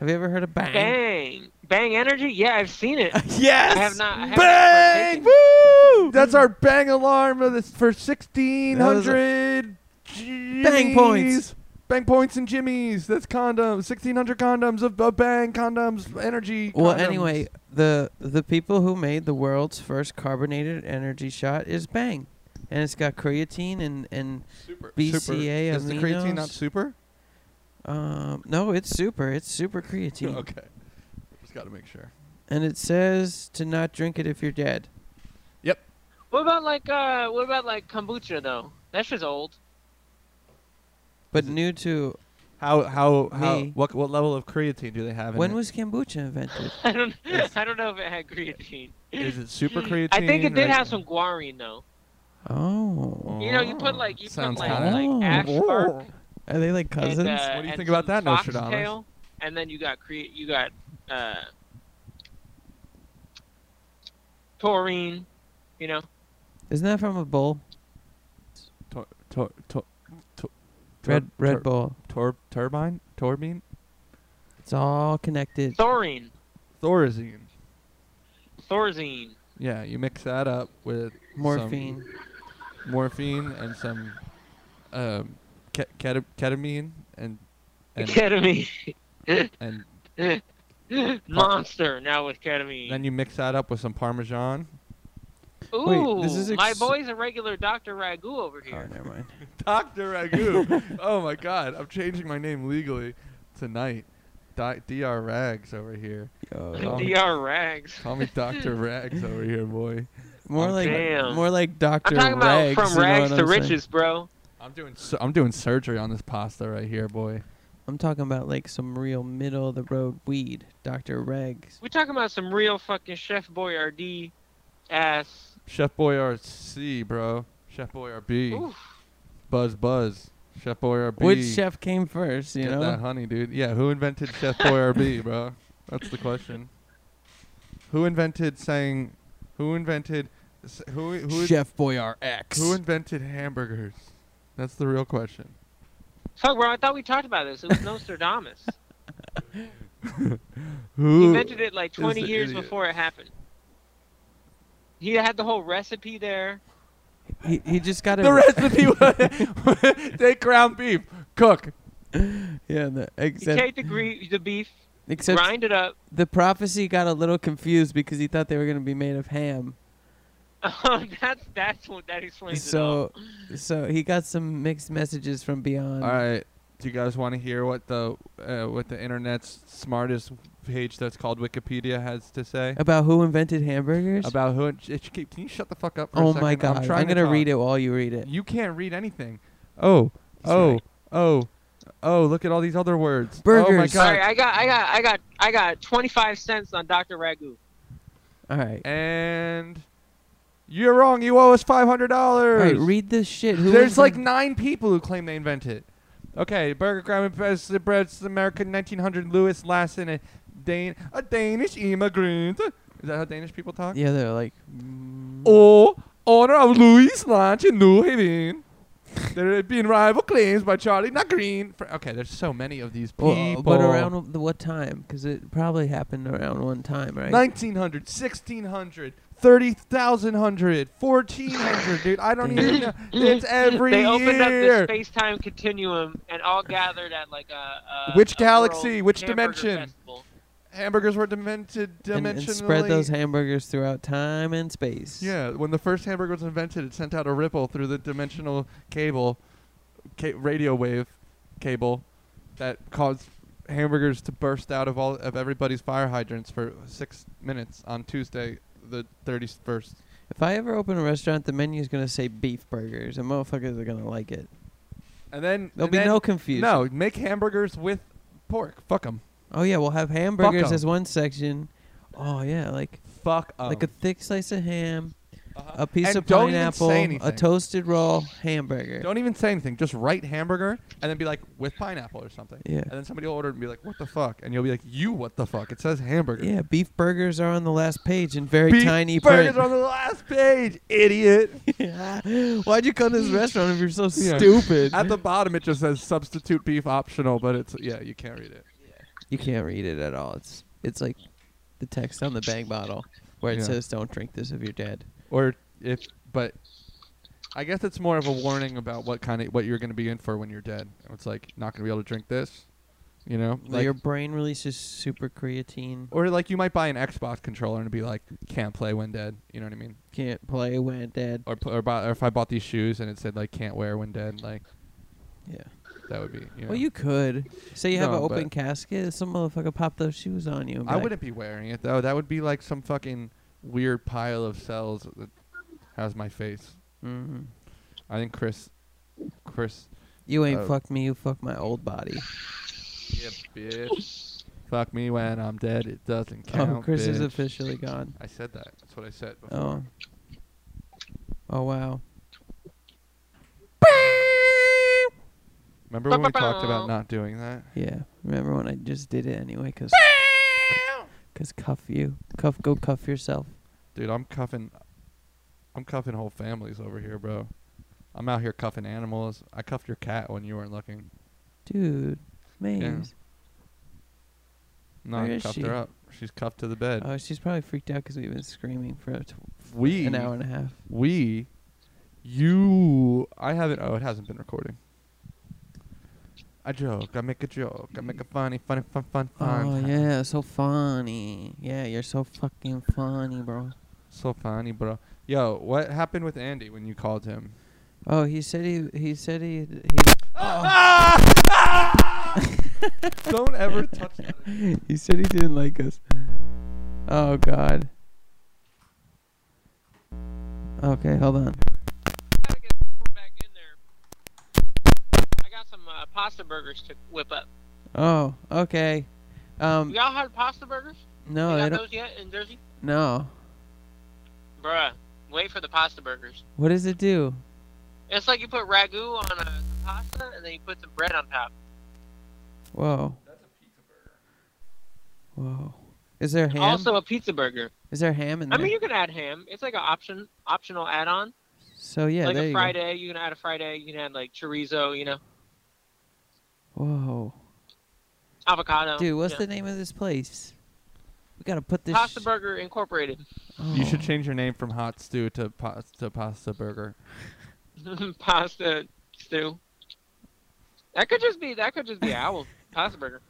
[SPEAKER 2] Have you ever heard of bang?
[SPEAKER 4] Bang, bang energy. Yeah, I've seen it.
[SPEAKER 2] [LAUGHS] yes.
[SPEAKER 4] I have not. I haven't
[SPEAKER 1] Bang!
[SPEAKER 4] partaken.
[SPEAKER 1] Woo! That's our bang alarm of this for sixteen hundred
[SPEAKER 2] Bang points.
[SPEAKER 1] Bang points and jimmies. That's condoms. Sixteen hundred condoms of of bang condoms. Energy.
[SPEAKER 2] Well,
[SPEAKER 1] condoms.
[SPEAKER 2] anyway, the the people who made the world's first carbonated energy shot is Bang, and it's got creatine and and
[SPEAKER 1] super.
[SPEAKER 2] BCA
[SPEAKER 1] Is the creatine not
[SPEAKER 2] aminos?
[SPEAKER 1] super?
[SPEAKER 2] um no, it's super. It's super creatine,
[SPEAKER 1] [LAUGHS] Okay, just got to make sure.
[SPEAKER 2] and it says to not drink it if you're dead.
[SPEAKER 4] What about like uh, what about like kombucha though? That shit's old. [LAUGHS]
[SPEAKER 2] But new to
[SPEAKER 1] How how how
[SPEAKER 2] Me.
[SPEAKER 1] what what level of creatine do they have? in
[SPEAKER 2] when
[SPEAKER 1] it?
[SPEAKER 2] was kombucha invented?
[SPEAKER 4] I don't. I don't know if it had creatine.
[SPEAKER 1] is it super creatine?
[SPEAKER 4] I think it did
[SPEAKER 1] or-
[SPEAKER 4] have some guarine though.
[SPEAKER 2] oh,
[SPEAKER 4] You know, you put like you put
[SPEAKER 1] Sounds
[SPEAKER 4] like,
[SPEAKER 1] kinda-
[SPEAKER 4] like ash
[SPEAKER 1] Oh.
[SPEAKER 4] bark
[SPEAKER 2] are they like
[SPEAKER 4] and,
[SPEAKER 2] cousins?
[SPEAKER 4] uh,
[SPEAKER 1] What do you
[SPEAKER 4] and
[SPEAKER 1] think about
[SPEAKER 4] some
[SPEAKER 1] that, Nostradamus?
[SPEAKER 4] foxtail, And then you got create you got uh, taurine. You know,
[SPEAKER 2] Isn't that from a bull?
[SPEAKER 1] Tor, tor, tor, tor,
[SPEAKER 2] Red
[SPEAKER 1] tor-
[SPEAKER 2] Red Bull.
[SPEAKER 1] tor, turbine turbine
[SPEAKER 2] It's all connected.
[SPEAKER 4] taurine,
[SPEAKER 1] thorazine.
[SPEAKER 4] thorazine.
[SPEAKER 1] Yeah, you mix that up with some
[SPEAKER 2] Morphine.
[SPEAKER 1] morphine, and some um, ke- keta- ketamine, and and
[SPEAKER 4] Ketamine. [LAUGHS]
[SPEAKER 1] and
[SPEAKER 4] Monster now with ketamine.
[SPEAKER 1] then you mix that up with some parmesan. [LAUGHS]
[SPEAKER 4] Ooh,
[SPEAKER 2] Wait, this is
[SPEAKER 4] my
[SPEAKER 2] ex-
[SPEAKER 4] boy's a regular Dr. Ragu over
[SPEAKER 2] Oh,
[SPEAKER 4] here.
[SPEAKER 2] never mind.
[SPEAKER 1] Doctor
[SPEAKER 2] [LAUGHS]
[SPEAKER 1] Ragu. oh my God, I'm changing my name legally tonight. Di- Dr. Rags over here.
[SPEAKER 2] Yo.
[SPEAKER 4] [LAUGHS]
[SPEAKER 1] Oh.
[SPEAKER 4] DR Rags.
[SPEAKER 1] Call me Doctor
[SPEAKER 4] [LAUGHS]
[SPEAKER 1] Rags over here, boy.
[SPEAKER 2] More
[SPEAKER 1] I'm
[SPEAKER 2] like
[SPEAKER 4] Damn.
[SPEAKER 2] more like Doctor
[SPEAKER 4] I'm talking
[SPEAKER 2] Rags.
[SPEAKER 4] about from
[SPEAKER 2] you know
[SPEAKER 4] rags
[SPEAKER 2] what
[SPEAKER 4] to
[SPEAKER 2] I'm saying?
[SPEAKER 4] riches, bro.
[SPEAKER 1] I'm doing so, I'm doing surgery on this pasta right here, boy.
[SPEAKER 2] I'm talking about like some real middle of the road weed, Doctor Rags.
[SPEAKER 4] We're talking about some real fucking Chef Boyardee ass.
[SPEAKER 1] Chef Boyardee, bro. Chef Boyardee.
[SPEAKER 4] Oof.
[SPEAKER 1] Buzz Buzz. Chef Boyardee.
[SPEAKER 2] Which chef came first? You
[SPEAKER 1] Get
[SPEAKER 2] know,
[SPEAKER 1] that honey, dude. Yeah, who invented Chef
[SPEAKER 2] [LAUGHS]
[SPEAKER 1] Boyardee, bro? That's the question. Who invented saying? Who invented? s- Who who
[SPEAKER 2] Chef Boyar X.
[SPEAKER 1] who invented hamburgers? That's the real question.
[SPEAKER 4] Fuck, bro, I thought we talked about this. It was Nostradamus.
[SPEAKER 1] [LAUGHS]
[SPEAKER 4] he
[SPEAKER 1] Who
[SPEAKER 4] invented it like 20
[SPEAKER 1] an
[SPEAKER 4] years
[SPEAKER 1] idiot.
[SPEAKER 4] before it happened. He had the whole recipe there.
[SPEAKER 2] he, he just got
[SPEAKER 1] the
[SPEAKER 2] it.
[SPEAKER 1] recipe
[SPEAKER 3] [LAUGHS]
[SPEAKER 1] was [LAUGHS] take ground beef, cook.
[SPEAKER 2] [LAUGHS] yeah, the,
[SPEAKER 4] He
[SPEAKER 2] except
[SPEAKER 4] take the, gre- the beef,
[SPEAKER 2] except
[SPEAKER 4] grind it up. [LAUGHS]
[SPEAKER 2] the prophecy got a little confused because he thought they were gonna be made of ham.
[SPEAKER 4] Oh, that's that's what that explains
[SPEAKER 2] So so he got some mixed messages from beyond.
[SPEAKER 1] All right, do you guys want to hear what the uh, what the internet's smartest page that's called Wikipedia has to say
[SPEAKER 2] About who invented hamburgers?
[SPEAKER 1] about who? It, it, can you shut the fuck up? For a
[SPEAKER 2] oh
[SPEAKER 1] second?
[SPEAKER 2] my god!
[SPEAKER 1] I'm,
[SPEAKER 2] I'm,
[SPEAKER 1] trying to
[SPEAKER 2] gonna
[SPEAKER 1] talk.
[SPEAKER 2] read it while you read it.
[SPEAKER 1] You can't read anything. Oh, oh, oh, oh! Look at all these other words. Oh my
[SPEAKER 2] Burgers.
[SPEAKER 4] it all. Sorry,
[SPEAKER 1] god!
[SPEAKER 4] I got I got I got I got 25 cents on Dr. Ragu.
[SPEAKER 2] All right.
[SPEAKER 1] And you're wrong. You owe us five hundred
[SPEAKER 2] All
[SPEAKER 1] dollars.
[SPEAKER 2] right. Read this shit. Who
[SPEAKER 1] There's like
[SPEAKER 2] invent-
[SPEAKER 1] nine people who claim they invent it. Okay, Burger Graham Best Breads America 1900 Lewis Lassen a Dane a Danish immigrant. Is that how Danish people talk?
[SPEAKER 2] Yeah, they're like. mm,
[SPEAKER 1] Oh, honor of Louis Lunch in New Haven. there have been rival claims by Charlie Not Green. For, okay, there's so many of these people.
[SPEAKER 2] Well, but around the, what time? Because it probably happened around one time, right?
[SPEAKER 1] 1900, 1600, 30,100, 1400, dude. I don't even know.
[SPEAKER 2] [LAUGHS]
[SPEAKER 1] It's
[SPEAKER 4] [LAUGHS]
[SPEAKER 1] every
[SPEAKER 4] they
[SPEAKER 1] year.
[SPEAKER 4] opened up the space-time continuum and all gathered at like a, a
[SPEAKER 1] Which
[SPEAKER 4] a
[SPEAKER 1] galaxy?
[SPEAKER 4] world
[SPEAKER 1] Which
[SPEAKER 4] hamburger
[SPEAKER 1] dimension?
[SPEAKER 4] festival.
[SPEAKER 1] Hamburgers were demented,
[SPEAKER 2] and,
[SPEAKER 1] dimensionally.
[SPEAKER 2] and spread those hamburgers throughout time and space.
[SPEAKER 1] yeah, when the first hamburger was invented, it sent out a ripple through the dimensional cable, ca- radio wave cable, that caused hamburgers to burst out of all of everybody's fire hydrants for six minutes on Tuesday, the thirty first.
[SPEAKER 2] If I ever open a restaurant, the menu's gonna say beef burgers, and motherfuckers are gonna like it.
[SPEAKER 1] And then
[SPEAKER 2] There'll
[SPEAKER 1] and
[SPEAKER 2] be
[SPEAKER 1] then-
[SPEAKER 2] no confusion.
[SPEAKER 1] No, make hamburgers with pork. Fuck them.
[SPEAKER 2] Oh yeah, we'll have hamburgers
[SPEAKER 1] 'em.
[SPEAKER 2] as one section. Oh yeah, like
[SPEAKER 1] Fuck 'em.
[SPEAKER 2] like a thick slice of ham, a
[SPEAKER 1] Oh. Uh-huh.
[SPEAKER 2] piece
[SPEAKER 1] And
[SPEAKER 2] of
[SPEAKER 1] don't even say
[SPEAKER 2] pineapple, a
[SPEAKER 1] anything.
[SPEAKER 2] toasted roll, hamburger.
[SPEAKER 1] Don't even say anything. Just write hamburger and then be like with pineapple or something.
[SPEAKER 2] Yeah.
[SPEAKER 1] And then somebody will order it and be like, what the fuck? And you'll be like, you what the fuck? It says hamburger.
[SPEAKER 2] Yeah, beef burgers are on the last page in very
[SPEAKER 1] Beef
[SPEAKER 2] tiny
[SPEAKER 1] burgers
[SPEAKER 2] print.
[SPEAKER 1] on the last page, idiot.
[SPEAKER 2] [LAUGHS] Why'd you come to this restaurant if you're so
[SPEAKER 1] Yeah.
[SPEAKER 2] stupid?
[SPEAKER 1] At the bottom, it just says substitute beef optional, but it's yeah, you can't read it.
[SPEAKER 2] you can't read it at all. It's it's like the text on the bang bottle where it
[SPEAKER 1] Yeah.
[SPEAKER 2] says "Don't drink this if you're dead."
[SPEAKER 1] Or if, but I guess it's more of a warning about what kind of what you're going to be in for when you're dead. It's like not going to be able to drink this, you know. Like,
[SPEAKER 2] Your brain releases super creatine.
[SPEAKER 1] or like you might buy an Xbox controller and be like, can't play when dead. You know what I mean?
[SPEAKER 2] Can't play when dead.
[SPEAKER 1] Or pl- or, buy, or if I bought these shoes and it said like can't wear when dead, like
[SPEAKER 2] Yeah.
[SPEAKER 1] that would be. You know.
[SPEAKER 2] Well, you could say you have
[SPEAKER 1] No,
[SPEAKER 2] an open
[SPEAKER 1] but-
[SPEAKER 2] casket. Some motherfucker pop those shoes on you. And be
[SPEAKER 1] I
[SPEAKER 2] like,
[SPEAKER 1] wouldn't be wearing it though. That would be like some fucking weird pile of cells that has my face.
[SPEAKER 2] "Mhm.
[SPEAKER 1] I think Chris, Chris,
[SPEAKER 2] You ain't
[SPEAKER 1] Oh.
[SPEAKER 2] fucked me. You fucked my old body.
[SPEAKER 1] yeah, bitch. Fuck me when I'm dead. It doesn't count.
[SPEAKER 2] oh, [LAUGHS] Chris is
[SPEAKER 1] bitch.
[SPEAKER 2] officially gone.
[SPEAKER 1] I said that. That's what I said. Before.
[SPEAKER 2] Oh. Oh wow.
[SPEAKER 1] Remember when we talked
[SPEAKER 4] Ba-ba-bow.
[SPEAKER 1] about not doing that?
[SPEAKER 2] Yeah. Remember when I just did it anyway? Cause. Cause cuff you. Cuff. Go cuff yourself.
[SPEAKER 1] Dude, I'm cuffing, I'm cuffing whole families over here, bro. I'm out here cuffing animals. I cuffed your cat when you weren't looking.
[SPEAKER 2] Dude, Maze.
[SPEAKER 1] No,
[SPEAKER 2] Where
[SPEAKER 1] I
[SPEAKER 2] is
[SPEAKER 1] cuffed
[SPEAKER 2] she?
[SPEAKER 1] her up. She's cuffed to the bed.
[SPEAKER 2] Oh, she's probably freaked out 'cause we've been screaming for a t-
[SPEAKER 1] we
[SPEAKER 2] an hour and a half.
[SPEAKER 1] we you I haven't oh it hasn't been recording. I joke, I make a joke, I make a funny, funny, fun, fun, fun.
[SPEAKER 2] Oh
[SPEAKER 1] time.
[SPEAKER 2] yeah, so funny. Yeah, you're so fucking funny, bro.
[SPEAKER 1] So funny, bro. Yo, what happened with Andy when you called him?
[SPEAKER 2] Oh, he said he he said he he.
[SPEAKER 1] [LAUGHS]
[SPEAKER 2] Oh.
[SPEAKER 1] Don't ever touch
[SPEAKER 2] [LAUGHS]
[SPEAKER 1] that.
[SPEAKER 2] he said he didn't like us. Oh God. Okay, hold on.
[SPEAKER 4] Gotta get someone back in there. I got some uh, pasta burgers to whip up.
[SPEAKER 2] Oh, okay. Um,
[SPEAKER 4] Y'all had pasta burgers?
[SPEAKER 2] no,
[SPEAKER 4] you
[SPEAKER 2] they
[SPEAKER 4] got
[SPEAKER 2] Oh, don't.
[SPEAKER 4] those yet in Jersey?
[SPEAKER 2] No.
[SPEAKER 4] Bruh, wait for the pasta burgers.
[SPEAKER 2] What does it do?
[SPEAKER 4] It's like you put ragu on a pasta and then you put some bread on top.
[SPEAKER 2] Whoa. That's a pizza burger. Whoa. Is there ham?
[SPEAKER 4] Also a pizza burger.
[SPEAKER 2] Is there ham in
[SPEAKER 4] I
[SPEAKER 2] there?
[SPEAKER 4] mean, you can add ham. It's like an option, optional add-on.
[SPEAKER 2] so yeah,
[SPEAKER 4] like
[SPEAKER 2] there
[SPEAKER 4] a
[SPEAKER 2] you
[SPEAKER 4] Friday, you can add a Friday. You can add like chorizo, you know,
[SPEAKER 2] go. Whoa.
[SPEAKER 4] avocado.
[SPEAKER 2] Dude, what's
[SPEAKER 4] yeah.
[SPEAKER 2] the name of this place? We gotta put this.
[SPEAKER 4] Pasta
[SPEAKER 2] sh-
[SPEAKER 4] Burger Incorporated. [LAUGHS]
[SPEAKER 1] You should
[SPEAKER 2] Oh.
[SPEAKER 1] change your name from Hot Stew to pas- to Pasta Burger.
[SPEAKER 4] pasta stew. That could just be. That could just
[SPEAKER 2] [LAUGHS]
[SPEAKER 4] be owl pasta burger.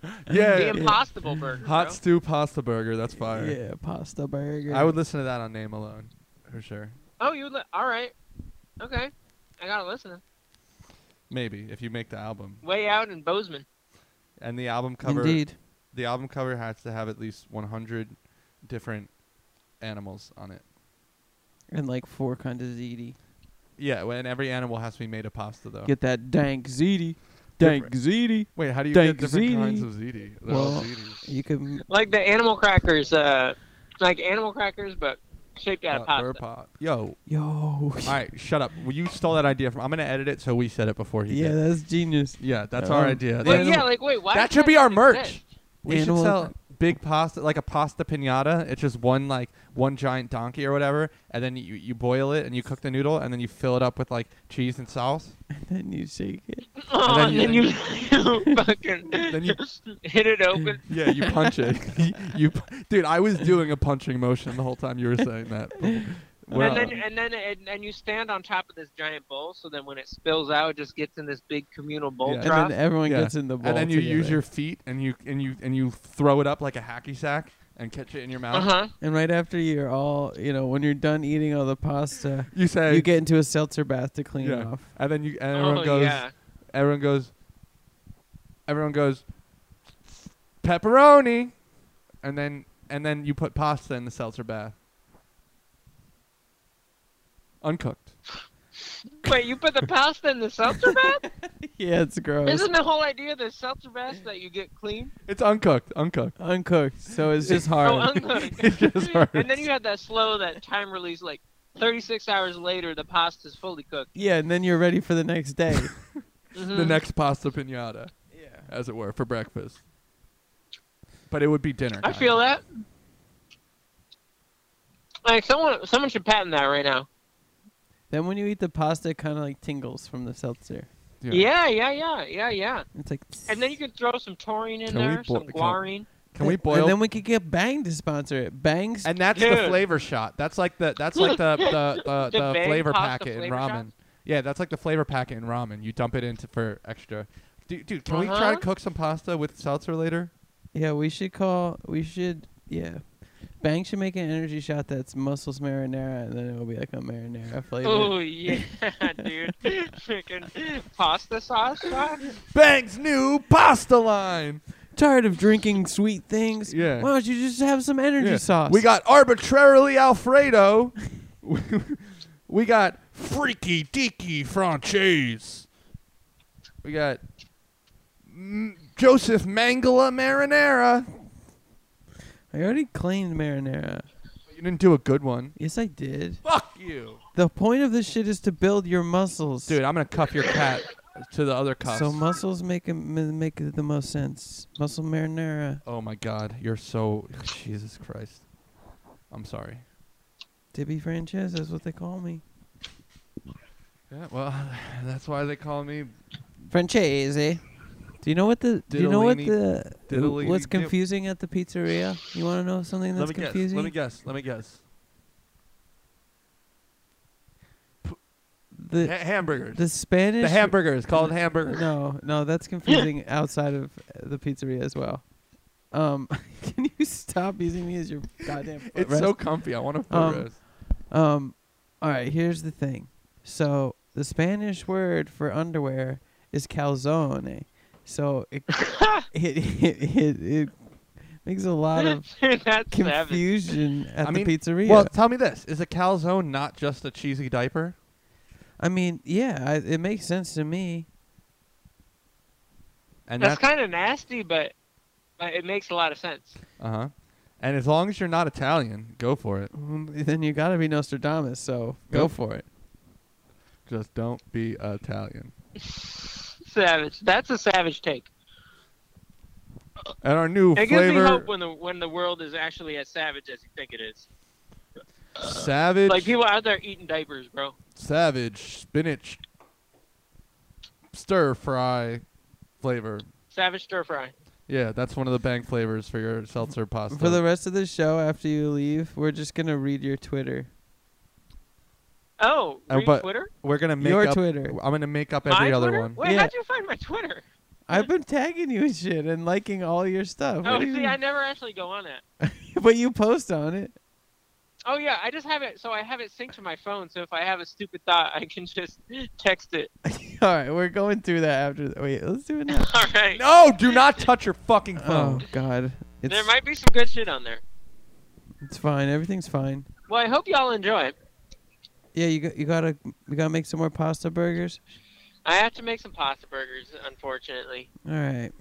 [SPEAKER 4] The
[SPEAKER 1] Yeah,
[SPEAKER 4] Impossible Burger.
[SPEAKER 1] Hot
[SPEAKER 4] bro.
[SPEAKER 1] Stew Pasta Burger. That's fire.
[SPEAKER 2] Yeah, pasta burger.
[SPEAKER 1] I would listen to that on name alone, for sure.
[SPEAKER 4] Oh, you. Li- All right. Okay. I gotta listen.
[SPEAKER 1] Maybe if you make the album,
[SPEAKER 4] Way out in Bozeman.
[SPEAKER 1] and the album cover
[SPEAKER 2] Indeed.
[SPEAKER 1] the album cover has to have at least 100 different animals on it.
[SPEAKER 2] And like four kinds of ziti.
[SPEAKER 1] Yeah, and every animal has to be made of pasta though.
[SPEAKER 2] Get that dank ziti. Dank ziti.
[SPEAKER 1] Wait, how do you
[SPEAKER 2] Dank
[SPEAKER 1] get different
[SPEAKER 2] ziti.
[SPEAKER 1] kinds of ziti? They're all
[SPEAKER 2] Well-
[SPEAKER 1] ziti.
[SPEAKER 2] You can.
[SPEAKER 4] Like the animal crackers. Uh, like animal crackers, but shaped out of pasta.
[SPEAKER 1] Yo,
[SPEAKER 2] Yo.
[SPEAKER 1] all right, shut up. Well, you stole that idea from. I'm gonna edit it so we said it before he
[SPEAKER 2] [LAUGHS] yeah,
[SPEAKER 1] did.
[SPEAKER 2] that's genius.
[SPEAKER 1] yeah, that's
[SPEAKER 2] Oh.
[SPEAKER 1] our idea.
[SPEAKER 4] But
[SPEAKER 1] That,
[SPEAKER 4] yeah, like wait, why?
[SPEAKER 1] that
[SPEAKER 4] did
[SPEAKER 1] should be our
[SPEAKER 4] just
[SPEAKER 1] merch.
[SPEAKER 4] exist?
[SPEAKER 1] We
[SPEAKER 2] Animal-
[SPEAKER 1] should sell big pasta, like a pasta pinata. It's just one like one giant donkey or whatever, and then you you boil it and you cook the noodle, and then you fill it up with like cheese and sauce.
[SPEAKER 2] And then you shake it.
[SPEAKER 4] Oh, and
[SPEAKER 1] then
[SPEAKER 4] then you, you [LAUGHS] fucking
[SPEAKER 1] Then you-
[SPEAKER 4] hit it open.
[SPEAKER 1] Yeah, you punch
[SPEAKER 2] [LAUGHS]
[SPEAKER 1] it. [LAUGHS] you, pu- dude, I was doing a punching motion the whole time you were saying
[SPEAKER 2] [LAUGHS]
[SPEAKER 1] that. Well,
[SPEAKER 4] and then and then and, and you stand on top of this giant bowl, so then when it spills out, it just gets in this big communal bowl
[SPEAKER 1] Yeah.
[SPEAKER 2] And
[SPEAKER 4] trough.
[SPEAKER 2] then everyone
[SPEAKER 1] Yeah.
[SPEAKER 2] gets in the bowl.
[SPEAKER 1] and then you use
[SPEAKER 2] together.
[SPEAKER 1] your feet and you and you and you throw it up like a hacky sack and catch it in your mouth.
[SPEAKER 4] Uh huh.
[SPEAKER 2] And right after you're all, you know, when you're done eating all the pasta,
[SPEAKER 1] You say
[SPEAKER 2] you get into a seltzer bath to clean it
[SPEAKER 1] yeah,
[SPEAKER 2] off.
[SPEAKER 1] and then you and everyone
[SPEAKER 4] Oh
[SPEAKER 1] goes,
[SPEAKER 4] yeah.
[SPEAKER 1] everyone goes, everyone goes, pepperoni, and then and then you put pasta in the seltzer bath, uncooked.
[SPEAKER 4] Wait, you put the pasta in
[SPEAKER 1] [LAUGHS]
[SPEAKER 4] the seltzer bath?
[SPEAKER 2] [LAUGHS] yeah, it's gross.
[SPEAKER 4] Isn't the whole idea of the seltzer bath that you get
[SPEAKER 1] [LAUGHS]
[SPEAKER 4] clean?
[SPEAKER 1] It's uncooked, uncooked.
[SPEAKER 2] Uncooked, so it's
[SPEAKER 4] [LAUGHS]
[SPEAKER 2] just hard.
[SPEAKER 4] Oh, uncooked.
[SPEAKER 1] [LAUGHS] It just
[SPEAKER 4] [LAUGHS] And then
[SPEAKER 1] hurts.
[SPEAKER 4] you have that slow, that time release, like 36 hours later, the pasta's fully cooked.
[SPEAKER 2] yeah, and then you're ready for the next day.
[SPEAKER 1] The
[SPEAKER 4] Mhm.
[SPEAKER 1] next pasta pinata,
[SPEAKER 2] yeah.
[SPEAKER 1] as it were, for breakfast. But it would be dinner.
[SPEAKER 4] I
[SPEAKER 1] kinda.
[SPEAKER 4] feel that. Like someone, someone should patent that right now.
[SPEAKER 2] Then when you eat the pasta, it kind of like tingles from the seltzer.
[SPEAKER 4] Yeah, yeah, yeah, yeah, yeah.
[SPEAKER 2] It's like.
[SPEAKER 4] And then you can throw some taurine in
[SPEAKER 1] Can we
[SPEAKER 4] there,
[SPEAKER 1] boi-
[SPEAKER 4] some
[SPEAKER 1] can-
[SPEAKER 4] guarine.
[SPEAKER 1] Can we
[SPEAKER 2] And-
[SPEAKER 1] boil?
[SPEAKER 2] And then we could get Bang to sponsor it. Bang's.
[SPEAKER 1] And that's the
[SPEAKER 4] Dude.
[SPEAKER 1] flavor shot. That's like the that's like
[SPEAKER 4] [LAUGHS]
[SPEAKER 1] the the, the,
[SPEAKER 4] The
[SPEAKER 1] the,
[SPEAKER 4] bang
[SPEAKER 1] flavor
[SPEAKER 4] pasta
[SPEAKER 1] packet in
[SPEAKER 4] flavor
[SPEAKER 1] ramen.
[SPEAKER 4] shots?
[SPEAKER 1] Yeah, that's like the flavor packet in ramen. You dump it into for extra. Dude, dude can we try
[SPEAKER 4] Uh-huh.
[SPEAKER 1] to cook some pasta with seltzer later?
[SPEAKER 2] yeah, we should call. We should. Yeah. Bang should make an energy shot that's mussels marinara, and then it'll be like a marinara flavor.
[SPEAKER 4] Oh yeah, [LAUGHS] dude! Freaking pasta sauce. shot?
[SPEAKER 1] Bang's new pasta line.
[SPEAKER 2] Tired of drinking sweet things?
[SPEAKER 1] Yeah.
[SPEAKER 2] Why don't you just have some energy
[SPEAKER 1] Yeah.
[SPEAKER 2] sauce?
[SPEAKER 1] We got arbitrarily Alfredo. [LAUGHS] we got freaky deaky Franchise. We got mm, Joseph Mangala marinara.
[SPEAKER 2] I already claimed marinara.
[SPEAKER 1] You didn't do a good one.
[SPEAKER 2] Yes, I did.
[SPEAKER 1] Fuck you.
[SPEAKER 2] The point of this shit is to build your muscles,
[SPEAKER 1] Dude, I'm gonna cuff your cat to the other cuff.
[SPEAKER 2] So muscles make 'em- m- make the most sense. Muscle marinara.
[SPEAKER 1] oh my god, you're so Jesus Christ. I'm sorry.
[SPEAKER 2] Tibby Frances, that's what they call me.
[SPEAKER 1] Yeah, well, [LAUGHS] that's why they call me
[SPEAKER 2] Francese. eh? Do you know what the do you know what
[SPEAKER 1] Diddleini-
[SPEAKER 2] the
[SPEAKER 1] diddleini
[SPEAKER 2] what's
[SPEAKER 1] dip.
[SPEAKER 2] confusing at the pizzeria? You want to know something that's
[SPEAKER 1] Let me guess.
[SPEAKER 2] confusing?
[SPEAKER 1] Let me guess. Let me guess.
[SPEAKER 2] the
[SPEAKER 1] Ha- hamburgers.
[SPEAKER 2] the Spanish
[SPEAKER 1] the hamburger is called hamburger.
[SPEAKER 2] No, no, that's
[SPEAKER 1] [LAUGHS]
[SPEAKER 2] confusing outside of uh, the pizzeria as well. Um, [LAUGHS] can you stop using me as your goddamn? foot
[SPEAKER 1] It's
[SPEAKER 2] rest?
[SPEAKER 1] so comfy. I want to
[SPEAKER 2] Um,
[SPEAKER 1] footrest.
[SPEAKER 2] Um, all right, here's the thing. So the Spanish word for underwear is calzone. So
[SPEAKER 1] [LAUGHS]
[SPEAKER 2] it [LAUGHS] it, it, it it makes a lot of
[SPEAKER 1] [LAUGHS]
[SPEAKER 4] Dude, [LAUGHS] That's savage.
[SPEAKER 2] confusion at
[SPEAKER 1] I
[SPEAKER 2] the
[SPEAKER 1] mean,
[SPEAKER 2] pizzeria.
[SPEAKER 1] Well, tell me this: Is a calzone not just a cheesy diaper?
[SPEAKER 2] I mean, yeah, I, it makes sense to me.
[SPEAKER 1] And that's,
[SPEAKER 4] That's kind of nasty, but but it makes a lot of sense.
[SPEAKER 1] uh huh. And as long as you're not Italian, go for it.
[SPEAKER 2] Mm, Then you gotta be Nostradamus, so
[SPEAKER 1] Go
[SPEAKER 2] go, for it.
[SPEAKER 1] Just don't be Italian.
[SPEAKER 4] Savage. That's a savage take.
[SPEAKER 1] And our new
[SPEAKER 4] It gives me
[SPEAKER 1] flavor,
[SPEAKER 4] hope when the when the world is actually as savage as you think it is.
[SPEAKER 1] savage.
[SPEAKER 4] Like people out there eating diapers, bro.
[SPEAKER 1] savage spinach stir fry flavor.
[SPEAKER 4] Savage stir fry.
[SPEAKER 1] Yeah, that's one of the bang flavors for your seltzer pasta.
[SPEAKER 2] For the rest of the show, after you leave, we're just gonna read your Twitter.
[SPEAKER 4] Oh,
[SPEAKER 1] Uh,
[SPEAKER 4] read
[SPEAKER 1] but-
[SPEAKER 4] Twitter.
[SPEAKER 1] We're gonna make
[SPEAKER 2] Your
[SPEAKER 1] up,
[SPEAKER 2] Twitter.
[SPEAKER 1] I'm gonna make up every
[SPEAKER 4] my
[SPEAKER 1] other
[SPEAKER 4] Twitter?
[SPEAKER 1] one.
[SPEAKER 4] Wait,
[SPEAKER 2] Yeah.
[SPEAKER 4] how'd you find my Twitter?
[SPEAKER 2] I've been tagging you and shit and liking all your stuff.
[SPEAKER 4] Oh,
[SPEAKER 2] What do you
[SPEAKER 4] see,
[SPEAKER 2] [LAUGHS]
[SPEAKER 4] I
[SPEAKER 2] mean?
[SPEAKER 4] never actually go on it.
[SPEAKER 2] but you post on it. [LAUGHS]
[SPEAKER 4] Oh yeah, I just have it. So I have it synced to my phone. So if I have a stupid thought, I can just [LAUGHS] text it.
[SPEAKER 2] All right, we're going through that after. th- Wait, let's do it
[SPEAKER 4] [LAUGHS]
[SPEAKER 2] now.
[SPEAKER 4] All right.
[SPEAKER 1] No, do not touch your fucking
[SPEAKER 2] oh
[SPEAKER 1] phone.
[SPEAKER 2] God, it's
[SPEAKER 4] There might be some good shit on there.
[SPEAKER 2] it's fine. Everything's fine.
[SPEAKER 4] Well, I hope y'all enjoy it.
[SPEAKER 2] Yeah, you got, you gotta you gotta make some more pasta burgers.
[SPEAKER 4] I have to make some pasta burgers, unfortunately.
[SPEAKER 2] All right,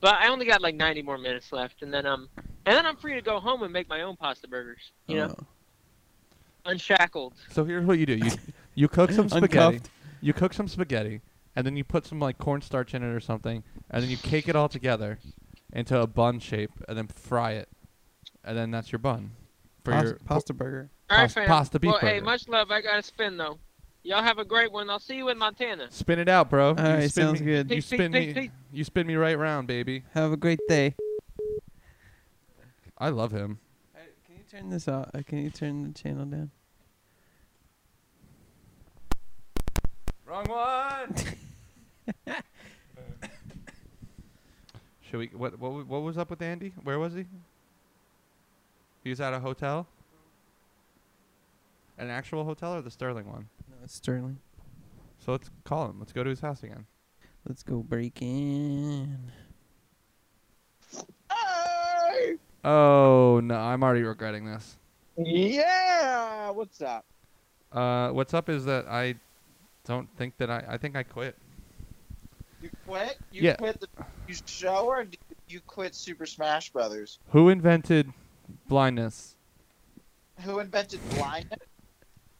[SPEAKER 4] But I only got like 90 more minutes left, and then um, and then I'm free to go home and make my own pasta burgers. You
[SPEAKER 1] Uh,
[SPEAKER 4] know,
[SPEAKER 2] Oh.
[SPEAKER 4] unshackled.
[SPEAKER 1] So here's what you do: you you
[SPEAKER 2] Oh.
[SPEAKER 1] cook [LAUGHS] some spaghetti,
[SPEAKER 2] Uncuffed.
[SPEAKER 1] you cook some spaghetti, and then you put some like cornstarch in it or something, and then you cake it all together into a bun shape, and then fry it, and then that's your bun for
[SPEAKER 2] Pas-
[SPEAKER 1] your
[SPEAKER 2] pasta burger.
[SPEAKER 4] All right,
[SPEAKER 1] Pas-
[SPEAKER 4] fam.
[SPEAKER 1] pasta beef
[SPEAKER 4] Well, hey,
[SPEAKER 1] burger.
[SPEAKER 4] much love. I gotta spin though. Y'all have a great one. I'll see you in Montana.
[SPEAKER 1] Spin it out, bro. You
[SPEAKER 2] Alright,
[SPEAKER 1] spin
[SPEAKER 2] sounds
[SPEAKER 1] me-
[SPEAKER 2] good.
[SPEAKER 1] You
[SPEAKER 4] Peace, peace,
[SPEAKER 1] spin
[SPEAKER 4] peace,
[SPEAKER 1] me.
[SPEAKER 4] peace.
[SPEAKER 1] You spin me right round, baby.
[SPEAKER 2] Have a great day.
[SPEAKER 1] I love him.
[SPEAKER 2] Can you turn this off? Uh, Can you turn the channel down?
[SPEAKER 1] Wrong one. Should we? What? What? wa- What was up with Andy? Where was he? He was at a hotel. An actual hotel or the Sterling one?
[SPEAKER 2] No, it's Sterling.
[SPEAKER 1] So let's call him. Let's go to his house again.
[SPEAKER 2] Let's go break in.
[SPEAKER 1] Oh no, I'm already regretting this.
[SPEAKER 6] Yeah, what's up?
[SPEAKER 1] Uh, what's up is that I don't think that I. I think I quit.
[SPEAKER 9] You quit? You
[SPEAKER 1] Yeah.
[SPEAKER 9] quit the you show or do you quit Super Smash Brothers?
[SPEAKER 1] Who invented blindness?
[SPEAKER 9] Who invented blindness?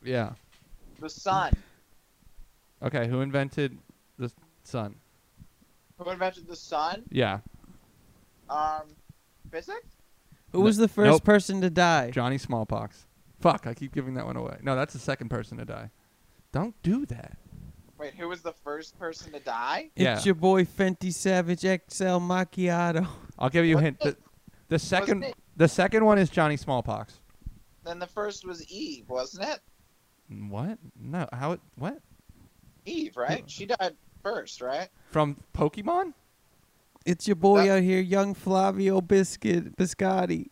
[SPEAKER 1] Yeah.
[SPEAKER 9] The sun.
[SPEAKER 1] Okay. Who invented the sun?
[SPEAKER 9] Who invented the sun?
[SPEAKER 1] Yeah.
[SPEAKER 9] Um, physics?
[SPEAKER 2] Who was the first
[SPEAKER 1] nope.
[SPEAKER 2] person to die?
[SPEAKER 1] Johnny Smallpox. Fuck. I keep giving that one away. No, that's the second person to die. Don't do that.
[SPEAKER 9] Wait, who was the first person to die?
[SPEAKER 1] Yeah.
[SPEAKER 2] It's your boy Fenty Savage XL Macchiato. [LAUGHS]
[SPEAKER 1] I'll give you a
[SPEAKER 9] What
[SPEAKER 1] hint.
[SPEAKER 9] the-
[SPEAKER 1] The, the second.
[SPEAKER 9] it-
[SPEAKER 1] The second one is Johnny Smallpox.
[SPEAKER 9] Then the first was Eve, wasn't it?
[SPEAKER 1] What? No. How? It, what?
[SPEAKER 9] Eve, right? She died first, right?
[SPEAKER 1] From Pokemon?
[SPEAKER 2] It's your boy
[SPEAKER 9] That-
[SPEAKER 2] out here, young Flavio Biscuit Biscotti.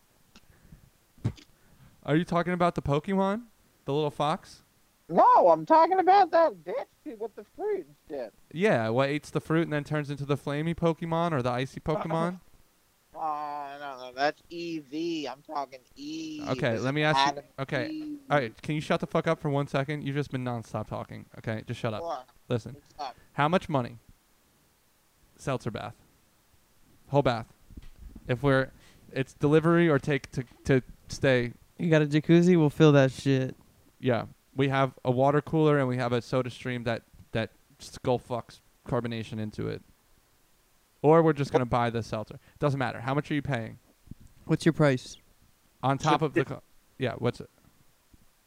[SPEAKER 1] Are you talking about the Pokemon? The little fox?
[SPEAKER 9] No, I'm talking about that bitch who with the fruit did.
[SPEAKER 1] Yeah, what eats the fruit and then turns into the flamey Pokemon or the icy Pokemon?
[SPEAKER 9] Oh, no, no, that's EV. I'm talking E.
[SPEAKER 1] Okay,
[SPEAKER 9] This
[SPEAKER 1] let
[SPEAKER 9] is
[SPEAKER 1] me ask you-
[SPEAKER 9] Adam
[SPEAKER 1] okay,
[SPEAKER 9] Eve.
[SPEAKER 1] All right, can you shut the fuck up for one second? You've just been nonstop talking. Okay, just shut up.
[SPEAKER 9] What?
[SPEAKER 1] Listen,
[SPEAKER 9] What's up?
[SPEAKER 1] how much money? Seltzer bath. Whole bath. If we're, it's delivery or take to to stay.
[SPEAKER 2] You got a jacuzzi? We'll fill that shit.
[SPEAKER 1] Yeah, we have a water cooler and we have a Soda Stream that that skull fucks carbonation into it. Or we're just gonna buy the seltzer. Doesn't matter. How much are you paying?
[SPEAKER 2] What's your price?
[SPEAKER 1] On top of the,
[SPEAKER 9] it-
[SPEAKER 1] co- yeah. What's it?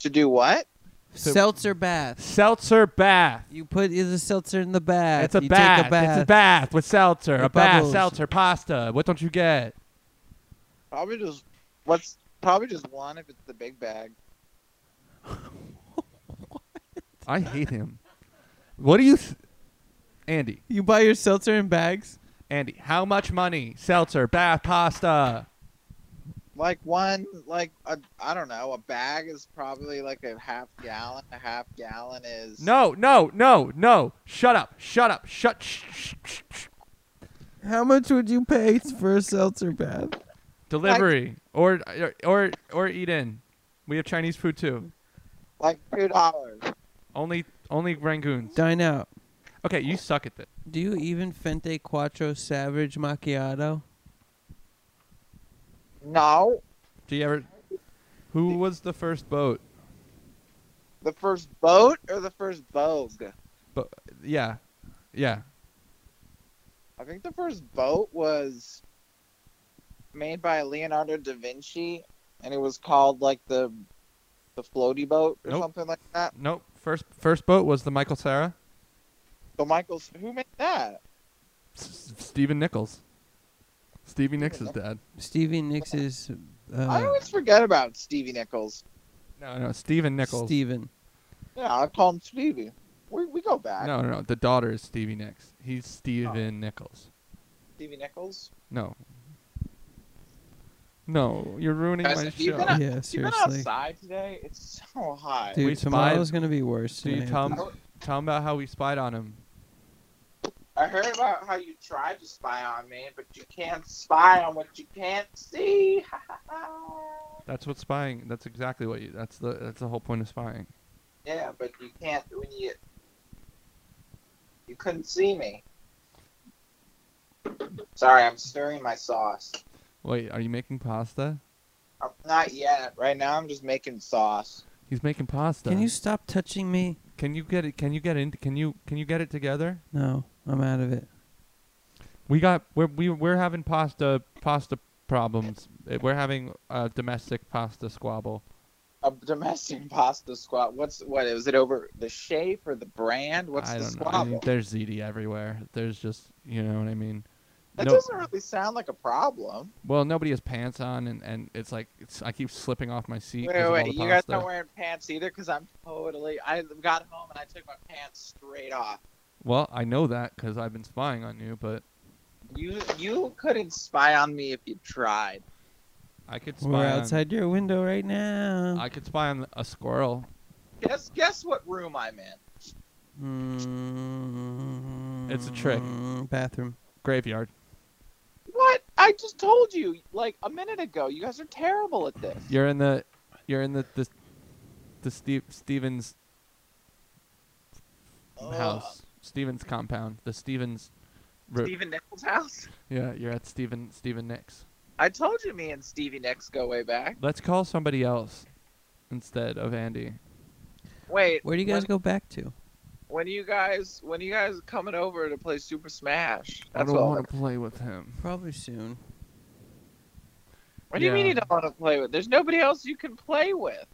[SPEAKER 9] To do what?
[SPEAKER 1] So-
[SPEAKER 2] seltzer bath.
[SPEAKER 1] Seltzer bath.
[SPEAKER 2] You put the seltzer in the bath.
[SPEAKER 1] It's a
[SPEAKER 2] you
[SPEAKER 1] bath.
[SPEAKER 2] Take a bath.
[SPEAKER 1] It's a bath with seltzer.
[SPEAKER 2] It
[SPEAKER 1] a bath,
[SPEAKER 2] bubbles.
[SPEAKER 1] seltzer, pasta. What don't you get?
[SPEAKER 9] Probably just what's probably just one if it's the big bag.
[SPEAKER 1] I hate him. What do you, th- Andy?
[SPEAKER 2] You buy your seltzer in bags?
[SPEAKER 1] Andy, how much money? Seltzer, bath, pasta.
[SPEAKER 9] Like one, like a, I don't know, a bag is probably like a half gallon. A half gallon is
[SPEAKER 1] No, no, no, no. Shut up. Shut up. Shut. Sh- sh- sh- sh-
[SPEAKER 2] How much would you pay for a seltzer bath?
[SPEAKER 1] Delivery or or or or eat in. We have Chinese food too.
[SPEAKER 9] like two dollars.
[SPEAKER 1] Only only Rangoons.
[SPEAKER 2] Dine out.
[SPEAKER 1] Okay, you suck at this.
[SPEAKER 2] Do you even Fente Quattro Savage Macchiato?
[SPEAKER 9] No,
[SPEAKER 1] Do you ever? Who was the first boat?
[SPEAKER 9] the first boat or the first bogue.
[SPEAKER 1] Bo- yeah, yeah.
[SPEAKER 9] I think the first boat was made by Leonardo da Vinci, and it was called like the the floaty boat or
[SPEAKER 1] Nope.
[SPEAKER 9] something like that.
[SPEAKER 1] Nope. First first boat was the Michael Sarah.
[SPEAKER 9] But Michael's who made that?
[SPEAKER 1] S- Stephen Nichols. Stevie Nicks' dad.
[SPEAKER 2] Stevie Nicks is. Uh,
[SPEAKER 9] I always forget about Stevie Nichols.
[SPEAKER 1] No, no, Stephen Nichols.
[SPEAKER 2] Steven.
[SPEAKER 9] Yeah, I call him Stevie. We we go back.
[SPEAKER 1] No, no, no. The daughter is Stevie Nicks. He's
[SPEAKER 2] Oh.
[SPEAKER 1] Stephen Nichols.
[SPEAKER 9] Stevie Nichols.
[SPEAKER 1] No. No, you're ruining
[SPEAKER 9] Guys,
[SPEAKER 1] my
[SPEAKER 9] have you
[SPEAKER 1] show.
[SPEAKER 9] been out-
[SPEAKER 2] Yeah,
[SPEAKER 9] You been
[SPEAKER 2] seriously.
[SPEAKER 9] outside today? It's so hot.
[SPEAKER 2] Dude,
[SPEAKER 1] We spied-
[SPEAKER 2] tomorrow's going to be worse.
[SPEAKER 1] Do you
[SPEAKER 2] than
[SPEAKER 1] tell him,
[SPEAKER 2] Anthony's.
[SPEAKER 1] tell him about how we spied on him?
[SPEAKER 9] I heard about how you tried to spy on me, but you can't spy on what you can't see. [LAUGHS]
[SPEAKER 1] That's what spying. That's exactly what you. That's the. That's the whole point of spying.
[SPEAKER 9] Yeah, but you can't when you you couldn't see me. Sorry, I'm stirring my sauce.
[SPEAKER 1] Wait, are you making pasta?
[SPEAKER 9] I'm not yet. Right now, I'm just making sauce.
[SPEAKER 1] He's making pasta.
[SPEAKER 2] Can you stop touching me?
[SPEAKER 1] Can you get it? Can you get in? Can you? Can you get it together?
[SPEAKER 2] No, I'm out of it.
[SPEAKER 1] We got we're we, we're having pasta pasta problems. Uh, We're having a domestic pasta squabble.
[SPEAKER 9] A domestic [LAUGHS] pasta squab. What's what is it over the shape or the brand? What's
[SPEAKER 1] I
[SPEAKER 9] the
[SPEAKER 1] don't know. I
[SPEAKER 9] squabble?
[SPEAKER 1] mean, there's ziti everywhere. There's just you know what I mean.
[SPEAKER 9] that
[SPEAKER 1] no-
[SPEAKER 9] doesn't really sound like a problem.
[SPEAKER 1] Well, nobody has pants on, and, and it's like it's, I keep slipping off my seat.
[SPEAKER 9] Wait,
[SPEAKER 1] 'cause of
[SPEAKER 9] wait,
[SPEAKER 1] all
[SPEAKER 9] wait.
[SPEAKER 1] the
[SPEAKER 9] You guys
[SPEAKER 1] pasta.
[SPEAKER 9] not wearing pants either? Because I'm totally. I got home and I took my pants straight off.
[SPEAKER 1] Well, I know that because I've been spying on you, but
[SPEAKER 9] You you couldn't spy on me if you tried.
[SPEAKER 1] I could spy.
[SPEAKER 2] We're
[SPEAKER 1] on-
[SPEAKER 2] outside your window right now.
[SPEAKER 1] I could spy on a squirrel.
[SPEAKER 9] Guess guess what room I'm in.
[SPEAKER 1] It's a trick.
[SPEAKER 2] Mm, Bathroom.
[SPEAKER 1] Graveyard.
[SPEAKER 9] What? I just told you like a minute ago. You guys are terrible at this.
[SPEAKER 1] You're in the, you're in the the, the Steve Stevens
[SPEAKER 9] Oh.
[SPEAKER 1] house, Stevens compound, the Stevens. ro-
[SPEAKER 9] Stephen Nichols' house.
[SPEAKER 1] Yeah, you're at Steven Steven Nicks.
[SPEAKER 9] I told you, me and Stevie Nicks go way back.
[SPEAKER 1] Let's call somebody else instead of Andy.
[SPEAKER 9] Wait,
[SPEAKER 2] Where do you guys go back to?
[SPEAKER 9] when you guys when you guys coming over to play Super Smash?
[SPEAKER 1] I
[SPEAKER 9] That's
[SPEAKER 1] don't
[SPEAKER 9] what.
[SPEAKER 1] want to play with him.
[SPEAKER 2] Probably soon.
[SPEAKER 9] what do you mean
[SPEAKER 1] yeah.
[SPEAKER 9] you don't want to play with? There's nobody else you can play with.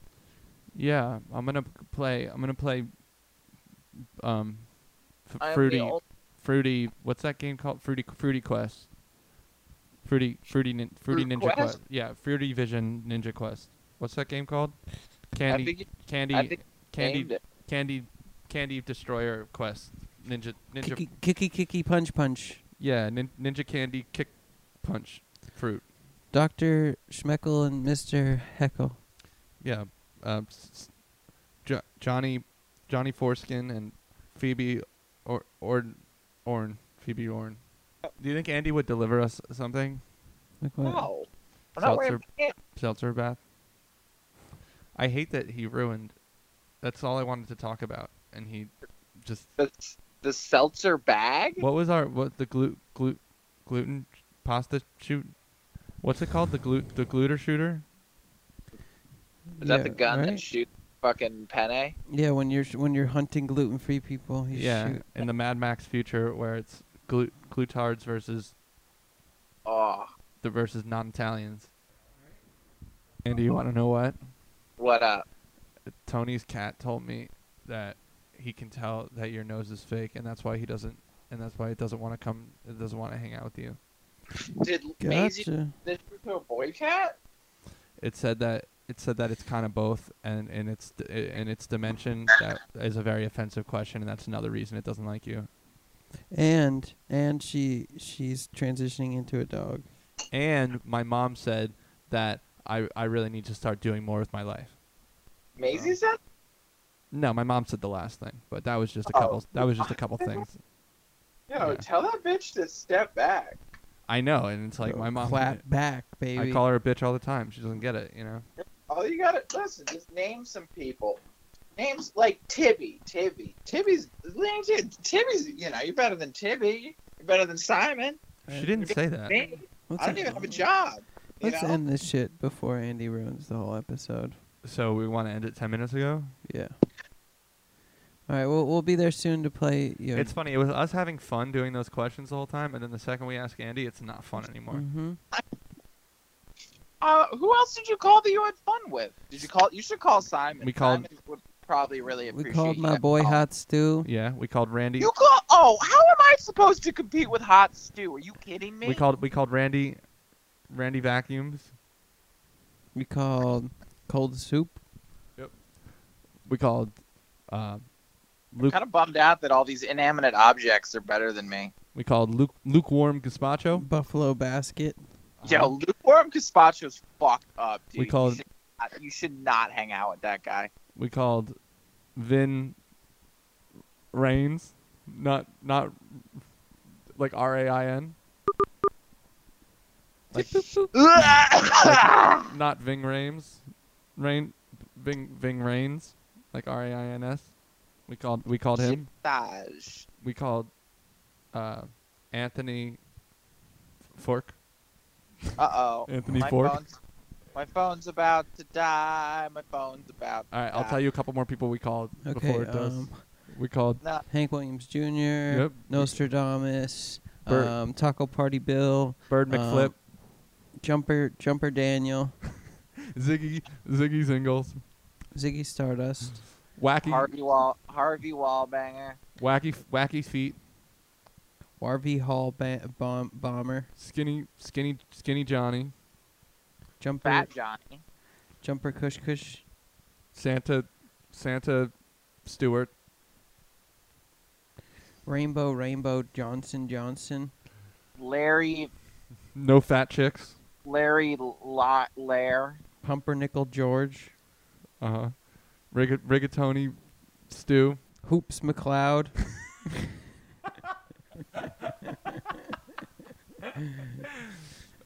[SPEAKER 1] Yeah, I'm gonna p- play. I'm gonna play. Um, f-
[SPEAKER 9] I am the
[SPEAKER 1] fruity,
[SPEAKER 9] ol-
[SPEAKER 1] fruity. What's that game called? Fruity, fruity quest. Fruity, fruity, nin, fruity
[SPEAKER 9] Fruit
[SPEAKER 1] ninja
[SPEAKER 9] Quest?
[SPEAKER 1] quest? Yeah, fruity vision ninja quest. What's that game called? Candy,
[SPEAKER 9] think you-
[SPEAKER 1] candy,
[SPEAKER 9] I think named
[SPEAKER 1] candy,
[SPEAKER 9] it.
[SPEAKER 1] candy, candy destroyer quest. Ninja, ninja.
[SPEAKER 2] Kicky, kicky, kicky, punch, punch.
[SPEAKER 1] Yeah, nin, ninja candy kick, punch, fruit.
[SPEAKER 2] Dr. Schmeckel and Mr. Heckle.
[SPEAKER 1] Yeah, um, s- s- jo- Johnny, Johnny Foreskin and Phoebe, or or Orn, Phoebe Orn. Do you think Andy would deliver us something?
[SPEAKER 2] Like what?
[SPEAKER 1] Oh,
[SPEAKER 9] No, I'm not wearing
[SPEAKER 1] Seltzer.
[SPEAKER 9] pants.
[SPEAKER 1] Seltzer bath. I hate that he ruined. That's all I wanted to talk about, and he just.
[SPEAKER 9] The, the seltzer bag.
[SPEAKER 1] What was our what the glu glu gluten pasta shoot? What's it called? The glut the gluter shooter.
[SPEAKER 9] Is
[SPEAKER 2] Yeah,
[SPEAKER 9] that the gun
[SPEAKER 2] right?
[SPEAKER 9] that shoots fucking Penne?
[SPEAKER 2] Yeah, when you're sh- when you're hunting gluten-free people, you
[SPEAKER 1] yeah,
[SPEAKER 2] shoot.
[SPEAKER 1] in the Mad Max future where it's glu- glutards versus
[SPEAKER 9] Oh,
[SPEAKER 1] the versus non-Italians. And do you want to know what?
[SPEAKER 9] what up?
[SPEAKER 1] Tony's cat told me that he can tell that your nose is fake, and that's why he doesn't, and that's why it doesn't want to come, it doesn't want to hang out with you.
[SPEAKER 9] Did Maisie do
[SPEAKER 2] Gotcha.
[SPEAKER 9] this to a boy cat?
[SPEAKER 1] It said that it said that it's kind of both, and in its d- i- in its dimension that is a very offensive question, and that's another reason it doesn't like you.
[SPEAKER 2] And and she she's transitioning into a dog.
[SPEAKER 1] And my mom said that I I really need to start doing more with my life.
[SPEAKER 9] Maisie said
[SPEAKER 1] No, my mom said the last thing, but that was just a
[SPEAKER 9] Oh.
[SPEAKER 1] couple. That was just a couple things.
[SPEAKER 9] No,
[SPEAKER 1] Yeah.
[SPEAKER 9] tell that bitch to step back.
[SPEAKER 1] I know, and it's like my mom.
[SPEAKER 2] clap back, baby.
[SPEAKER 1] I call her a bitch all the time. She doesn't get it, you know.
[SPEAKER 9] All you gotta listen, just name some people. Names like Tibby, Tibby, Tibby's. name Tib- Tibby's. You know, you're better than Tibby. You're better than Simon.
[SPEAKER 1] She didn't say Uh, that.
[SPEAKER 9] Me,
[SPEAKER 2] Let's
[SPEAKER 9] I don't
[SPEAKER 2] end-
[SPEAKER 9] even have a job. You
[SPEAKER 2] Let's
[SPEAKER 9] know?
[SPEAKER 2] end this shit before Andy ruins the whole episode.
[SPEAKER 1] So we want to end it ten minutes ago.
[SPEAKER 2] Yeah. All right, we'll we'll be there soon to play. You know,
[SPEAKER 1] It's funny. It was us having fun doing those questions the whole time, and then the second we ask Andy, it's not fun anymore.
[SPEAKER 2] hmm
[SPEAKER 9] Uh, who else did you call that you had fun with? Did you call? You should call Simon.
[SPEAKER 1] We called-
[SPEAKER 9] Simon would probably really
[SPEAKER 2] We
[SPEAKER 9] appreciate.
[SPEAKER 2] called
[SPEAKER 9] you
[SPEAKER 2] my
[SPEAKER 9] guys
[SPEAKER 2] boy
[SPEAKER 9] calling.
[SPEAKER 2] Hot Stew.
[SPEAKER 1] Yeah, we called Randy.
[SPEAKER 9] You call? Oh, how am I supposed to compete with Hot Stew? Are you kidding me?
[SPEAKER 1] We called we called Randy, Randy vacuums.
[SPEAKER 2] We called Cold Soup.
[SPEAKER 1] We called, uh, Luke.
[SPEAKER 9] Kind of bummed out that all these inanimate objects are better than me.
[SPEAKER 1] We called Luke lukewarm gazpacho.
[SPEAKER 2] Buffalo Basket.
[SPEAKER 9] Yo, lukewarm gazpacho's fucked up,
[SPEAKER 1] Uh-huh.
[SPEAKER 9] dude.
[SPEAKER 1] We called-
[SPEAKER 9] you, should not, you should not hang out with
[SPEAKER 1] [LAUGHS]
[SPEAKER 9] that guy.
[SPEAKER 1] We called Vin. Rains, not not like R A I N,
[SPEAKER 9] [LAUGHS]
[SPEAKER 1] not Ving Rames, Rain, Ving Ving Rains, like R A I N S. We called we called him.
[SPEAKER 9] Sabotage.
[SPEAKER 1] we called uh, Anthony Fork.
[SPEAKER 9] Uh-oh.
[SPEAKER 1] Anthony
[SPEAKER 9] my
[SPEAKER 1] Fork.
[SPEAKER 9] Phone's, my phone's about to die. My phone's about to
[SPEAKER 1] All right, I'll
[SPEAKER 9] die.
[SPEAKER 1] tell you a couple more people we called
[SPEAKER 2] Ah. Okay.
[SPEAKER 1] before it does.
[SPEAKER 2] Um,
[SPEAKER 1] we called
[SPEAKER 9] No,
[SPEAKER 2] Hank Williams Jr.
[SPEAKER 1] Yep.
[SPEAKER 2] Nostradamus.
[SPEAKER 1] Bert.
[SPEAKER 2] Um, Taco Party Bill.
[SPEAKER 1] Bird
[SPEAKER 2] um,
[SPEAKER 1] McFlip,
[SPEAKER 2] Jumper Jumper Daniel.
[SPEAKER 1] Ziggy, Ziggy Zingles,
[SPEAKER 2] Ziggy Stardust.
[SPEAKER 1] Wacky,
[SPEAKER 9] Harvey Wall Harvey Wallbanger.
[SPEAKER 1] Wacky, Wacky Feet, Mm.
[SPEAKER 2] Warvey Hall ba- bomb- Bomber.
[SPEAKER 1] Skinny, Skinny, Skinny Johnny,
[SPEAKER 2] Jumper
[SPEAKER 9] Fat Johnny.
[SPEAKER 2] Jumper Kush Kush.
[SPEAKER 1] Santa, Santa Stewart,
[SPEAKER 2] Rainbow Rainbow Johnson Johnson.
[SPEAKER 9] Larry
[SPEAKER 1] No Fat Chicks,
[SPEAKER 9] Larry Lot Lair.
[SPEAKER 2] Pumpernickel George.
[SPEAKER 1] uh huh, Rig- Rigatoni Stew,
[SPEAKER 2] Hoops McLeod.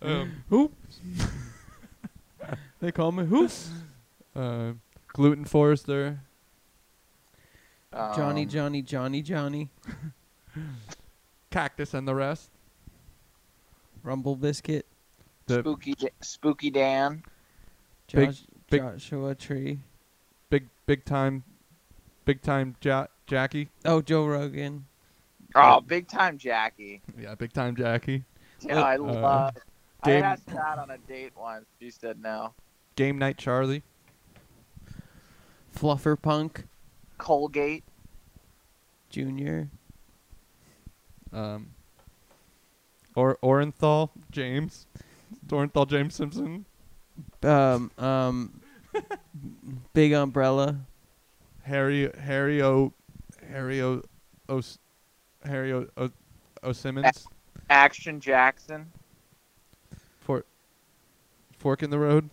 [SPEAKER 1] um,
[SPEAKER 2] [LAUGHS] Hoops. they call me Hoops.
[SPEAKER 1] uh, Gluten Forester,
[SPEAKER 2] Johnny,
[SPEAKER 9] Um,
[SPEAKER 2] Johnny, Johnny, Johnny.
[SPEAKER 1] Cactus and the rest.
[SPEAKER 2] Rumble Biscuit.
[SPEAKER 1] The
[SPEAKER 9] Spooky, Da- Spooky Dan.
[SPEAKER 1] Big-
[SPEAKER 2] Josh,
[SPEAKER 1] big-
[SPEAKER 2] Joshua Tree.
[SPEAKER 1] big big time, big time ja- Jackie.
[SPEAKER 2] Oh, Joe Rogan.
[SPEAKER 9] Oh, big time Jackie.
[SPEAKER 1] Yeah, big time Jackie.
[SPEAKER 9] Yeah, I
[SPEAKER 1] Uh,
[SPEAKER 9] love. I
[SPEAKER 1] Dave-
[SPEAKER 9] asked her out on a date once. She said no.
[SPEAKER 1] Game night Charlie.
[SPEAKER 2] Fluffer Punk
[SPEAKER 9] Colgate.
[SPEAKER 2] Jr.
[SPEAKER 1] Um, or Orenthal James. Orenthal James Simpson.
[SPEAKER 2] Um, um, Big Umbrella.
[SPEAKER 1] Harry Harry O Harry O, o Harry O, o, o Simmons.
[SPEAKER 9] Action Jackson.
[SPEAKER 1] For, fork in the road.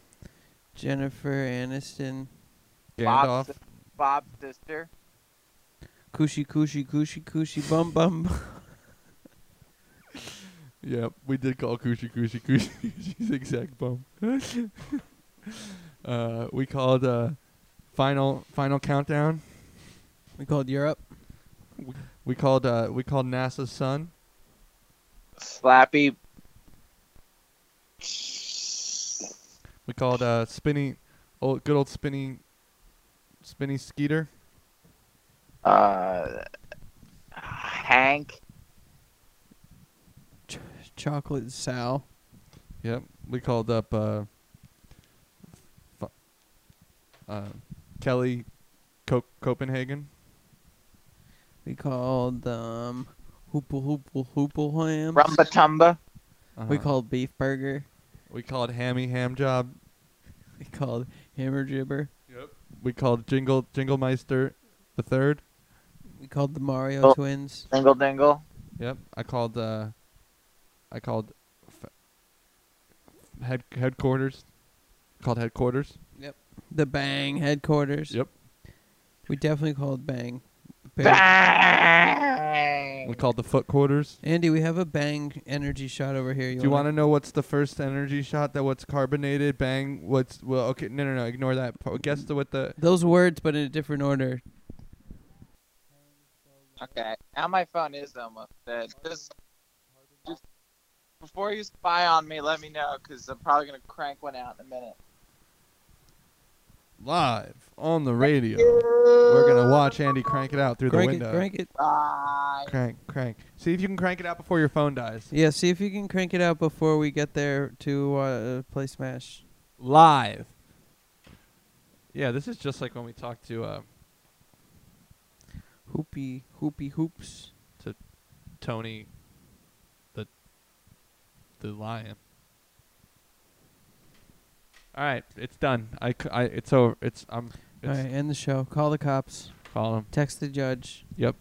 [SPEAKER 2] Jennifer Aniston.
[SPEAKER 1] Gandalf.
[SPEAKER 9] Bob's, Bob's sister.
[SPEAKER 2] Cushy, cushy, cushy, cushy, bum, bum. bum. [LAUGHS]
[SPEAKER 1] Yep, we did call Cushy Cushy [LAUGHS] Cushy Cushy Zigzag Bum. uh, we called uh, final final countdown.
[SPEAKER 2] we called Europe.
[SPEAKER 1] We called uh, we called NASA's son.
[SPEAKER 9] Slappy.
[SPEAKER 1] We called uh, Spinny, old good old Spinny, Spinny Skeeter.
[SPEAKER 9] Uh, Hank.
[SPEAKER 2] Ch- chocolate Sal.
[SPEAKER 1] Yep, we called up uh, fu- uh, Kelly, Co- Copenhagen.
[SPEAKER 2] We called um, Hoople Hoople Hoople Ham.
[SPEAKER 9] Rumba Tumba.
[SPEAKER 2] We
[SPEAKER 1] Uh-huh.
[SPEAKER 2] called Beef Burger.
[SPEAKER 1] we called Hammy Ham Job.
[SPEAKER 2] We called Hammer Jibber.
[SPEAKER 1] We called Jingle Jinglemeister the third.
[SPEAKER 2] We called the Mario
[SPEAKER 9] Oh.
[SPEAKER 2] Twins.
[SPEAKER 9] Dingle Dingle.
[SPEAKER 1] Yep, I called. Uh, I called f- head headquarters. Called headquarters.
[SPEAKER 2] The Bang Headquarters.
[SPEAKER 1] Yep.
[SPEAKER 2] We definitely called Bang. Bear-
[SPEAKER 1] We
[SPEAKER 9] Bang!
[SPEAKER 1] called the foot quarters.
[SPEAKER 2] Andy, we have a Bang energy shot over here. You
[SPEAKER 1] Do you want to know what's the first energy shot? That what's carbonated? Bang. What's well? Okay, no, no, no. Ignore that. part. Guess the what the
[SPEAKER 2] Those words, but in a different order.
[SPEAKER 9] Okay, now my phone is almost dead. Just, just before you spy on me, let me know, because I'm probably going to crank one out in a minute.
[SPEAKER 1] live on the radio. We're gonna watch Andy crank it out through
[SPEAKER 2] crank
[SPEAKER 1] the window.
[SPEAKER 2] it, crank it.
[SPEAKER 9] Bye.
[SPEAKER 1] crank, crank. See if you can crank it out before your phone dies.
[SPEAKER 2] Yeah, see if you can crank it out before we get there to uh, play Smash.
[SPEAKER 1] Live. Yeah, this is just like when we talked to uh,
[SPEAKER 2] Hoopy, hoopy, hoops.
[SPEAKER 1] Tony, the the lion. All right, it's done. I, c- I- it's over. It's I'm. It's,
[SPEAKER 2] All right, end the show. Call the cops.
[SPEAKER 1] Call him.
[SPEAKER 2] Text the judge.
[SPEAKER 1] Yep.